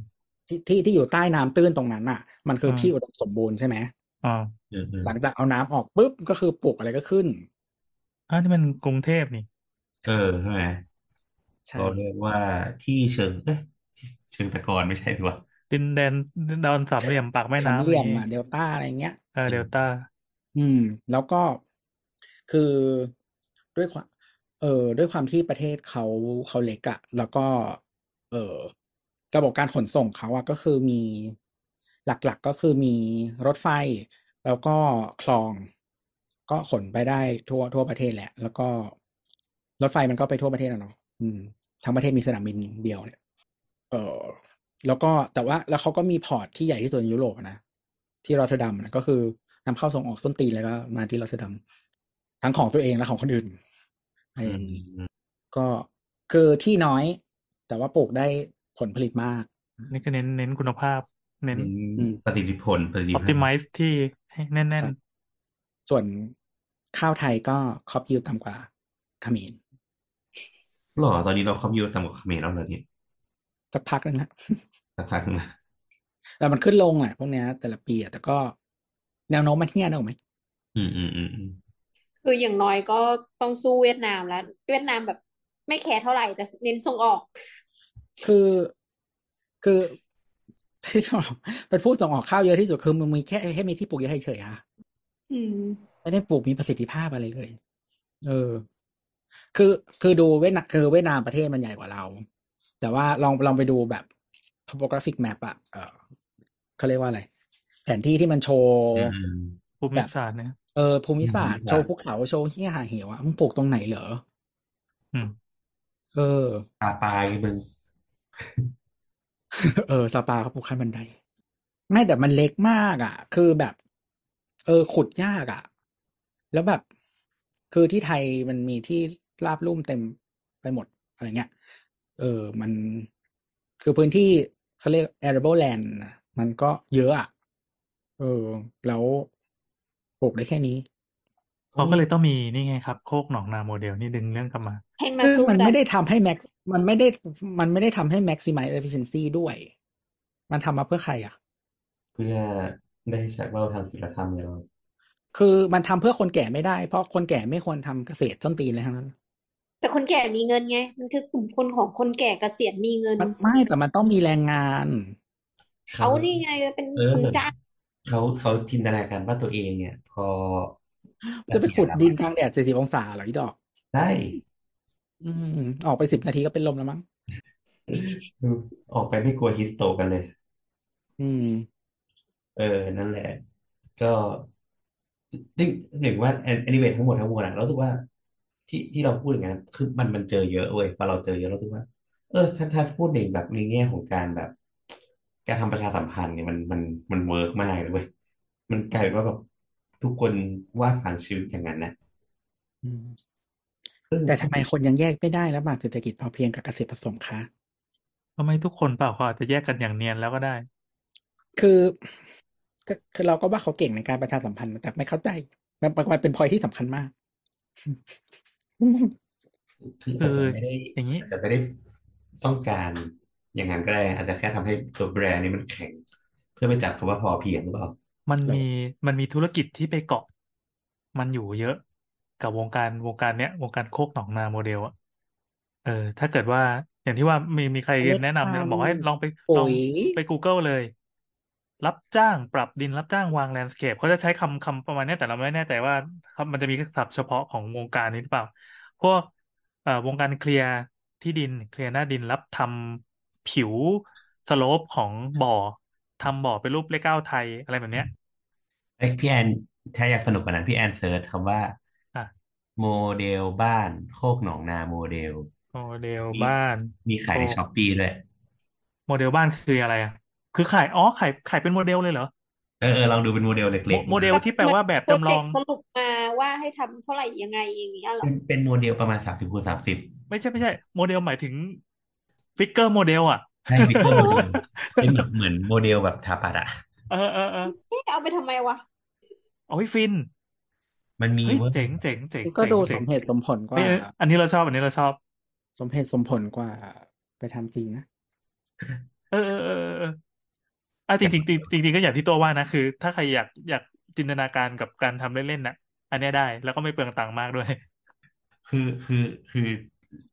S5: ที่ที่ที่อยู่ใต้น้ำตื้นตรงนั้นอ่ะ มันคืออ
S3: ม
S5: ที่อุดมสมบูรณ์ใช่ไหม
S3: อ๋อ
S4: อืมอืม
S5: หลังจากเอาน้ำออกปุ๊บก็คือปลูกอะไรก็ขึ้น
S3: อ้าวนี่มันกรุงเทพนี่
S4: เออใช่ไหม
S5: ใช่
S4: เราเรียกว่าที่เชิงเอ๊ะเชิงตะกอนไม่ใช่ถูกป่ะ
S3: ดินแดนดอนสามเหลี่ยมปากแม่
S5: สาม
S3: น้ำอะ
S5: เห
S3: ไรอ
S5: ลี่ยม
S3: ย่างงี้
S5: อ่ะเดลต้าอะไรเงี้ย
S3: เออเดลต้า
S5: อืม แล้วก็คือด้วยความเออด้วยความที่ประเทศเขาเขาเล็กอะแล้วก็ เออระบบการขนส่งเขาอะก็คือมีหลักๆก็คือมีรถไฟ แล้วก็คลอง ก็ขนไปได้ทั่วทั่วประเทศแหละ แล้วก็รถไฟมันก็ไปทั่วประเทศแล้วเนาะอืมทั้งประเทศมีสนามบินเดียวเนี่ยเออ แล้วก็แต่ว่าแล้วเขาก็มีพอร์ตที่ใหญ่ที่สุดในยุโรปอะนะ ที่รอตเทอร์ดัมนะก็คือนำเข้าส่งออกส้นตีนแล้วก็มาที่รอตเทอร์ดัมทั้งของตัวเองและของคนอื่นอะไร
S4: อื
S5: อ
S4: ม
S5: ย่างนี้
S4: อืม
S5: ก็คือที่น้อย แต่ว่าปลูกได้ผลผลิตมาก
S3: นี่ก็เน้นเน้นคุณภาพ เน้น
S4: เน้น
S5: อืม
S4: ประสิทธิผลประสิทธิภาพ
S3: optimize ที่ให้แน่น
S5: ส่วนข้าวไทยก็ครอบยิวต่ำกว่าเขมร
S4: หรอตอนนี้เราครอบยูต่ำกว่าเขมรแล้วเหรอเนี่ย
S5: สักพักนึงละ
S4: สักพักหนึ่งนะ
S5: แต่มันขึ้นลงแหละพวกเนี้ย แต่ละปีอะแต่ก็แนวโน้มมันเงี้ยนะถูกไหม
S4: อืมอืมอืมอืม
S6: คืออย่างน้อยก็ต้องสู้เวียดนามแล้ว เวียดนามแบบไม่แคร์เท่าไหร่แต่เน้นส่งออก
S5: คือคือ ที่บอกเป็นผู้ส่งออกข้าวเยอะที่สุดคือมันมีแค่แค่มีที่ปลูกเยอะเฉยๆอะ
S6: อืม
S5: ไม่ได้ปลูกมีประสิทธิภาพอะไรเลย เออ คือ คือดูเวียดนามคือเวียดนามประเทศมันใหญ่กว่าเรา แต่ว่าลองลองไปดูแบบ topographic map อะเออเขาเรียกว่าอะไร แผนที่ที่มันโชว์
S4: อืมอืม
S3: ๆ ภูมิศาสตร์เนี่ย
S5: เออภูมิศาสตร์
S4: ภูมิศาสตร์
S5: โชว์ภูเขาโชว์เหี้ยหาเหวอะมึงปลูกตรงไหนเหรอ
S3: อืม
S5: เออ
S4: ปลาปลายมึง
S5: เออสปาเขาปลูกขั้นบันได ไม่แต่มันเล็กมากอ่ะ คือแบบ เออขุดยากอ่ะ แล้วแบบ คือที่ไทยมันมีที่ราบลุ่มเต็มไปหมดอะไรเงี้ย เออมันคือพื้นที่เขาเรียก arable land นะมันก็เยอะอ่ะ เออ แล้วปลูกได้แค่นี้
S3: เขาก็เลยต้องมีนี่ไงครับ โคกหนองนาโมเดลนี่ดึงเรื่องกลับมา
S6: ให้มา
S5: ซึ่ง
S6: สู้
S5: มัน
S6: กั
S5: ไม่ได้ทำให้แม็กมันไม่ได้มันไม่ได้ทำให้ maximize efficiency ด้วย มันทำมาเพื่อใครอ่ะ
S4: เพื่อได้ใช้ว่าทางศิลธรรมเลยเรา
S5: คือมันทำเพื่อคนแก่ไม่ได้ เพราะคนแก่ไม่ควรทำเกษตรต้นตีนอะไรทั้งนั้น
S6: แต่คนแก่มีเงินไง มันคือกลุ่มคนของคนแก่เกษียณมีเงิน
S5: มันไม่แต่มันต้องมีแรงงาน
S6: เขานี่ไงเป็น
S4: เออ
S6: คนจ้าง
S4: เขาเขาจินตนาการว่าตัวเองเนี่ย พอ
S5: จะไปขุดดินกลางแดดสี่สิบองศาเหรออีดอก
S4: ได้
S5: อืม ออกไปสิบนาทีก็เป็นลมแล้วมั้ง
S4: ออกไปไม่กลัวฮิสโตกันเลย
S5: อืม
S4: เออ นั่นแหละ ก็จริงหนึ่งว่าแอนนิเมทั้งหมดทั้งมวลอะเรารู้สึกว่าที่ที่เราพูดอย่างนั้นคือมันมันเจอเยอะเว้ยพอเราเจอเยอะเรารู้สึกว่า เออถ้าถ้าพูดในแบบในแง่ของการแบบ การทำประชาสัมพันธ์เนี่ยมันมันมันเวิร์กมากเลยเว้ยมันกลายเป็นว่าแบบทุกคนวาดฝันชีวิตอย่างนั้นนะ
S5: อืม
S4: ซึ่ง
S5: แต่ทำไมคนยังแยกไม่ได้ระหว่างเศรษฐกิจพอเพียงกับเกษตรผสมคะ
S3: ทำไมทุกคนเปล่าเขาอาจจะแยกกันอย่างเนียนแล้วก็ได้
S5: คือก็คือเราก็ว่าเขาเก่งในการประชาสัมพันธ์แต่ไม่เข้าใจมันมันเป็นพอยที่สำคัญมาก
S4: คืออาจจะไม่ได้
S3: อย่างนี้
S4: อาจจะไม่ได้ต้องการอย่างนั้นก็ได้ อาจจะแค่ทำให้ตัวแบรนด์นี้มันแข็ง เพื่อไปจับคำว่าพอเพียงหรือเปล่า
S3: มันมีมันมีธุรกิจที่ไปเกาะ มันอยู่เยอะกับวงการวงการเนี้ยวงการโคกหนองนาโมเดลอะเออ ถ้าเกิดว่าอย่างที่ว่ามีมีใครแนะนำเนี่ย
S5: เลือกทำ
S3: บอกให้ลองไป
S5: ปุ๋
S3: ลอง
S5: ย
S3: ไป Google เลย รับจ้างปรับดินรับจ้างวางแลนด์สเคปเขาจะใช้คำคำประมาณเนี้ยแต่เราไม่แน่ใจว่าครับมันจะมีศัพท์เฉพาะของวงการนี้หรือเปล่า พวกเอ่อวงการเคลียร์ที่ดินเคลียร์หน้าดินรับทำผิวสโลปของบ่อทำบ่อเป็นรูปเลขเก้าไทยอะไรแบบเนี้ย
S4: ไอยพี่แอนถ้าอยากสนุกกว่านั้นพี่แอนเซิร์ชคำว่า
S3: อ่ะ
S4: โมเดลบ้านโคกหนองนาโมเดล
S3: โมเดล
S4: มี
S3: บ้าน
S4: มีขายในช้อปปี้ด้วย
S3: โมเดลบ้านคืออะไรอ่ะ คือขายอ๋อขายขายเป็นโมเดลเลยเหรอ
S4: เออเออลองดูเป็นโมเดลเล็กๆ
S3: โมเดลที่แปลว่าแบบ
S6: โปร
S3: จำล
S6: เจ
S3: อก ง
S6: ต์สรุปมาว่าให้ทำเท่าไหร่ยังไงอย่างเงี้ยเหรอ
S4: เป็นเป็นโมเดลประมาณสามสิบคูณสามสิบ
S3: ไม่ใช่ไม่ใช่ โมเดลหมายถึงฟิกเกอร์โมเดลอ่ะ
S4: ใช่ฟิกเกอร์โม เดลเป็นแบบเหมือนโมเดลแบบถาปัดอะ
S3: เออเออเออ
S6: เอ๊ะเอาไปทำไมวะ
S3: เอาให้ฟิน
S4: มันมี
S3: เฮ้ย
S4: เว้ย
S3: เจ๋งเจ๋งเจ๋ง
S5: ก็ดูส
S3: จ๋ง
S5: มเหตุสมผลก
S3: เฮ้
S5: ว่า
S3: ยอันนี้เราชอบอันนี้เราชอบ
S5: สมเหตุสมผลกว่า ไปทำจริงนะ
S3: เออเออเออเออเอออ่ะจริงๆจริงจริงจริงก็อย่างที่ตัวว่านะคือ ถ้าใครอยากอยากจินตนาการกับการทำเล่นๆน่ะ อันเนี้ยได้แล้วก็ไม่เปลืองตังค์มากด้วย
S4: คือคือคือ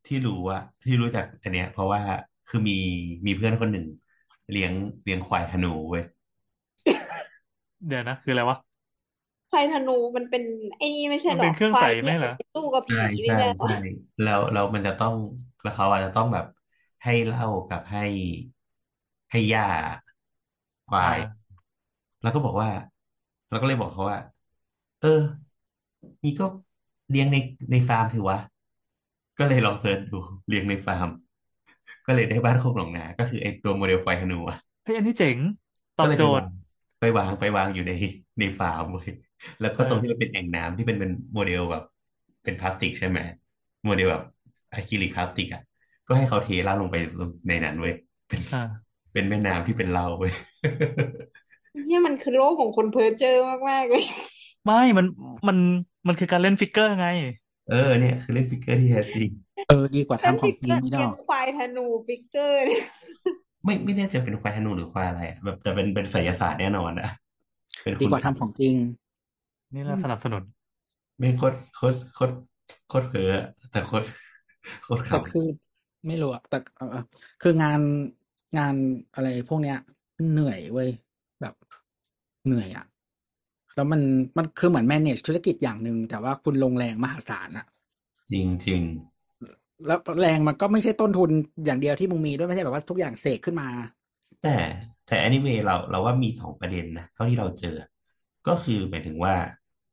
S4: ที่รู้อะที่รู้จักอันเนี้ย เพราะว่าคือมีมีเพื่อนคนหนึ่ง เลี้ยงเลี้ยงควายธนูเว้ย
S3: เดี๋ยวนะคืออะไรวะ
S6: ควายธนูมันเป็นไอ้นี่ไม่ใช่
S3: มัน
S6: หร
S3: เป็น
S6: อ
S3: เครื่อง
S6: ควา
S3: ใส
S6: ยที่
S3: ไม่เหรอ
S6: เอาปสู้กับผี
S4: ใช่
S6: ไม่
S4: ใช่
S6: ใช่เหรอ
S4: ใช่แล้วแล้วมันจะต้องแล้วเขาอาจจะต้องแบบให้เหล้ากับให้ให้หญ้าควาย
S3: อ่า
S4: แล้วก็บอกว่า แล้วก็เลยบอกเขาว่า เออ นี่ก็เลี้ยงในในฟาร์มถือวะก็เลยลองเสิร์ชดูเลี้ยงในฟาร์ม ก็เลยได้บ้านโคกหนองนาก็คือไอ้ตัวโมเดลควายธนูอะ
S3: เฮ้ยอันนี้เจ๋งตอบ
S4: ก็เลย
S3: โจ
S4: ไป
S3: ท
S4: วา
S3: ย์
S4: งไปวางไปวางอยู่ในในฟาร์มเว้ยแล้วก็
S3: เออ
S4: ตรงที่มันเป็นแอ่งน้ำที่เป็นเป็นโมเดลแบบเป็นพลาสติกใช่ไหมโมเดลแบบอะคริลิกพลาสติกอ่ะก็ให้เขาเทเหล้าลงไปลงในนั้นเว้ยเป็น
S3: อ่า
S4: เป็นแม่น้ำที่เป็นเหล้าเว้ย
S6: เนี่ยมันคือโลกของคนเพ้อเจ้อมากๆเลย
S3: ไม่ มัน มัน มันคือการเล่นฟิกเกอร์ไง
S4: เออเนี่ยคือเล่นฟิกเกอร์ที่แท้จริง
S5: เออ ดีกว่าทำ
S6: เป็น
S5: ของ
S6: ฟิก
S5: จริ
S6: เก
S5: ง
S6: อร์
S5: นี่ด
S6: ยั
S5: อง ก
S6: ควายธนูฟิกเกอร์เนี่ย
S4: ไม่ไม่แน่ใจเป็นควายธนูหรือควายอะไรอะแบบแต่เป็นเป็นไสยศาสตร์แน่นอนอะเป็น
S5: ดี
S4: คุณ
S5: กว่า
S4: ไส
S5: ทำของจริง
S3: นี่เราสนับสนุน
S4: ไม่โคตรโคตรโคตรโคตรเพ้อแต่โคตรโคตร
S5: แต่
S4: ขำ
S5: คือไม่รู้อะแต่เออคืองานงานอะไรพวกเนี้ย เหนื่อยเว้ยแบบเหนื่อยอะแล้วมันมันคือเหมือน manage ธุรกิจอย่างหนึ่งแต่ว่าคุณลงแรงมหาศาลอะ
S4: จริงจริง
S5: แล้วแรงมันก็ไม่ใช่ต้นทุนอย่างเดียวที่มึงมีด้วยไม่ใช่แบบว่าทุกอย่างเสกขึ้นมา
S4: แต่แต่ anyway เราเราว่ามีสองประเด็นนะเท่าที่เราเจอ ก็คือหมายถึงว่า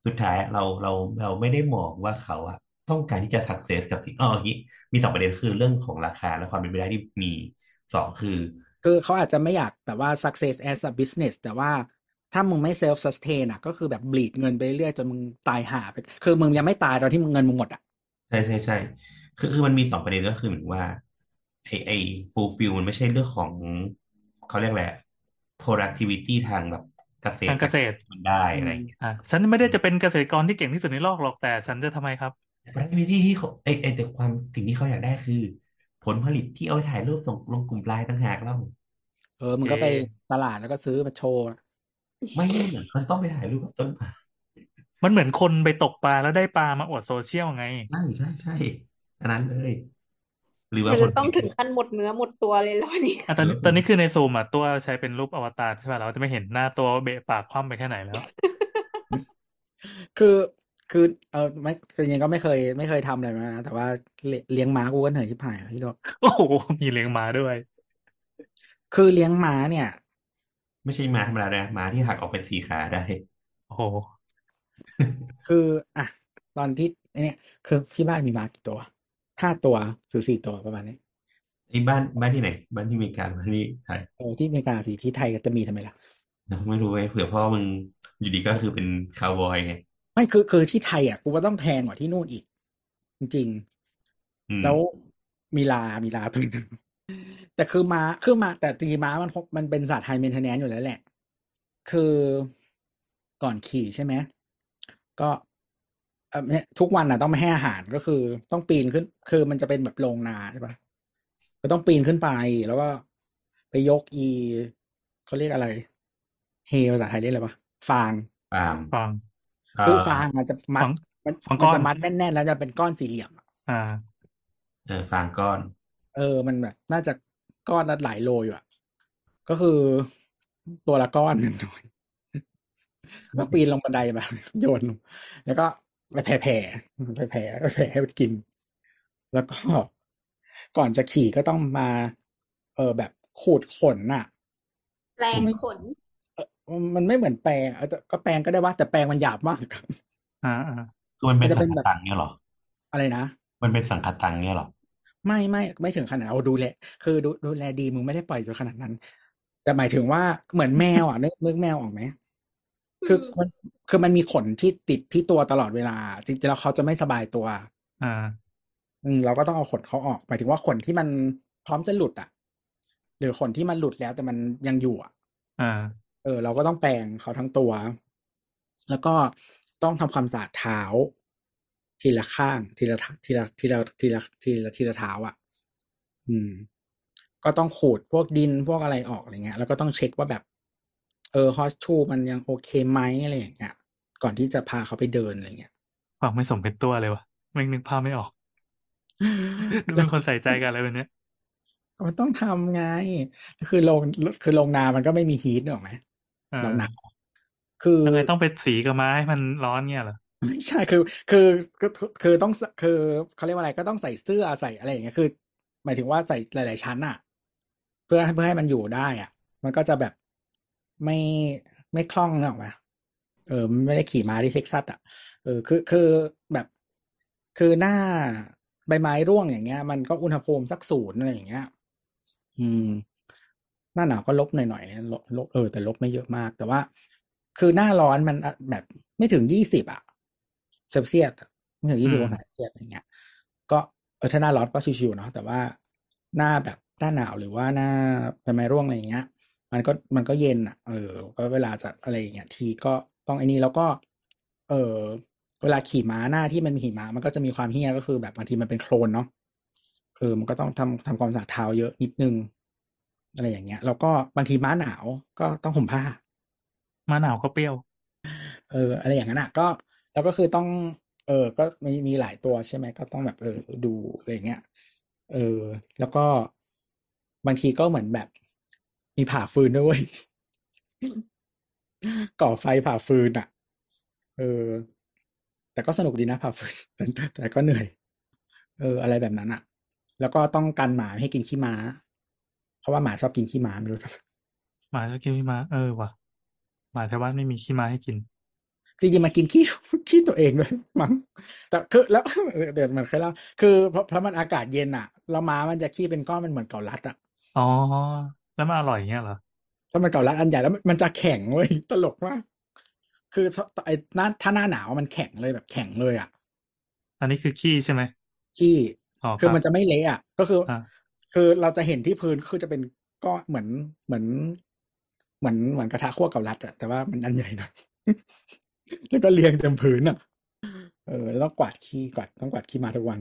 S4: สุดท้ายเราเราเราไม่ได้มองว่าเขาอะต้องการที่จะ success กับสิ่งอ๋ออย่างนี้มีสองประเด็นคือเรื่องของราคาและความเป็นไปได้ที่มีสองคือ
S5: คือเขาอาจจะไม่อยากแบบว่า success as a business แต่ว่าถ้ามึงไม่ self sustain อะก็คือแบบ bleed เงินไปเรื่อยๆจนมึงตายห่าไปคือมึงยังไม่ตายตอนที่มึงเงินมึงหมดอะ
S4: ใช่ใช่ใช่คือคือมันมีสองประเด็นก็คือเหมือนว่าไอไอ fulfill มันไม่ใช่เรื่องของเขาเรียกอะไรอะ productivity ทางแบบเกษตร
S3: ทางเกษตร
S4: มันได้อะไรอย่างเงี้ย
S3: อ่า ฉันไม่ได้จะเป็นเกษตรกรที่เก่งที่สุดในโลกหรอก แต่ฉันจะทำไมครับ
S4: productivity ที่เขาไอไอแต่ความสิ่งที่เขาอยากได้คือ ผลผลิตที่เอาไปถ่ายรูปส่งลงกลุ่มไลน์ต่างหากเล่า
S5: เออ มึงก็ไป
S3: เอ๊ะ
S5: ตลาดแล้วก็ซื้อมาโชว์
S4: ไม่ใช่เหมือนเขาจะต้องไปถ่ายรูปกับต้นไม้
S3: มันเหมือนคนไปตกปลาแล้วได้ปลามาอวดโซเชียลไง
S4: ใช่ใช่ใช่อันนั้นเลย หรือว่า
S6: มัน
S4: ผ
S6: จะ
S4: ล
S6: ต้องถึงขั้นหมดเนื้อหมดตัวเลยเหรอเนี่ย
S3: อ่ะตอนนี้ตอนนี้คือในซูมอ่ะตัวใช้เป็นรูปอวตารใช่ป่ะเราจะไม่เห็นหน้าตัวเบะปากคว่ำไปแค่ไหนแล้ว
S5: คือคือเออไม่คือยังก็ไม่เคยไม่เคยทำอะไรมานะ แต่ว่าเลี้ยเลี้ยงม้ากูก็เหนื่อยชิบหายพี่โดอก
S3: โอ้โหมีเลี้ยงม้าด้วย
S5: คือเลี้ยงม้าเนี่ย
S4: ไม่ใช่ม้าธรรมดาด้วยนะม้าที่หักออกเป็นสี่ขาได้
S3: โอ้โห
S5: คืออ่ะตอนที่ไอ้เนี่ยคือที่บ้านมีหมากี่ตัวห้าตัวหรือสี่ตัวประมาณนี้
S4: ไอ้บ้านบ้านที่ไหน บ้านที่อเมริกาหรือบ้านที่ไทย
S5: เออที่อเมริกาสีที่ไทยก็จะมีทำไมล่ะ
S4: เราไม่รู้ไว้ยเผื่อพ่อมึงอยู่ดีก็คือเป็นคาวบอยไง
S5: ไม่คือคือที่ไทยอ่ะกูว่าต้องแพงกว่าที่นู่นอีก จริง
S4: อืม
S5: ๆ แล้วมีลา มีลาตัวหนึง แต่คือม้าคือมาแต่จริงๆม้ามันคงมันเป็นสัตว์ไฮเมนเทนแนนอยู่แล้วแหละ คือก่อนขี่ใช่ไหมก็เอ่อเนี่ยทุกวันอ่ะต้องไม่ให้อาหารก็คือต้องปีนขึ้น คือมันจะเป็นแบบโรงนาใช่ปะก็ต้องปีนขึ้นไปแล้วก็ไปยกอีเขาเรียกอะไร เฮภาษาไทยเรียกอะไรปะฟาง
S4: ปาล์ม
S3: ฟัง
S4: เอ่
S5: คือ
S4: อ
S5: ฟางมันจะมัด
S3: ฟาง
S5: มัน
S3: ฟางก้
S5: มัน
S3: อน
S5: จะมัดแน่นๆแล้วจะเป็นก้อนสี่เหลี่ยมอะ
S3: อ่า
S4: เออฟางก้อน
S5: เออมันแบบ น่าจะก้อนละหลายโลอยู่อ่ะก็คือตัวละก้อนหนึ่งหน่อยก็ปีนลงบันไดมา โยนลงแล้วก็ไปแผ่แผ่แผ่แผ่แผ่ให้มันกิน แล้วก็ ก่อนจะขี่ก็ต้องมา เออแบบขูดขนน่ะ
S6: แปลงขน
S5: เออมันไม่เหมือนแปรงเออแต่ก็แปรงก็ได้ว่าแต่แปรงมันหยาบมาก ครับ
S3: อ่าอ่า
S4: คือมันเป็น
S5: มันจะ
S4: สั
S5: เป็
S4: ง
S5: น
S4: ฆ
S5: แบบ
S4: ตังเนี่ยเหรอ
S5: อะไรนะ
S4: มันเป็นสังฆตังเนี่ยเหรอ
S5: ไม่ไม่ไม่ถึงขนาดนั้นเอาดูแลคือดูดูแลดีมึงไม่ได้ปล่อยจนขนาดนั้น แต่หมายถึงว่าเหมือนแมวอ่ะนึกนึกแมวออกไหมคือ
S6: อืม
S5: มันคือมันมีขนที่ติดที่ตัวตลอดเวลา จริงๆแล้วเขาจะไม่สบายตัว
S3: อ่า
S5: อืมเราก็ต้องเอาขนเขาออกหมายถึงว่าขนที่มันพร้อมจะหลุดอ่ะ หรือขนที่มันหลุดแล้วแต่มันยังอยู่อ่ะ
S3: อ่า
S5: เออเราก็ต้องแปรงเขาทั้งตัว แล้วก็ต้องทำความสะอาดเท้า ทีละข้างทีละททีละทีละทีละทีละทีละเท้าอ่ะ อืม ก็ต้องขูดพวกดินพวกอะไรออกอะไรเงี้ย แล้วก็ต้องเช็คว่าแบบ เออฮอสชูมันยังโอเคไหมอะไรอย่างเงี้ยก่อนที่จะพาเขาไปเดินอะไร เงี้ย
S3: ฟังไม่สมเป็นตัวเลยวะแม่งนึกภาพไม่ออก ดูเป็นคนใส่ใจกันอะไรแบบเนี้ย
S5: มันต้องทำไง คือโรงคือโรงนา มันก็ไม่มีฮีทหรอกไหม
S3: อ่า
S5: หนาวหนาวคือ
S3: ยังไงต้องเป็นสีกับไม้ให้มันร้อนเงี้ยเหรอ
S5: ไม่ใช่คือ คือคือคือต้องคือเขาเรียกว่าอะไรก็ต้องใส่เสื้อใส่อะไรอย่างเงี้ยคือ หมายถึงว่าใส่หลาย ๆ ชั้นอ่ะ เพื่อให้เพื่อให้มันอยู่ได้อ่ะ มันก็จะแบบไม่ไม่คล่องนึกออกไหมเออไม่ได้ขี่ม้าที่เท็กซัสอ่ะ เออคือคือแบบคือหน้าใบไม้ร่วงอย่างเงี้ย มันก็อุณหภูมิสักศูนย์อะไรอย่างเงี้ย อืม หน้าหนาวก็ลบหน่อยๆเนี่ยลบลบเออแต่ลบไม่เยอะมาก แต่ว่า คือหน้าร้อนมันอะแบบไม่ถึงยี่สิบอะเซลเซียสอะไม่ถึง
S3: อื
S5: ยี่สิบ
S3: ม
S5: องศาเซลเซียสอะไรเงี้ย ก็เออถ้าหน้าร้อนก็ชิวๆเนาะแต่ว่าหน้าแบบหน้าหนาวหรือว่าหน้าใบไม้ร่วงอะไรเงี้ย มันก็มันก็เย็นอ่ะ เออก็เวลาจะอะไรอย่างเงี้ย ทีก็ต้องไอ้นี่แล้วก็ เออเวลาขี่ม้าหน้าที่มันมีหิมะมันก็จะมีความเหี้ยก็คือแบบบางทีมันเป็นโคลนเนาะ เออ มันก็ต้องทำทำความสะอาดเท้าเยอะนิดนึง อะไรอย่างเงี้ย แล้วก็บางทีม้าหนาวก็ต้องห่มผ้า
S3: มาหนาวก็เปรี้ยว
S5: เอออะไรอย่างนั้นอ่ะก็แล้วก็คือต้อง เออก็มีมีหลายตัวใช่ไหมก็ต้องแบบเออดูอะไรอย่างเงี้ยเออ แล้วก็บางทีก็เหมือนแบบ มีผ่าฟืนด้วยเวย ก่อไฟผ่าฟืนอ่ะ เออ แต่ก็สนุกดีนะผ่าฟืน แต่แต่ก็เหนื่อย เออ อะไรแบบนั้นอ่ะ แล้วก็ต้องกันหมาไม่ให้กินขี้ม้า เพราะว่าหมาชอบกินขี้ม้าไม่รู้
S3: หมาจะกินพี่มาเออว่ะหมาแถวบ้านไม่มีขี้ม้าให้กิน
S5: จริงๆมากินขี้ ขี้ตัวเองด้วยมั้งแต่คือแล้ว เดี๋ยวเหมือนเคยเล่าคือเพราะเพราะมันอากาศเย็นอ่ะแล้วม้ามันจะขี้เป็นก้อนมันเหมือนเกาลัดอ่ะ
S3: อ๋อ แล้วมันอร่อยอย่างเงี้ยเหรอ
S5: ถ้ามันเกาลัดอันใหญ่แล้วมันมันจะแข็งเว้ย ตลกมากคือถ้าไอ้หน้าถ้าหน้าหนาวมันแข็งเลยแบบแข็งเลยอ่ะ
S3: อันนี้คือขี้ใช่ไหม
S5: ขี้
S3: อ๋อ
S5: คือ
S3: รับ
S5: มันจะไม่เละอ่ะก็คืออา คือเราจะเห็นที่พื้นคือจะเป็นก้อนเหมือนเหมือน เหมือนเหมือนกระทะขั้วเกาลัดอ่ะแต่ว่ามันอันใหญ่หน่อย แล้วก็เรียงเต็มพื้นอ่ะ เออแล้วต้องกวาดขี้กวาดต้องกวาดขี้มาทุกวัน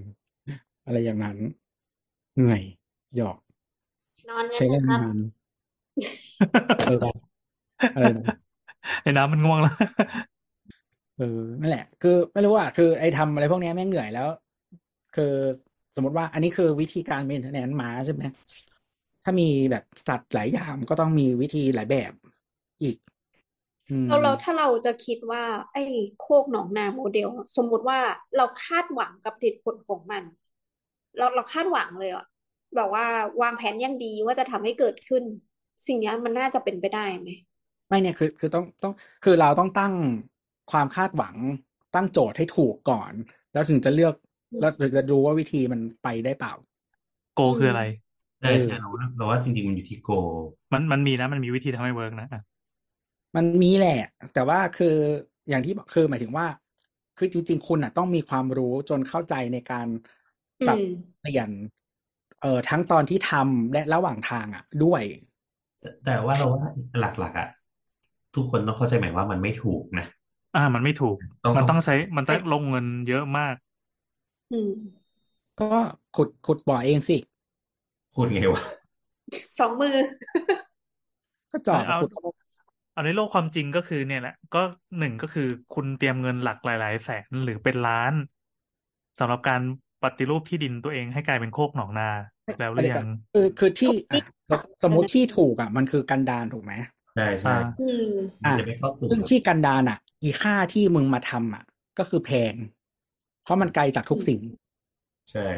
S5: อะไรอย่างนั้น เหนื่อย หยอก
S6: นอนกัน
S5: ใช้แรง
S6: เถอะครับ
S5: งานอะไรแบบอะไรแบบ
S3: ไอ้น้ำมันง่วงแล้ว
S5: เออนั่นแหละ คือไม่รู้อ่ะคือไอ้ทำอะไรพวกเนี้ยแม่งเหนื่อยแล้ว คือสมมติว่า อันนี้คือวิธีการเมนเทนแนนม้าใช่ไหมถ้ามีแบบสัตว์หลายอย่างก็ต้องมีวิธีหลายแบบอีก อืม
S6: เราเราถ้าเราจะคิดว่า ไอ้โคกหนองนาโมเดล สมมุติว่าเราคาดหวังกับผลิตผลของมัน เราเราคาดหวังเลยอะแบบว่าวางแผนอย่างดีว่าจะทำให้เกิดขึ้น สิ่งเนี้ยมันน่าจะเป็นไปได้ไหม
S5: ไม่เนี่ยคือคือต้องต้องคือเราต้องตั้งความคาดหวังตั้งโจทย์ให้ถูกก่อน แล้วถึงจะเลือกแล้วถึงจะดูว่าวิธีมันไปได้เปล่า
S3: โกคืออะไร
S4: ใช่ใช่เราว่าเราว่าจริงๆมันอยู่ที่โก
S3: มันมันมีนะมันมีวิธีทำให้เวิร์กนะอ่ะ
S5: มันมีแหละ แต่ว่าคืออย่างที่บอกคือหมายถึงว่า คือจริง ๆ คุณอ่ะต้องมีความรู้จนเข้าใจในการปรับ
S6: อืม
S5: เปลี่ยนเอ่อทั้งตอนที่ทำและระหว่างทางอ่ะ ด้วย
S4: แต่แต่ว่าเราว่าหลักๆอ่ะทุกคนต้องเข้าใจหมายว่ามันไม่ถูกนะ
S3: อ่า มันไม่ถูก
S4: ต้อง
S3: มัน
S4: ต้
S3: ต้
S4: อ
S3: อง งใช้มันต้องลงเงินเยอะมาก
S6: อืม
S5: ก็ขุดขุดบ่อเองสิ
S4: พูดไงวะ
S6: สองมือ
S5: ก็จอบ
S3: เอา
S5: ขุดเข้าไป
S3: เอาในโลกความจริงก็คือเนี่ยแหละ ก็หนึ่งก็คือคุณเตรียมเงินหลักหลาย ๆ แสนหรือเป็นล้านสำหรับการปฏิรูปที่ดินตัวเองให้กลายเป็นโคกหนองนาแล้วหรือยัง
S5: คือคือที่อ่ะสมสมมติที่ถูกอ่ะ มันคือกันดารถูกไหม
S4: ใช่ใช่
S3: อ่า
S6: อืม
S4: มัน
S5: อ่ะ
S4: จะไม่เข้าถูก
S5: ซึ่งที่กันดารอ่ะ อีค่าที่มึงมาทำอ่ะ ก็คือแพง เพราะมันไกลจากทุกสิ่ง
S4: ใช่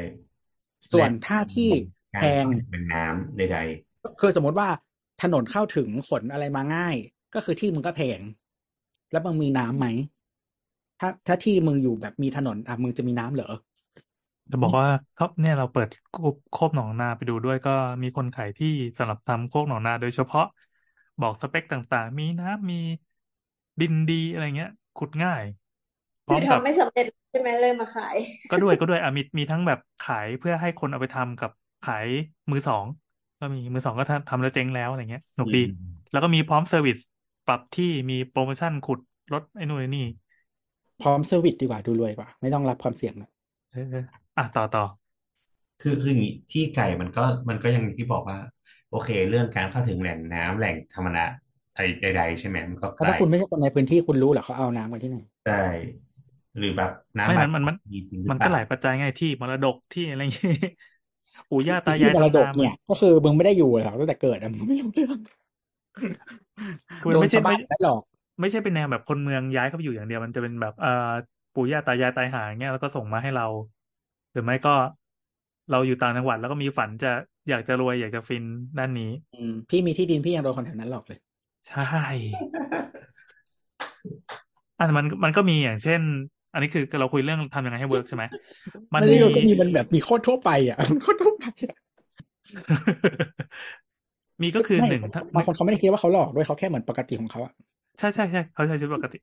S5: ส่วนถ้าที่
S4: การ
S5: แพง
S4: เป็นน้ำใด
S5: คือสมมติว่าถนนเข้าถึงขนอะไรมาง่าย ก็คือที่มึงก็แพง แล้วมึงมีน้ำไหม ถ้าถ้าที่มึงอยู่แบบมีถนนอ่ะมึงจะมีน้ำเหรอ
S3: จะบอกว่าครับเนี่ยเราเปิดโคกหนองนาไปดูด้วยก็มีคนขายที่สำหรับทำโคกหนองนา โดยเฉพาะบอกสเปคต่างๆ มีน้ำมีดินดีอะไรเงี้ย ขุดง่าย พร้
S6: คือ
S3: ม
S6: อ
S3: กับ
S6: ทำไม่สำเร็จใช่ไหมเลยมาขาย
S3: ก็ด้วยก็ด้วยอ่ะมีมีทั้งแบบขายเพื่อให้คนเอาไปทำกับขายมือสอง ก็มีมือสองก็ทำทำแล้วเจ๊งแล้วอะไรเงี้ยส
S4: ๆ
S3: นุกดี แล้วก็มีพร้อมเซอร์วิสปรับที่มีโปรโมชั่นขุดลดไอ้นู่นไอ้นี่
S5: พร้อมเซอร์วิสดีกว่าดูรวยกว่า ไม่ต้องรับความเสี่ยงนะ
S3: เอออ่ะต่อต่อ
S4: คือคืออย่างนี้ที่ไก่มันก็มันก็ยังที่บอกว่า โอเค เรื่องการเข้าถึงแหล่งน้ำแหล่งธรรมะอะไรใด ๆ ใช่ไหมมันก็
S5: เพ
S4: ไก
S5: ราะ
S4: ล
S5: ถ้าคุณไม่ใช่คนในพื้นที่คุณรู้เหรอเขาเอาน้ำกันที่ไหน
S4: ได้หรือแบบน้ำ
S3: ไม่
S4: บา
S3: นั้นมันมัน
S4: มีจริงหรือ
S3: มัน
S4: เป
S3: ก็
S4: ล่า
S3: หลายปัจจัยไงที่มรดกที่อะไรอย่างงี้ ปู่ย่าตา
S5: ที่
S3: ยาย
S5: มรด
S3: ทำนา
S5: กเนี่ย ก็คือมึงไม่ได้อยู่หรอกตั้งแต่เกิดอะมึงไม่รู้เรื่อง
S3: คือมั
S5: โด
S3: น
S5: น
S3: ไม่ใช่
S5: ชาวบ้า
S3: ไม่
S5: นได้หลอก
S3: ไม่ใช่เป็นแนวแบบคนเมืองย้ายเข้าไปอยู่อย่างเดียวมันจะเป็นแบบเอ่อปู่ย่าตายายตายหาเงี้ยแล้วก็ส่งมาให้เรา หรือไม่ก็เราอยู่ต่างจังหวัด แล้วก็มีฝันจะอยากจะรวยอยากจะฟินด้านนี้
S5: อืมพี่มีที่ดินพี่ยังโดนคนแถวนั้นหลอกเลย
S3: ใช่ อันมันมันก็มีอย่างเช่น อันนี้คือเราคุยเรื่องทำยังไงให้เวิร์กใช่ไหมมัน
S5: แล้วนี่
S3: มี
S5: มันก็มีมันแบบมีโคตรทั่วไปอ่ะ โคตรทั่วไปอะ
S3: มีก็คือ
S5: ไม่
S3: หนึ่งถ้า
S5: บางคนเขาไม่ได้คิดว่าเขาหลอกด้วยเขาแค่เหมือนปกติของเขาอะ
S3: ใช่ใช่ใช่เขาใช้ชีวิตปกติ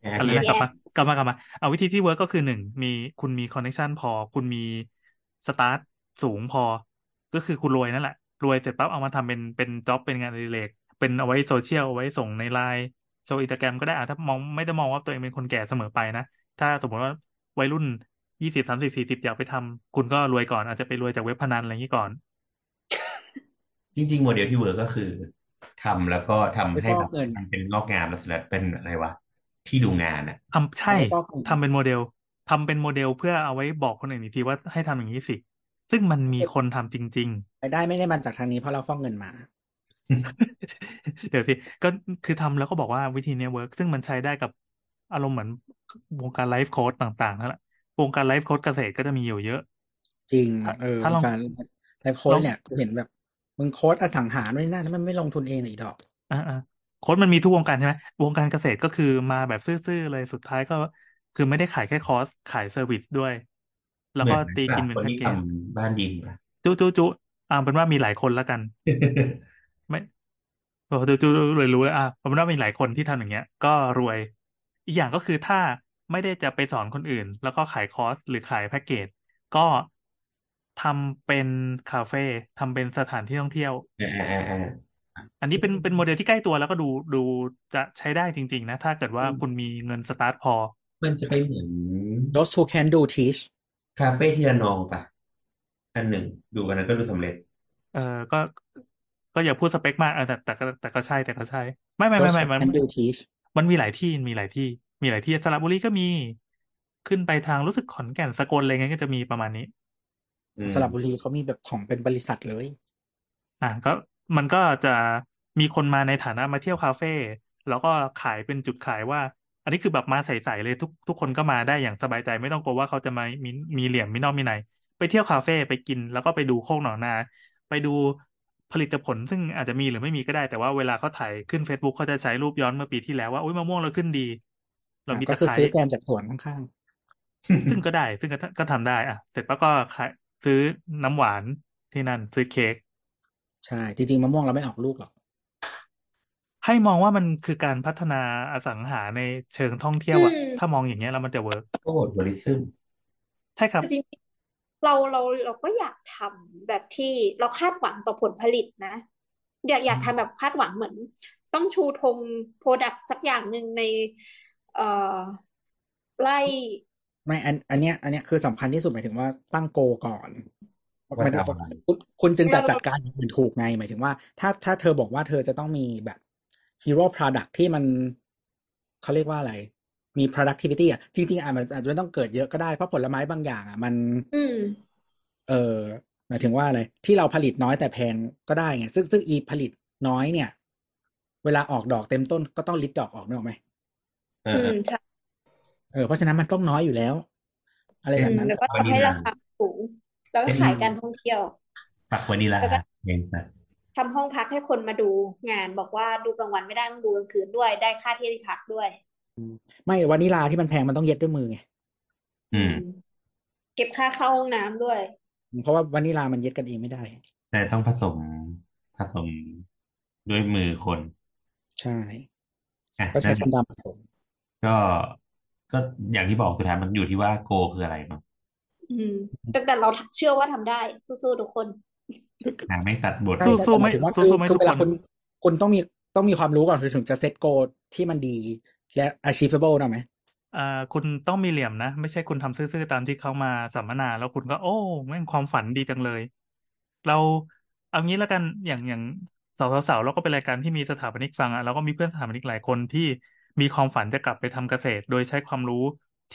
S4: แอบ
S3: อะไร
S4: แย
S3: นะกลับมากลับมากลับมาเอาวิธีที่เวิร์กก็คือหนึ่งมีคุณมีคอนเน t ชันพอ คุณมีสตาร์ทสูงพอ ก็คือคุณรวยนั่นแหละ รวยเสร็จปั๊บเอามาทำเป็นเป็นจ็อบเป็นงานอดิเรกเป็นเอาไว้โซเชียลเอาไว้ส่งในไลน์โชว์อินสตาแกรมก็ได้อะถ้ามองไม่ได้มองว่าตัวเองเป็นคนแก่เสมอไปนะ ถ้าสมมติว่าวัยรุ่นยี่สิบสามสิบสี่สิบอยากไปทำคุณก็รวยก่อนอาจจะไปรวยจากเว็บพนันอะไรอย่างนี้ก่อน
S4: จริง ๆ โมเดลที่เวิร์กก็คือทำแล้วก็ทำ
S5: ไป
S4: ให้
S5: ฟอ
S4: แบ
S5: ก
S4: บ
S5: เงิน
S4: มันเป็นงอกงามแล้วเสร็จแล้วเป็นอะไรวะที่ดูงานอ่ะ
S3: ทำใช่
S5: ไปฟอกเงิน
S3: ทำเป็นโมเดลทำเป็นโมเดลเพื่อเอาไว้บอกคนอื่นอีกทีว่าให้ทำอย่างนี้สิ ซึ่งมันมีคนทำจริง
S5: รายได้ไม่ได้มาจากทางนี้เพราะเราฟอกเงินมา
S3: ๆ เดี๋ยวพี่ก็คือทำแล้วก็บอกว่าวิธีเนี้ยเวิร์กซึ่งมันใช้ได้กับอารมณ์เหมือนวงการไลฟ์โค้ดต่างๆนั่นแหละวงการไลฟ์โค้ดเกษตรก็จะมีอยู่เยอะ
S5: จริง
S3: ถ้า
S5: เออ
S3: ถ้าลอง
S5: การไลฟ์โค้ดเนี่ยกูเห็นแบบ มึงโค้ดอสังหาด้วยนะแล้วมันไม่ลงทุนเองเลยอีดอก
S3: อ่าๆโค้ดมันมีทุกวงการใช่ไหมวงการเกษตรก็คือมาแบบซื่อๆเลยสุดท้ายก็ คือไม่ได้ขายแค่คอร์สขายเซอร์วิสด้วย แล้ว
S4: เหมื
S3: ก็
S4: อน
S3: ตี
S4: สา
S3: กิ
S4: ม
S3: นเป็
S4: คน น
S3: แพ็ก
S4: ที่
S3: เก
S4: ท
S3: จ
S4: ำบ้านดินป่ะ
S3: จุจุจุอ่าเป็นว่ามีหลายคนแล้วกัน ไม่โอ้ดูดูดูเลยรู้แล้วอ่ะผมว่ามีหลายคนที่ทำอย่างเงี้ย ก็รวย อีกอย่างก็คือถ้าไม่ได้จะไปสอนคนอื่น แล้วก็ขายคอร์สหรือขายแพ็กเกจ ก็ทำเป็นคาเฟ่ทำเป็นสถานที่ท่องเที่ยว
S4: อ่าอ่าอ่าอ่า
S3: อันนี้เป็นเป็นโมเดลที่ใกล้ตัวแล้วก็ดูดูจะใช้ได้จริง ๆ นะ ถ้าเกิดว่า
S5: อืม
S3: คุณมีเงินสตาร์ทพอ
S4: มันจะเป็นเหมือน
S5: those who can do teach
S4: คาเฟ่ที่ระนองป่ะ อันหนึ่งดูอันนั้นก็ดูสำเร็จ
S3: เออก็ก็อย่าพูดสเปคมากเออแต่แต่ก็แต่ก็ใช่แต่ก็ใช่ ไม่ไม่ไม่
S5: those
S3: ไม่
S5: who
S3: มัน
S5: can do teach
S3: มันมีหลายที่มีหลายที่ มีหลายที่สระบุรีก็มี ขึ้นไปทางรู้สึกขอนแก่นสกลอะไรเงี้ยก็จะมีประมาณนี้
S4: อืม
S5: สระบุรีเขามีแบบของเป็นบริษัทเลย
S3: อ่ะก็มันก็จะมีคนมาในฐานะมาเที่ยวคาเฟ่แล้วก็ขายเป็นจุดขายว่า อันนี้คือแบบมาใส่ๆเลยทุกทุกคนก็มาได้อย่างสบายใจไม่ต้องกลัวว่าเขาจะมามีมีเหลี่ยมมีนอกมีในไปเที่ยวคาเฟ่ไปกิน แล้วก็ไปดูโคกหนองนา ไปดู ผลิตผลซึ่งอาจจะมีหรือไม่มีก็ได้ แต่ว่าเวลาเขาถ่ายขึ้น Facebook เขาจะใช้รูปย้อนเมื่อปีที่แล้วว่าอุ้ยมะม่วงเราขึ้นดี เรามี
S5: ก็
S3: ตะ
S5: คือ
S3: ไคร้
S5: ซื้อแซมจากสวนข้าง
S3: ซึ่งก็ได้ ซึ่งก็ก็ทำได้อ่ะเสร็จปั๊บก็ขายซื้อน้ำหวานที่นั่นซื้อเค้ก
S5: ๆ ใช่ จริงๆมะม่วงเราไม่ออกลูกหรอก
S3: ให้มองว่ามันคือการพัฒนาอสังหาในเชิงท่องเที่ยวอะ
S6: อืม
S3: ถ้ามองอย่างเงี้ยแล้วมันจะเวิร์ก
S4: ก็บทบริซึม
S3: ใช่ครับ
S6: จริงๆเราเราเราก็อยากทำแบบที่เราคาดหวังต่อผลผลิตนะอยากอยากทำแบบคาดหวังเหมือน ต้องชูธงโปรดักต์สักอย่างหนึ่งใน เอ่อไล่
S5: ไม่อันอันเนี้ยอันเนี้ยคือสำคัญที่สุดหมายถึงว่าตั้งโกก่อนมัน
S4: จะเอาอะไร
S5: คุณคุณจึงจะจัดการอย่างอื่นถูกไงหมายถึงว่า ถ้าถ้าเธอบอกว่าเธอจะต้องมีแบบฮีโร่ product ที่มันเขาเรียกว่าอะไร มี productivity อ่ะจริงๆอ่ะมันอาจจะไม่ต้องเกิดเยอะก็ได้เพราะผลไม้บางอย่างอ่ะมัน
S6: อืม
S5: เออหมายถึงว่าอะไรที่เราผลิตน้อยแต่แพงก็ได้ไงซึ่งซึ่งอีผลิตน้อยเนี่ย เวลาออกดอกเต็มต้นก็ต้องลิดดอกออกนึกออกไหม
S4: เอ
S6: อื
S4: อ
S6: มใช่
S5: เออเพราะฉะนั้นมันต้องน้อยอยู่แล้ว อะไร
S6: อื
S5: แบบ
S6: ม
S5: นั้น
S6: แล้วก็ทำให้ราคาสูงแล้วก็ขายการท่องเที่ยว
S4: สักวานิลา
S6: แล้วก็
S4: เองสัตว์
S6: ทำห้องพักให้คนมาดูงานบอกว่าดูกลางวันไม่ได้ต้องดูกลางคืนด้วย ได้ค่าที่พักด้วย
S5: ไม่วานิลาที่มันแพงมันต้องเย็ดด้วยมือไง
S4: อืม
S6: เก็บค่าเข้าห้องน้ำด้วย
S5: เพราะว่าวานิลามันเย็ดกันเองไม่ได้
S4: ใช่ต้องผสมผสมด้วยมือคน
S5: ใช่
S4: อ่ะ
S5: ก็ใช้
S4: นั่นแห
S5: ค
S4: ละ
S5: นดำผสม
S4: ก็ก็อย่างที่บอกสุดท้ายมันอยู่ที่ว่าโกคืออะไรเนาะ
S6: อืมแต่แต่เราเชื่อว่าทำได้ สู้ๆทุกคน
S4: หนังไม่ตัดบท
S5: ใช่
S3: สู้สู้
S5: ใช่แต่ห
S3: ไหม
S5: มายถึง
S3: สู้
S5: ว่าคือ
S3: สู้ไหม
S5: คือ
S3: ทุก
S5: เวลา
S3: ค
S5: คน นคนต้องมีต้องมีความรู้ก่อนถึงจะเซตโกที่มันดีและ achievable นะไหม
S3: อ่าคุณต้องมีเหลี่ยมนะ ไม่ใช่คุณทำซื่อๆตามที่เขามาสัมมนา แล้วคุณก็ โอ้แม่งความฝันดีจังเลย เราเอางี้แล้วกันอย่างอย่างสาวสาวๆเราก็เป็นรายการที่มีสถาปนิกฟังอ่ะเราก็มีเพื่อนสถาปนิกหลายคนที่มีความฝันจะกลับไปทำเกษตร โดยใช้ความรู้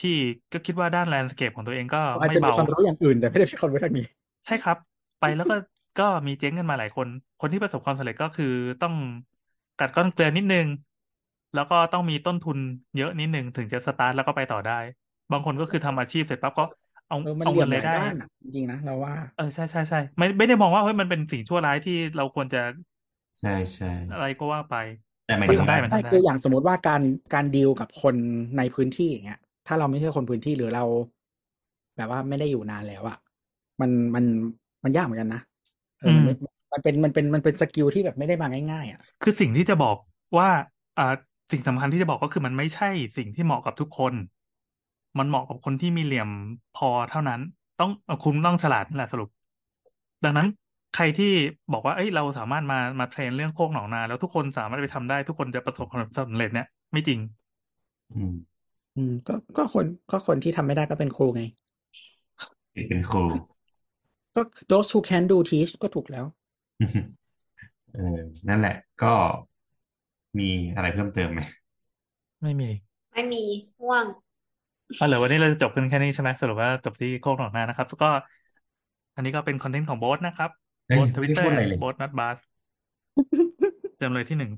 S3: ที่ก็คิดว่าด้านแลนด์สเคปของตัวเองก็
S5: อาจ
S3: ไม่
S5: จะมี
S3: เบา
S5: ความรู้อย่างอื่นแต่ไม่ได้มีความรู้ทางนี้
S3: ใช่ครับ ไปแล้วก็ก็มีเจ๊งกันมาหลายคน คนที่ประสบความสำเร็จก็คือต้องกัดก้อนเกลือนิดนึง แล้วก็ต้องมีต้นทุนเยอะนิดนึงถึงจะสตาร์ทแล้วก็ไปต่อได้ บางคนก็คือทำอาชีพเสร็จปั๊บก็เอา
S5: เออมัน
S3: เอา
S5: เหลี่
S3: เงิ
S5: ยม
S3: น
S5: ห
S3: ราได้
S5: ลาย ยด้านอะจริงๆนะเราว่า
S3: เออใช่ใช่ใช่ไม่ไม่ได้มองว่าเฮ้ยมันเป็นสิ่งชั่วร้ายที่เราควรจะ
S4: ใช่ใช่
S3: อะไรก็ว่าไป
S4: แต่หมาย
S3: มัน
S4: ถึง
S3: ทำได้
S4: ว่า
S3: มัน
S5: ไม่
S3: ทำได้
S5: คืออย่างสมมติว่าการการดีลกับคนในพื้นที่อย่างเงี้ย ถ้าเราไม่ใช่คนพื้นที่หรือเรา แบบว่าไม่ได้อยู่นานแล้วอะมันมันมันยากเหมือนกันนะเออมันไม่มันเป็นมันเป็นมันเป็นสกิลที่แบบไม่ได้มาง่ายๆอะ
S3: คือสิ่งที่จะบอกว่าอ่าสิ่งสำคัญที่จะบอกก็คือมันไม่ใช่สิ่งที่เหมาะกับทุกคน มันเหมาะกับคนที่มีเหลี่ยมพอเท่านั้น ต้องเอ่อคุณต้องฉลาดนั่นแหละสรุป ดังนั้นใครที่บอกว่าเอ้ยเราสามารถมามาเทรนเรื่องโคกหนองนา แล้วทุกคนสามารถไปทำได้ทุกคนจะประสบความสำเร็จเนี่ยไม่จริง
S4: อืม
S5: อืม ก็ก็คนก็คนที่ทำไม่ได้ก็เป็นครูไง
S4: เป็นครู
S5: ก็ those who can do teach ก็ถูกแล้ว
S4: เออนั่นแหละ ก็มีอะไรเพิ่มเติมไหม
S3: ไม่มี
S6: ไม่มีห่วง
S3: เอาเหรอวันนี้เราจะจบกันแค่นี้ใช่ไหมสรุปว่าจบที่โคกหนองนานะครับก็ อันนี้ก็เป็นคอนเทนต์ของโบ๊ทนะครับ
S4: เฮ้ย
S3: โบ๊ททวิต
S4: ไม่
S3: เตอ
S4: พูด
S3: ร์
S4: อะไรเลย
S3: โบ๊ทนัดบาสจำเลยที่หนึ่ง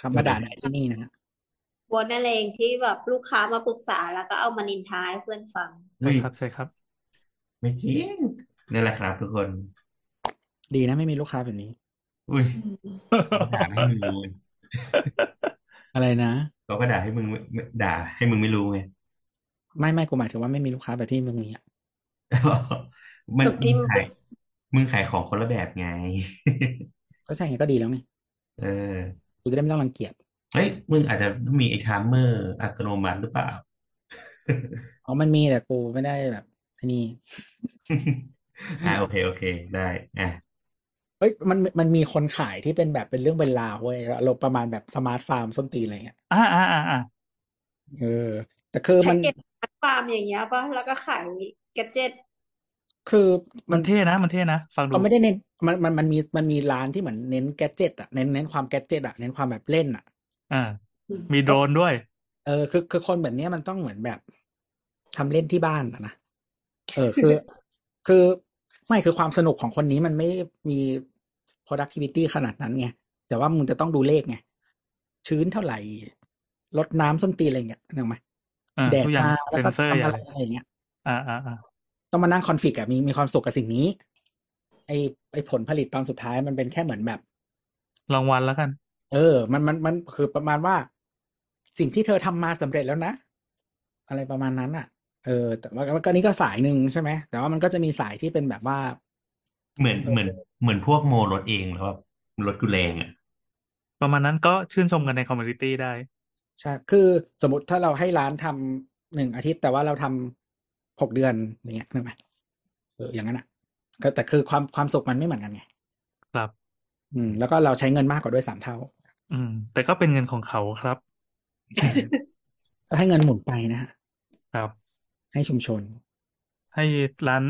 S5: คำมาด่าได้ที่นี่นะฮะ
S6: วนนั่นเองที่แบบลูกค้ามาปรึกษาแล้วก็เอามานินทาให้เพื่อนฟัง
S3: ใช่
S4: เฮ้ย
S3: ครับใช่ครับ
S4: ไม่จริงนั่นแหละครับทุกคน
S5: ดีนะไม่มีลูกค้าแบบนี้
S4: อุ้ยเขาด่าไม่ให้มึงรู้ไง
S5: อะไรนะ
S4: เขาก็ด่าให้มึงไม่ด่า ให้มึงไม่รู้ ไง
S5: ไม่ไม่กูหมายถึงว่าไม่มีลูกค้าแบบที่มึงมีอะ
S4: มัน
S6: แบบที่
S4: มึงขาย
S6: มัน
S4: มึงขายของคนละแบบไง
S5: ก็ใช่ไงก็ดีแล้วไง
S4: เออ
S5: กูจะได้ไม่ต้องรังเกียจ
S4: เฮ้ย มึงอาจจะมีไอ้ไทม์เมอร์อัตโนมัติหรือเปล่า
S5: อ๋อมันมีแต่กูไม่ได้แบบไอ้นี่
S4: อ่าโอเค โอเค ได้ อ่ะ
S5: เอ้ยมันมันมีคนขายที่เป็นแบบเป็นเรื่องเป็นราวเว้ยอารมณ์ประมาณแบบสมาร์ทฟาร์มส้นตีนอะไรเงี้ย
S3: อ่าอ่าอ่าอ่า
S5: เออ แต่คือ
S6: แพ็
S5: มั
S6: ก
S5: น
S6: เกจฟาร์มอย่างเงี้ยป่ะแล้วก็ขายแกดเจ็ต
S5: คือ
S3: มั
S5: มัน น
S3: เท่นะ มันเท่นะ ฟังดู
S5: เขาไม่ได้เน้นมันมันมันมีมันมีร้านที่เหมือนเน้นแกดเจิตอะเน้นเน้นความแกดเจิตอะเน้นความแบบเล่นอะ
S3: อ่า มีโดรนด้วย
S5: เออคือคือคนแบบเนี้ยมันต้องเหมือนแบบทำเล่นที่บ้านอะนะเออ คือ คือไม่คือความสนุกของคนนี้มันไม่ได้มี productivity ขนาดนั้นไงแต่ว่ามึงจะต้องดูเลขไงชื้นเท่าไหร่ลดน้ำส้นตีนอะไรเงี้ยนึกออกไหม
S3: อ่า
S5: แดด
S3: ทุกอย่าง
S5: มา
S3: เซ
S5: แล้ว
S3: น
S5: ก็
S3: เซอร์อย่างเลย
S5: ทำอะไรอะไรอย่างเงี้ย
S3: อ่าอ่าอ่า
S5: ต้องมานั่งคอนฟลิกต์อะมีมีความสุขกับสิ่งนี้ไอ ไอไอผลผลิตตอนสุดท้ายมันเป็นแค่เหมือนแบบ
S3: รางวัลแล้วกัน
S5: เออ มันมันมันคือประมาณว่า สิ่งที่เธอทำมาสำเร็จแล้วนะ อะไรประมาณนั้นอ่ะ เออ แต่ว่าก็ก็นี่ก็สายหนึ่งใช่ไหมแต่ว่ามันก็จะมีสายที่เป็นแบบว่า
S4: เหมือนเหมือนเหมือนพวกโมรถเองแล้วแบบรถกูแรงอ่ะ
S3: ประมาณนั้นก็ชื่นชมกันในคอมมูนิตี้ได้
S5: ใช่ คือสมมติถ้าเราให้ร้านทำหนึ่งอาทิตย์ แต่ว่าเราทำหกเดือนอย่างเงี้ยนึกไหมเอออย่างนั้นอ่ะก็แต่คือความความสุขมันไม่เหมือนกันไง
S3: ครับ
S5: อืม แล้วก็เราใช้เงินมากกว่าด้วยสามเท่า
S3: อืม แต่ก็เป็นเงินของเขาครับ
S5: ก็ให้เงินหมุนไปนะฮะ
S3: ครับ
S5: ให้ชุมชน
S3: ให้ร้าน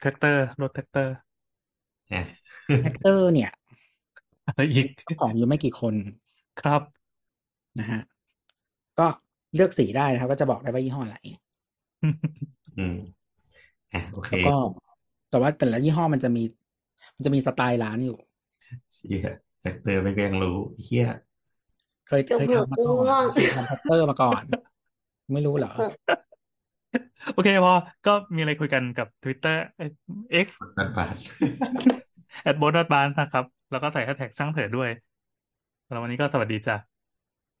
S3: แท็กเตอร์ รถแท็กเตอร์
S4: อ่ะ
S5: แฮกเตอร์เนี่ย
S3: อะไรอีก
S5: เจ้าของอยู่ไม่กี่คน
S3: ครับ
S5: นะฮะ ก็เลือกสีได้นะครับ ก็จะบอกได้ว่ายี่ห้ออะไร
S4: อืมอ่ะโอเค
S5: แล้วก็ แต่ว่าแต่ละยี่ห้อมันจะมี มันจะมีสไตล์ร้านอยู่
S4: เชี่ยแฟกเตอร์ไม่เพียงรู้เชี่ย
S5: เคยเคยทำมาก่อนเคยทำแฮกเตอร์มาก่อน ไม่รู้เหรอ
S3: โอเคพอ ก็มีอะไรคุยกันกับ Twitter เอ่อ X
S4: บาดบาด
S3: แอดบอสบานนะครับ แล้วก็ใส่แฮชแท็กช่างเถิดด้วยแล้ววันนี้ก็สวัสดีจ้ะ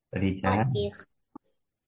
S4: สวัสดี
S6: สวั
S4: จ้า
S6: สดีค่ะ